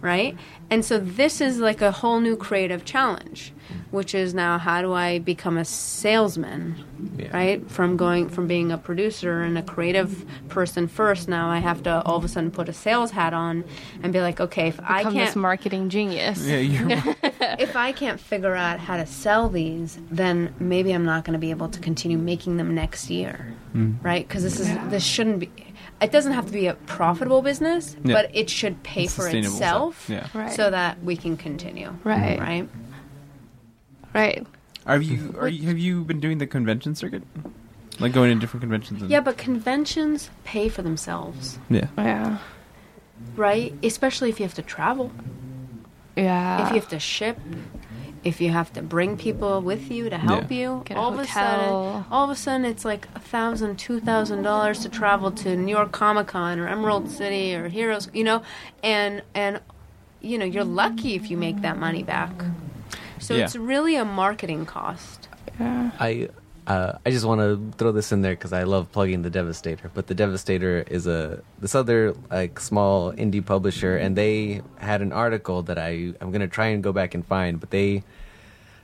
Speaker 9: right? And so this is like a whole new creative challenge, which is now how do I become a salesman? Right? From going from being a producer and a creative person first, now I have to all of a sudden put a sales hat on and be like, okay, if I
Speaker 8: Become
Speaker 9: can't
Speaker 8: this marketing genius. Yeah, you're-
Speaker 9: if I can't figure out how to sell these, then maybe I'm not going to be able to continue making them next year,
Speaker 11: Mm.
Speaker 9: right? Because this is this shouldn't be. It doesn't have to be a profitable business,
Speaker 11: Yeah.
Speaker 9: but it should pay for
Speaker 11: Sustainable
Speaker 9: itself,
Speaker 11: stuff, yeah. Right.
Speaker 9: so that we can continue,
Speaker 8: Right.
Speaker 9: Right.
Speaker 8: Right.
Speaker 2: Are you are you, have you been doing the convention circuit? Like going to different conventions? And,
Speaker 9: Yeah, but conventions pay for themselves,
Speaker 2: yeah.
Speaker 8: Yeah.
Speaker 9: right? Especially if you have to travel.
Speaker 8: Yeah.
Speaker 9: If
Speaker 10: Uh,
Speaker 9: you have to ship, if you have to bring people with you to help
Speaker 8: Yeah.
Speaker 9: you,
Speaker 8: Get a
Speaker 9: all of a sudden,
Speaker 8: hotel.
Speaker 9: all of a sudden, it's like a thousand, two thousand dollars to travel to New York Comic Con or Emerald City or Heroes, you know, and and you know you're lucky if you make that money back. So
Speaker 10: Yeah.
Speaker 9: it's really a marketing cost.
Speaker 8: Yeah.
Speaker 10: I uh, I just want to throw this in there because I love plugging the Devastator. But the Devastator is a this other like small indie publisher, and they had an article that I I'm gonna try and go back and find. But they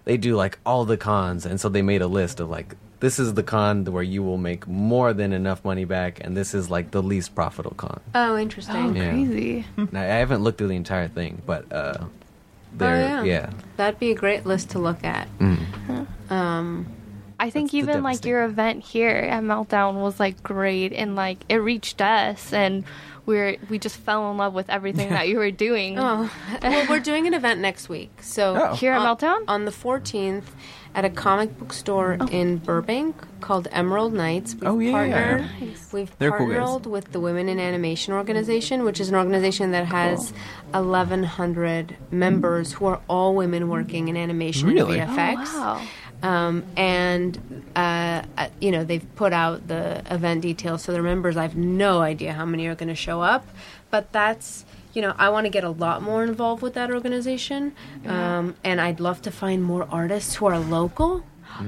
Speaker 10: they do like all the cons, and so they made a list of like this is the con where you will make more than enough money back, and this is like the least profitable con.
Speaker 9: Oh, interesting.
Speaker 10: Oh, Yeah. crazy. And I, I haven't looked through the entire thing, but uh, they're
Speaker 9: oh yeah.
Speaker 10: yeah.
Speaker 9: That'd be a great list to look at.
Speaker 10: Mm.
Speaker 9: Um,
Speaker 8: I think
Speaker 9: That's the
Speaker 8: even like your event here at Meltdown was like great and like it reached us and we're we just fell in love with everything that you were doing.
Speaker 9: Oh, well, we're doing an event next week. So
Speaker 8: Oh. Here at
Speaker 9: on, Meltdown on the 14th at a comic book store in Burbank called Emerald Nights. We've
Speaker 11: Oh, yeah.
Speaker 9: partnered, We've
Speaker 11: They're cool guys.
Speaker 9: partnered with the Women in Animation Organization, which is an organization that has 1,100 members who are all women working in animation
Speaker 11: Really?
Speaker 9: and
Speaker 11: Oh,
Speaker 9: VFX.
Speaker 11: wow.
Speaker 9: Um, and uh, uh, you know they've put out the event details so their members. I have no idea how many are going to show up, but that's you know I want to get a lot more involved with that organization, um, and I'd love to find more artists who are local.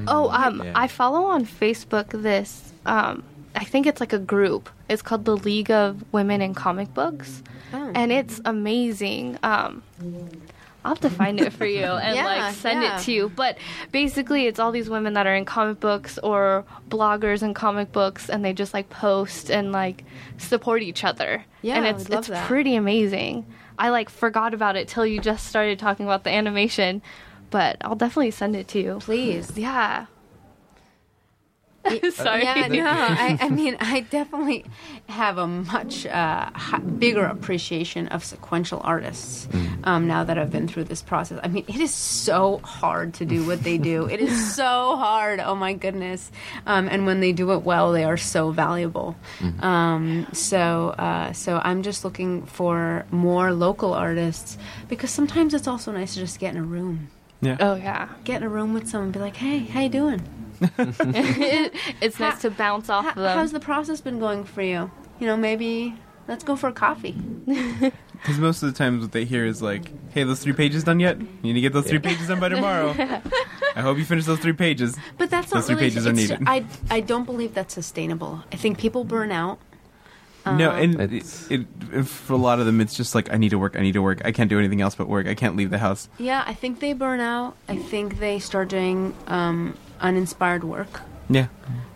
Speaker 8: Oh, um, I follow on Facebook this. Um, I think it's like a group. It's called the League of Women in Comic Books,
Speaker 9: Oh.
Speaker 8: and it's amazing. Um, I'll have to find it for you and
Speaker 9: Yeah,
Speaker 8: like send
Speaker 9: yeah.
Speaker 8: it to you. But basically, it's all these women that are in comic books or bloggers in comic books, and they just like post and like support each other.
Speaker 9: Yeah,
Speaker 8: and
Speaker 9: I
Speaker 8: it's
Speaker 9: would love
Speaker 8: it's
Speaker 9: that.
Speaker 8: pretty amazing. I like forgot about it till you just started talking about the animation, but I'll definitely send it to you.
Speaker 9: Please.
Speaker 8: Yeah. Sorry.
Speaker 9: Yeah, no, I, I mean, I definitely have a much uh, hi- bigger appreciation of sequential artists um, now that I've been through this process. I mean, it is so hard to do what they do. It is so hard. Oh my goodness! Um, and when they do it well, they are so valuable. Um, so, uh, so I'm just looking for more local artists because sometimes it's also nice to just get in a room.
Speaker 2: Yeah.
Speaker 8: Oh yeah.
Speaker 9: Get in a room with someone and be like, "Hey, how you doing?"
Speaker 8: it's nice to bounce off
Speaker 9: How-
Speaker 8: of them.
Speaker 9: How's the process been going for you? You know, maybe let's go for a coffee.
Speaker 2: Because most of the times what they hear is like, "Hey, those three pages done yet? You need to get those three pages done by tomorrow. I hope you finish those three pages."
Speaker 9: But that's not
Speaker 2: those three
Speaker 9: really.
Speaker 2: pages are
Speaker 9: it's-
Speaker 2: needed.
Speaker 9: I I don't believe that's sustainable. I think people burn out.
Speaker 2: no,
Speaker 9: Um,
Speaker 2: and it, it, it- for a lot of them, it's just like I need to work. I need to work. I can't do anything else but work. I can't leave the house.
Speaker 9: Yeah, I think they burn out. I think they start doing um, uninspired work,
Speaker 2: Yeah,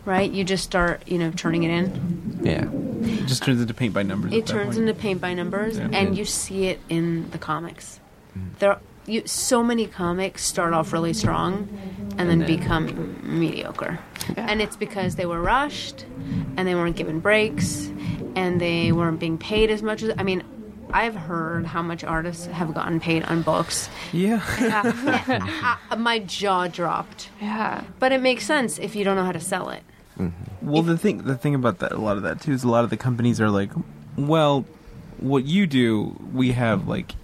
Speaker 9: right? You just start, you know, turning it in.
Speaker 2: yeah. It just turns into paint by numbers. at
Speaker 9: It
Speaker 2: that
Speaker 9: turns
Speaker 2: point.
Speaker 9: into paint by numbers,
Speaker 2: Yeah. Mm.
Speaker 9: and you see it in the comics. There, you so many comics start off really strong, and then
Speaker 6: then-
Speaker 9: become mediocre. And it's because they were rushed, and they weren't given breaks, and they weren't being paid as much as. I mean, I've heard how much artists have gotten paid on books.
Speaker 2: yeah.
Speaker 9: I, I- my jaw dropped.
Speaker 5: Yeah.
Speaker 9: But it makes sense if you don't know how to sell it.
Speaker 2: Well, the thing the thing about that a lot of that too is a lot of the companies are like, well, what you do, we have like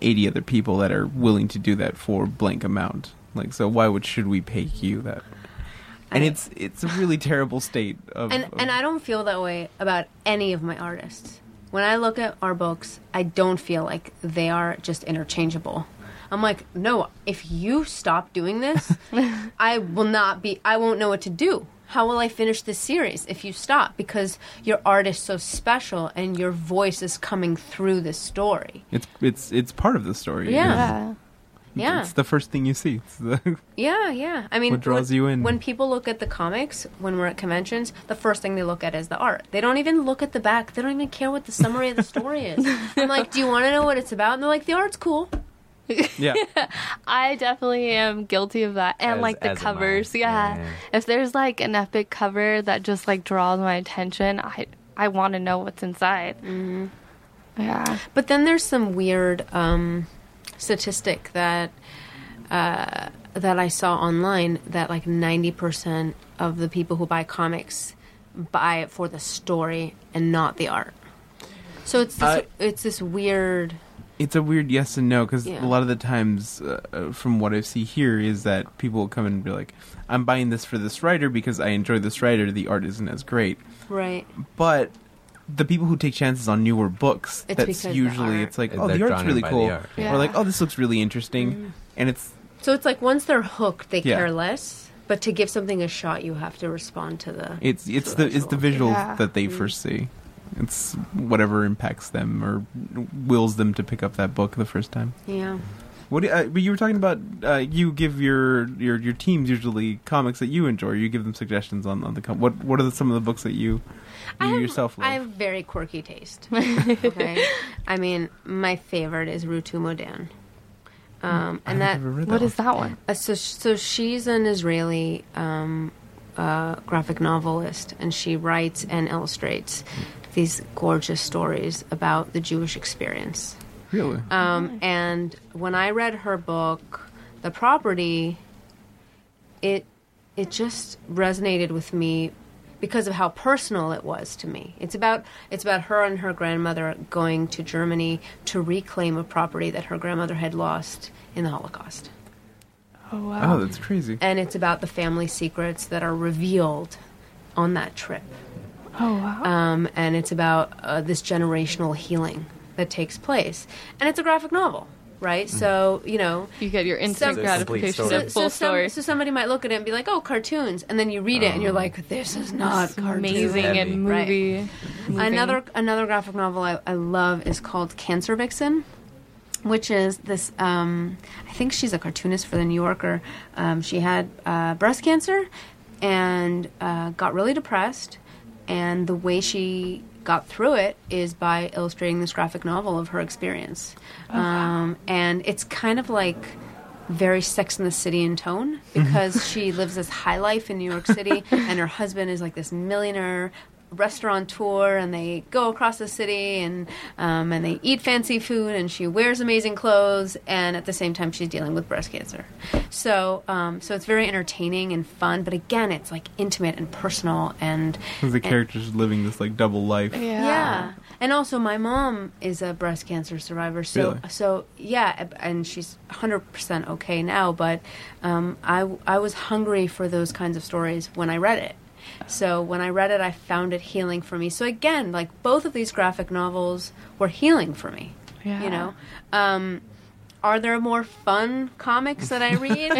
Speaker 2: eighty other people that are willing to do that for blank amount. Like, so why would should we pay you that? And it's it's a really terrible state of.
Speaker 9: And
Speaker 2: of-
Speaker 9: and I don't feel that way about any of my artists. When I look at our books, I don't feel like they are just interchangeable. I'm like, no, if you stop doing this, I will not be I won't know what to do. How will I finish this series if you stop? Because your art is so special and your voice is coming through this story.
Speaker 2: it's it's it's part of the story.
Speaker 9: Yeah.
Speaker 2: It's-
Speaker 9: Yeah.
Speaker 2: It's the first thing you see. It's the,
Speaker 9: Yeah, yeah. I mean,
Speaker 2: What draws
Speaker 9: when,
Speaker 2: you in?
Speaker 9: When people look at the comics, when we're at conventions, the first thing they look at is the art. They don't even look at the back. They don't even care what the summary of the story is. I'm like, do you want to know what it's about? And they're like, the art's cool.
Speaker 2: yeah.
Speaker 8: I definitely am guilty of that. And
Speaker 9: As-
Speaker 8: like the
Speaker 9: as am I.
Speaker 8: covers, yeah. If there's like an epic cover that just like draws my attention, I I want to know what's inside. Mm-hmm. Yeah.
Speaker 9: But then there's some weird um, statistic that uh, that I saw online that like 90% of the people who buy comics buy it for the story and not the art. So it's this,
Speaker 2: Uh,
Speaker 9: it's this weird.
Speaker 2: it's a weird yes and no because
Speaker 9: Yeah.
Speaker 2: a lot of the times, uh, uh, from what I see here, is that people will come and be like, "I'm buying this for this writer because I enjoy this writer. The art isn't as great."
Speaker 9: Right.
Speaker 2: But the people who take chances on newer books,
Speaker 9: It's because
Speaker 2: that's
Speaker 9: the
Speaker 2: usually
Speaker 9: art.
Speaker 2: it's like,
Speaker 10: And
Speaker 2: "Oh,
Speaker 10: they're
Speaker 2: the art's
Speaker 10: drawn in
Speaker 2: really
Speaker 10: by
Speaker 2: cool,"
Speaker 10: the art.
Speaker 9: Yeah. Mm.
Speaker 2: or like, "Oh, this looks really interesting," and it's
Speaker 9: So it's like once they're hooked, they
Speaker 2: Yeah.
Speaker 9: care less. But to give something a shot, you have to respond to the.
Speaker 2: it's it's the it's the visuals
Speaker 9: Yeah.
Speaker 2: that they
Speaker 9: Mm.
Speaker 2: first see. It's whatever impacts them or wills them to pick up that book the first time.
Speaker 9: Yeah.
Speaker 2: What? do- Uh, but you were talking about uh, you give your, your your teams usually comics that you enjoy. You give them suggestions on, on the com- what what are the, some of the books that you you yourself love?
Speaker 9: I have very quirky taste. okay. I mean, my favorite is Rutu Modan.
Speaker 2: Mm.
Speaker 9: Um, and that
Speaker 8: What is that one?
Speaker 9: Uh, so, so she's an Israeli um, uh, graphic novelist, and she writes and illustrates these gorgeous stories about the Jewish experience.
Speaker 2: Really?
Speaker 9: Um, and when I read her book, The Property, it it just resonated with me because of how personal it was to me. It's about it's about her and her grandmother going to Germany to reclaim a property that her grandmother had lost in the Holocaust.
Speaker 8: Oh
Speaker 2: wow. Oh, that's crazy.
Speaker 9: And it's about the family secrets that are revealed on that trip.
Speaker 8: Oh wow.
Speaker 9: Um, and it's about uh, this generational healing that takes place, and it's a graphic novel, right? So you know
Speaker 8: you get your instant
Speaker 9: some-
Speaker 8: gratification of
Speaker 9: So,
Speaker 8: Mm. full
Speaker 9: so, some-
Speaker 8: story. Oh.
Speaker 9: so somebody might look at it and be like, "Oh, cartoons," and then you read it and you're like, "This is not
Speaker 8: It's
Speaker 9: cartoon."
Speaker 8: amazing and
Speaker 9: Right.
Speaker 8: movie. moving.
Speaker 9: Another another graphic novel I, I love is called Cancer Vixen, which is this. Um, I think she's a cartoonist for the New Yorker. Um, she had uh, breast cancer and uh, got really depressed, and the way she got through it is by illustrating this graphic novel of her experience, um, and it's kind of like very Sex in the City in tone because she lives this high life in New York City, and her husband is like this millionaire restaurateur, and they go across the city and um, and they eat fancy food, and she wears amazing clothes, and at the same time she's dealing with breast cancer. So um, so it's very entertaining and fun, but again, it's like intimate and personal, and
Speaker 2: 'Cause the characters living this like double life.
Speaker 9: yeah. And also, my mom is a breast cancer survivor, so
Speaker 2: Really?
Speaker 9: so yeah, ab- and she's 100% okay now. But um, I w- I was hungry for those kinds of stories when I read it. So when I read it, I found it healing for me. So again, like both of these graphic novels were healing for me.
Speaker 8: Yeah.
Speaker 9: You know, um, are there more fun comics that I read?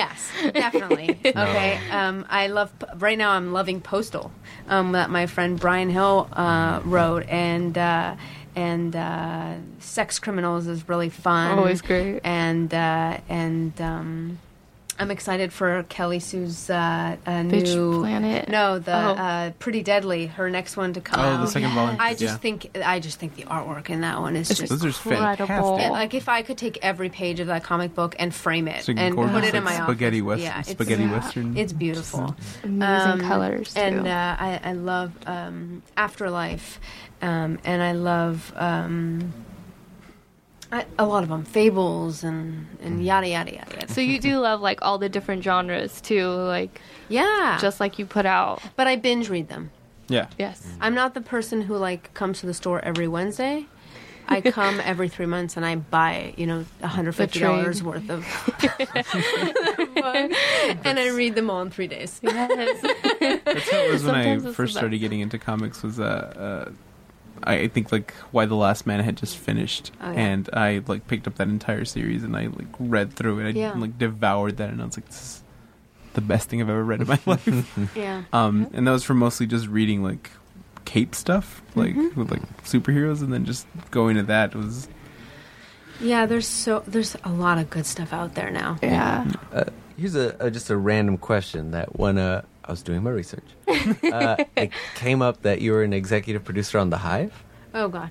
Speaker 9: yes, definitely.
Speaker 8: No.
Speaker 9: Okay. Um, I love right now. I'm loving Postal um, that my friend Brian Hill uh, wrote, and uh, and uh, Sex Criminals is really fun.
Speaker 8: Always great.
Speaker 9: And uh, and um, I'm excited for Kelly Sue's uh, uh,
Speaker 8: Bitch
Speaker 9: new
Speaker 8: Planet.
Speaker 9: No, the
Speaker 8: Oh.
Speaker 9: uh, Pretty Deadly, her next one to come.
Speaker 2: Oh, the
Speaker 9: out.
Speaker 2: second volume.
Speaker 9: I just
Speaker 2: Yeah.
Speaker 9: think I just think the artwork in that one is
Speaker 2: It's
Speaker 9: just
Speaker 2: Those are fantastic. incredible.
Speaker 9: Yeah, like if I could take every page of that comic book and frame it
Speaker 2: It's like
Speaker 9: and
Speaker 2: gorgeous,
Speaker 9: put it in my
Speaker 2: like spaghetti
Speaker 9: office.
Speaker 2: western-
Speaker 9: it's-
Speaker 2: spaghetti western.
Speaker 9: It's beautiful.
Speaker 8: Amazing colors, too.
Speaker 9: And uh, I, I love um, Afterlife, um, and I love. Um, I, a lot of them, fables and,
Speaker 2: Mm.
Speaker 9: and yada yada yada. yada.
Speaker 8: So you do love like all the different genres too, like
Speaker 9: yeah,
Speaker 8: just like you put out.
Speaker 9: But I binge read them.
Speaker 2: Yeah.
Speaker 8: Yes.
Speaker 9: I'm not the person who like comes to the store every Wednesday. I come every three months and I buy, you know, $150
Speaker 8: trade.
Speaker 9: worth of and I read them all in three days.
Speaker 2: That's how it was when I
Speaker 9: Sometimes it's
Speaker 2: first
Speaker 9: about-
Speaker 2: started getting into comics. Was uh, uh, I I think like why the Last Man had just finished,
Speaker 9: Oh, yeah.
Speaker 2: and I like picked up that entire series and I like read through it. I
Speaker 9: Yeah.
Speaker 2: like devoured that, and I was like, this is the best thing I've ever read in my life.
Speaker 9: Yeah.
Speaker 2: Um, and that was from mostly just reading like cape stuff, like
Speaker 9: Mhm.
Speaker 2: with like superheroes, and then just going to that was
Speaker 9: Yeah, there's so there's a lot of good stuff out there now.
Speaker 8: Yeah.
Speaker 10: Uh, here's a, a just a random question that when uh, I was doing my research, uh, it came up that you were an executive producer on The Hive.
Speaker 9: Oh god.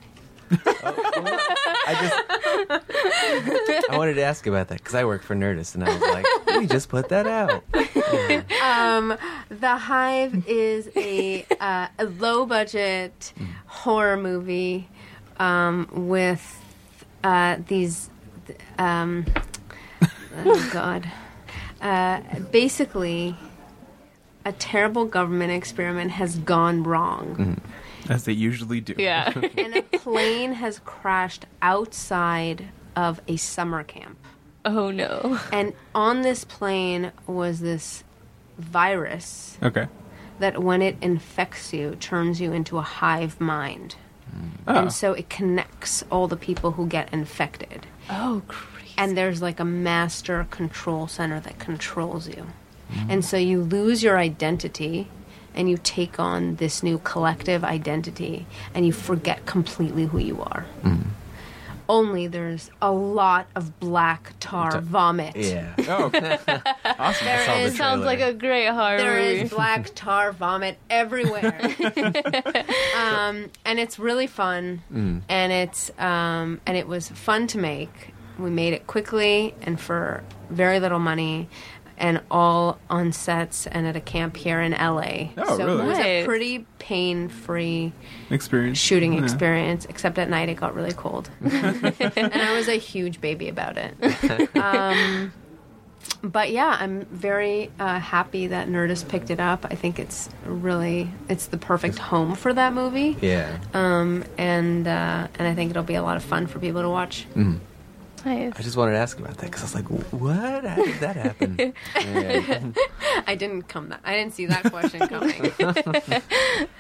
Speaker 10: I wanted to ask you about that because I work for Nerdist, and I was like, we just put that out.
Speaker 9: um, the Hive is a, uh, a low budget horror movie um, with uh, these. th- Um, oh God! Uh, basically, a terrible government experiment has gone wrong
Speaker 2: as they usually do.
Speaker 8: Yeah.
Speaker 9: and a plane has crashed outside of a summer camp.
Speaker 8: Oh no.
Speaker 9: And on this plane was this virus
Speaker 2: okay.
Speaker 9: that, when it infects you, turns you into a hive mind.
Speaker 2: Oh.
Speaker 9: And so it connects all the people who get infected.
Speaker 8: Oh, crazy.
Speaker 9: And there's like a master control center that controls you. And so you lose your identity and you take on this new collective identity and you forget completely who you are. Only there's a lot of black tar vomit.
Speaker 10: Yeah.
Speaker 2: Oh, awesome.
Speaker 9: There
Speaker 10: saw the
Speaker 9: is-
Speaker 8: Sounds like a great horror
Speaker 9: there
Speaker 8: movie.
Speaker 9: is black tar vomit everywhere. um, and it's really fun.
Speaker 2: Mm.
Speaker 9: And it's um, and it was fun to make. We made it quickly and for very little money and all on sets and at a camp here in LA.
Speaker 2: Oh, really?
Speaker 9: so it was a
Speaker 8: Nice.
Speaker 9: pretty pain-free
Speaker 2: Experience
Speaker 9: shooting
Speaker 2: Yeah.
Speaker 9: experience, except at night it got really cold. and I was a huge baby about it. Um, but yeah, I'm very uh, happy that Nerdist picked it up. I think it's really it's the perfect home for that movie.
Speaker 10: Yeah.
Speaker 9: Um, and uh, and I think it'll be a lot of fun for people to watch.
Speaker 10: I
Speaker 8: nice.
Speaker 10: just wanted to ask about that because I was like, what? How did that happen? Yeah.
Speaker 9: I didn't come that I didn't see that question coming.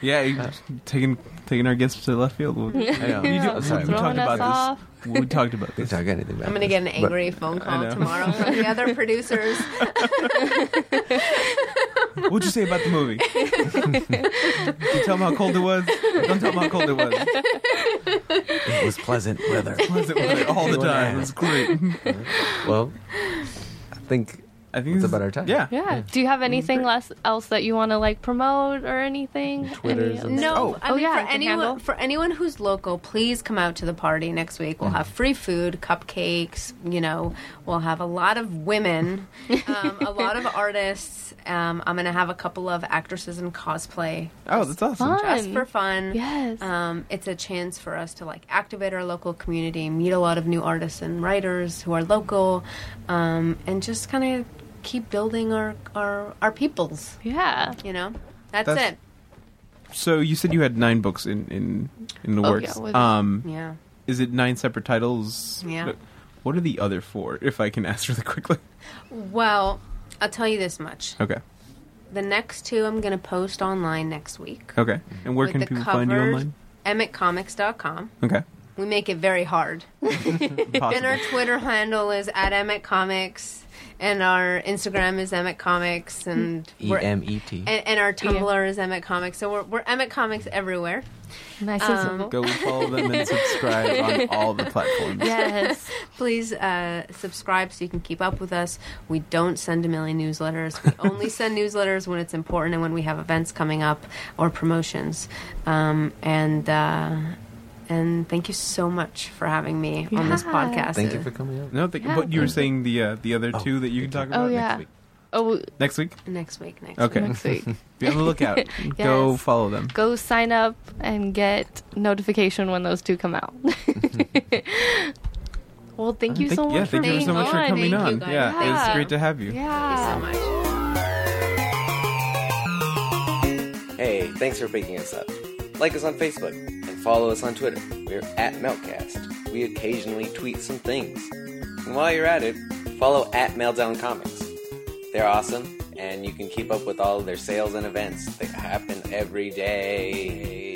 Speaker 2: Yeah, you- taking taking our guests to left field. We'll-
Speaker 10: I know.
Speaker 2: You do-
Speaker 10: I'm sorry.
Speaker 2: we
Speaker 10: We
Speaker 8: Throwing
Speaker 2: talked
Speaker 8: us
Speaker 2: about
Speaker 8: off.
Speaker 2: this. We talked about
Speaker 10: didn't
Speaker 2: this.
Speaker 10: talk anything about
Speaker 9: I'm gonna get an
Speaker 10: this, but-
Speaker 9: angry phone call
Speaker 2: know.
Speaker 9: tomorrow from the other producers.
Speaker 2: What'd you say about the movie? Did you tell them how cold it was? Don't tell them how cold it was.
Speaker 10: It was pleasant weather.
Speaker 2: Was it was it all the time? It was great.
Speaker 10: well, I think
Speaker 2: I think
Speaker 10: That's
Speaker 2: this
Speaker 10: about
Speaker 2: is-
Speaker 10: our time.
Speaker 2: Yeah.
Speaker 8: Yeah. Do you have anything less else that you want to like promote or anything?
Speaker 10: Twitters
Speaker 8: Any
Speaker 10: and-
Speaker 8: other-
Speaker 9: No, I
Speaker 8: Oh,
Speaker 9: mean
Speaker 8: yeah,
Speaker 9: for
Speaker 8: can
Speaker 9: anyone
Speaker 8: handle.
Speaker 9: for anyone who's local, please come out to the party next week. We'll have free food, cupcakes. You know, we'll have a lot of women, um, a lot of artists. Um, I'm gonna have a couple of actresses in cosplay
Speaker 2: Oh, that's awesome.
Speaker 9: just
Speaker 8: Fun.
Speaker 9: for fun.
Speaker 8: Yes.
Speaker 9: Um, it's a chance for us to like activate our local community, meet a lot of new artists and writers who are local, um, and just kind of keep building our our our peoples.
Speaker 8: yeah.
Speaker 9: You know, that's,
Speaker 2: That's-
Speaker 9: it.
Speaker 2: So you said you had nine books in in in the
Speaker 8: Oh,
Speaker 2: works.
Speaker 8: yeah, with-
Speaker 2: um,
Speaker 9: Yeah.
Speaker 2: is it nine separate titles?
Speaker 9: Yeah.
Speaker 2: What are the other four, if I can ask really quickly?
Speaker 9: Well, I'll tell you this much.
Speaker 2: Okay.
Speaker 9: The next two I'm going to post online next week.
Speaker 2: Okay. And Uh, where
Speaker 9: With
Speaker 2: can
Speaker 9: the
Speaker 2: people find you
Speaker 9: covers-
Speaker 2: online?
Speaker 9: EmmettComics.com.
Speaker 2: Okay.
Speaker 9: We make it very hard. and
Speaker 2: Possible.
Speaker 9: our Twitter handle is at Emmet Comics, and our Instagram is Emmet Comics, and
Speaker 10: E
Speaker 9: we're-
Speaker 10: M E T.
Speaker 9: and, and our Tumblr is Emmet Comics. So we're, we're Emmet Comics everywhere.
Speaker 8: Nice
Speaker 9: um,
Speaker 2: Go follow them and subscribe on all the platforms.
Speaker 8: Yes.
Speaker 9: Please uh, subscribe so you can keep up with us. We don't send a million newsletters. We only send newsletters when it's important and when we have events coming up or promotions. Um, and uh, and thank you so much for having me on this
Speaker 8: Yeah.
Speaker 9: podcast.
Speaker 10: Thank you for coming out.
Speaker 2: No, thank
Speaker 8: Yeah.
Speaker 2: but you were saying the uh, the other two that you can talk about
Speaker 8: Oh, yeah.
Speaker 2: next week.
Speaker 8: Oh,
Speaker 2: Next week?
Speaker 9: Next week, next
Speaker 2: Okay.
Speaker 9: week.
Speaker 8: next week.
Speaker 2: Be on the lookout. Go
Speaker 8: Yes.
Speaker 2: follow them.
Speaker 8: Go sign up and get notification when those two come out. well, thank you
Speaker 2: Uh, Thank-
Speaker 8: so much
Speaker 2: yeah,
Speaker 8: for
Speaker 2: thank you
Speaker 8: being
Speaker 2: so much for
Speaker 8: on.
Speaker 2: coming
Speaker 9: Thank you,
Speaker 2: on.
Speaker 9: guys.
Speaker 2: yeah, it was
Speaker 8: Yeah.
Speaker 2: great to have you.
Speaker 8: Yeah.
Speaker 9: Thank you so much.
Speaker 3: Hey, thanks for picking us up. Like us on Facebook and follow us on Twitter. We're at Meltcast. We occasionally tweet some things. And while you're at it, follow at Meltdown Comics. They're awesome, and you can keep up with all of their sales and events that happen every day.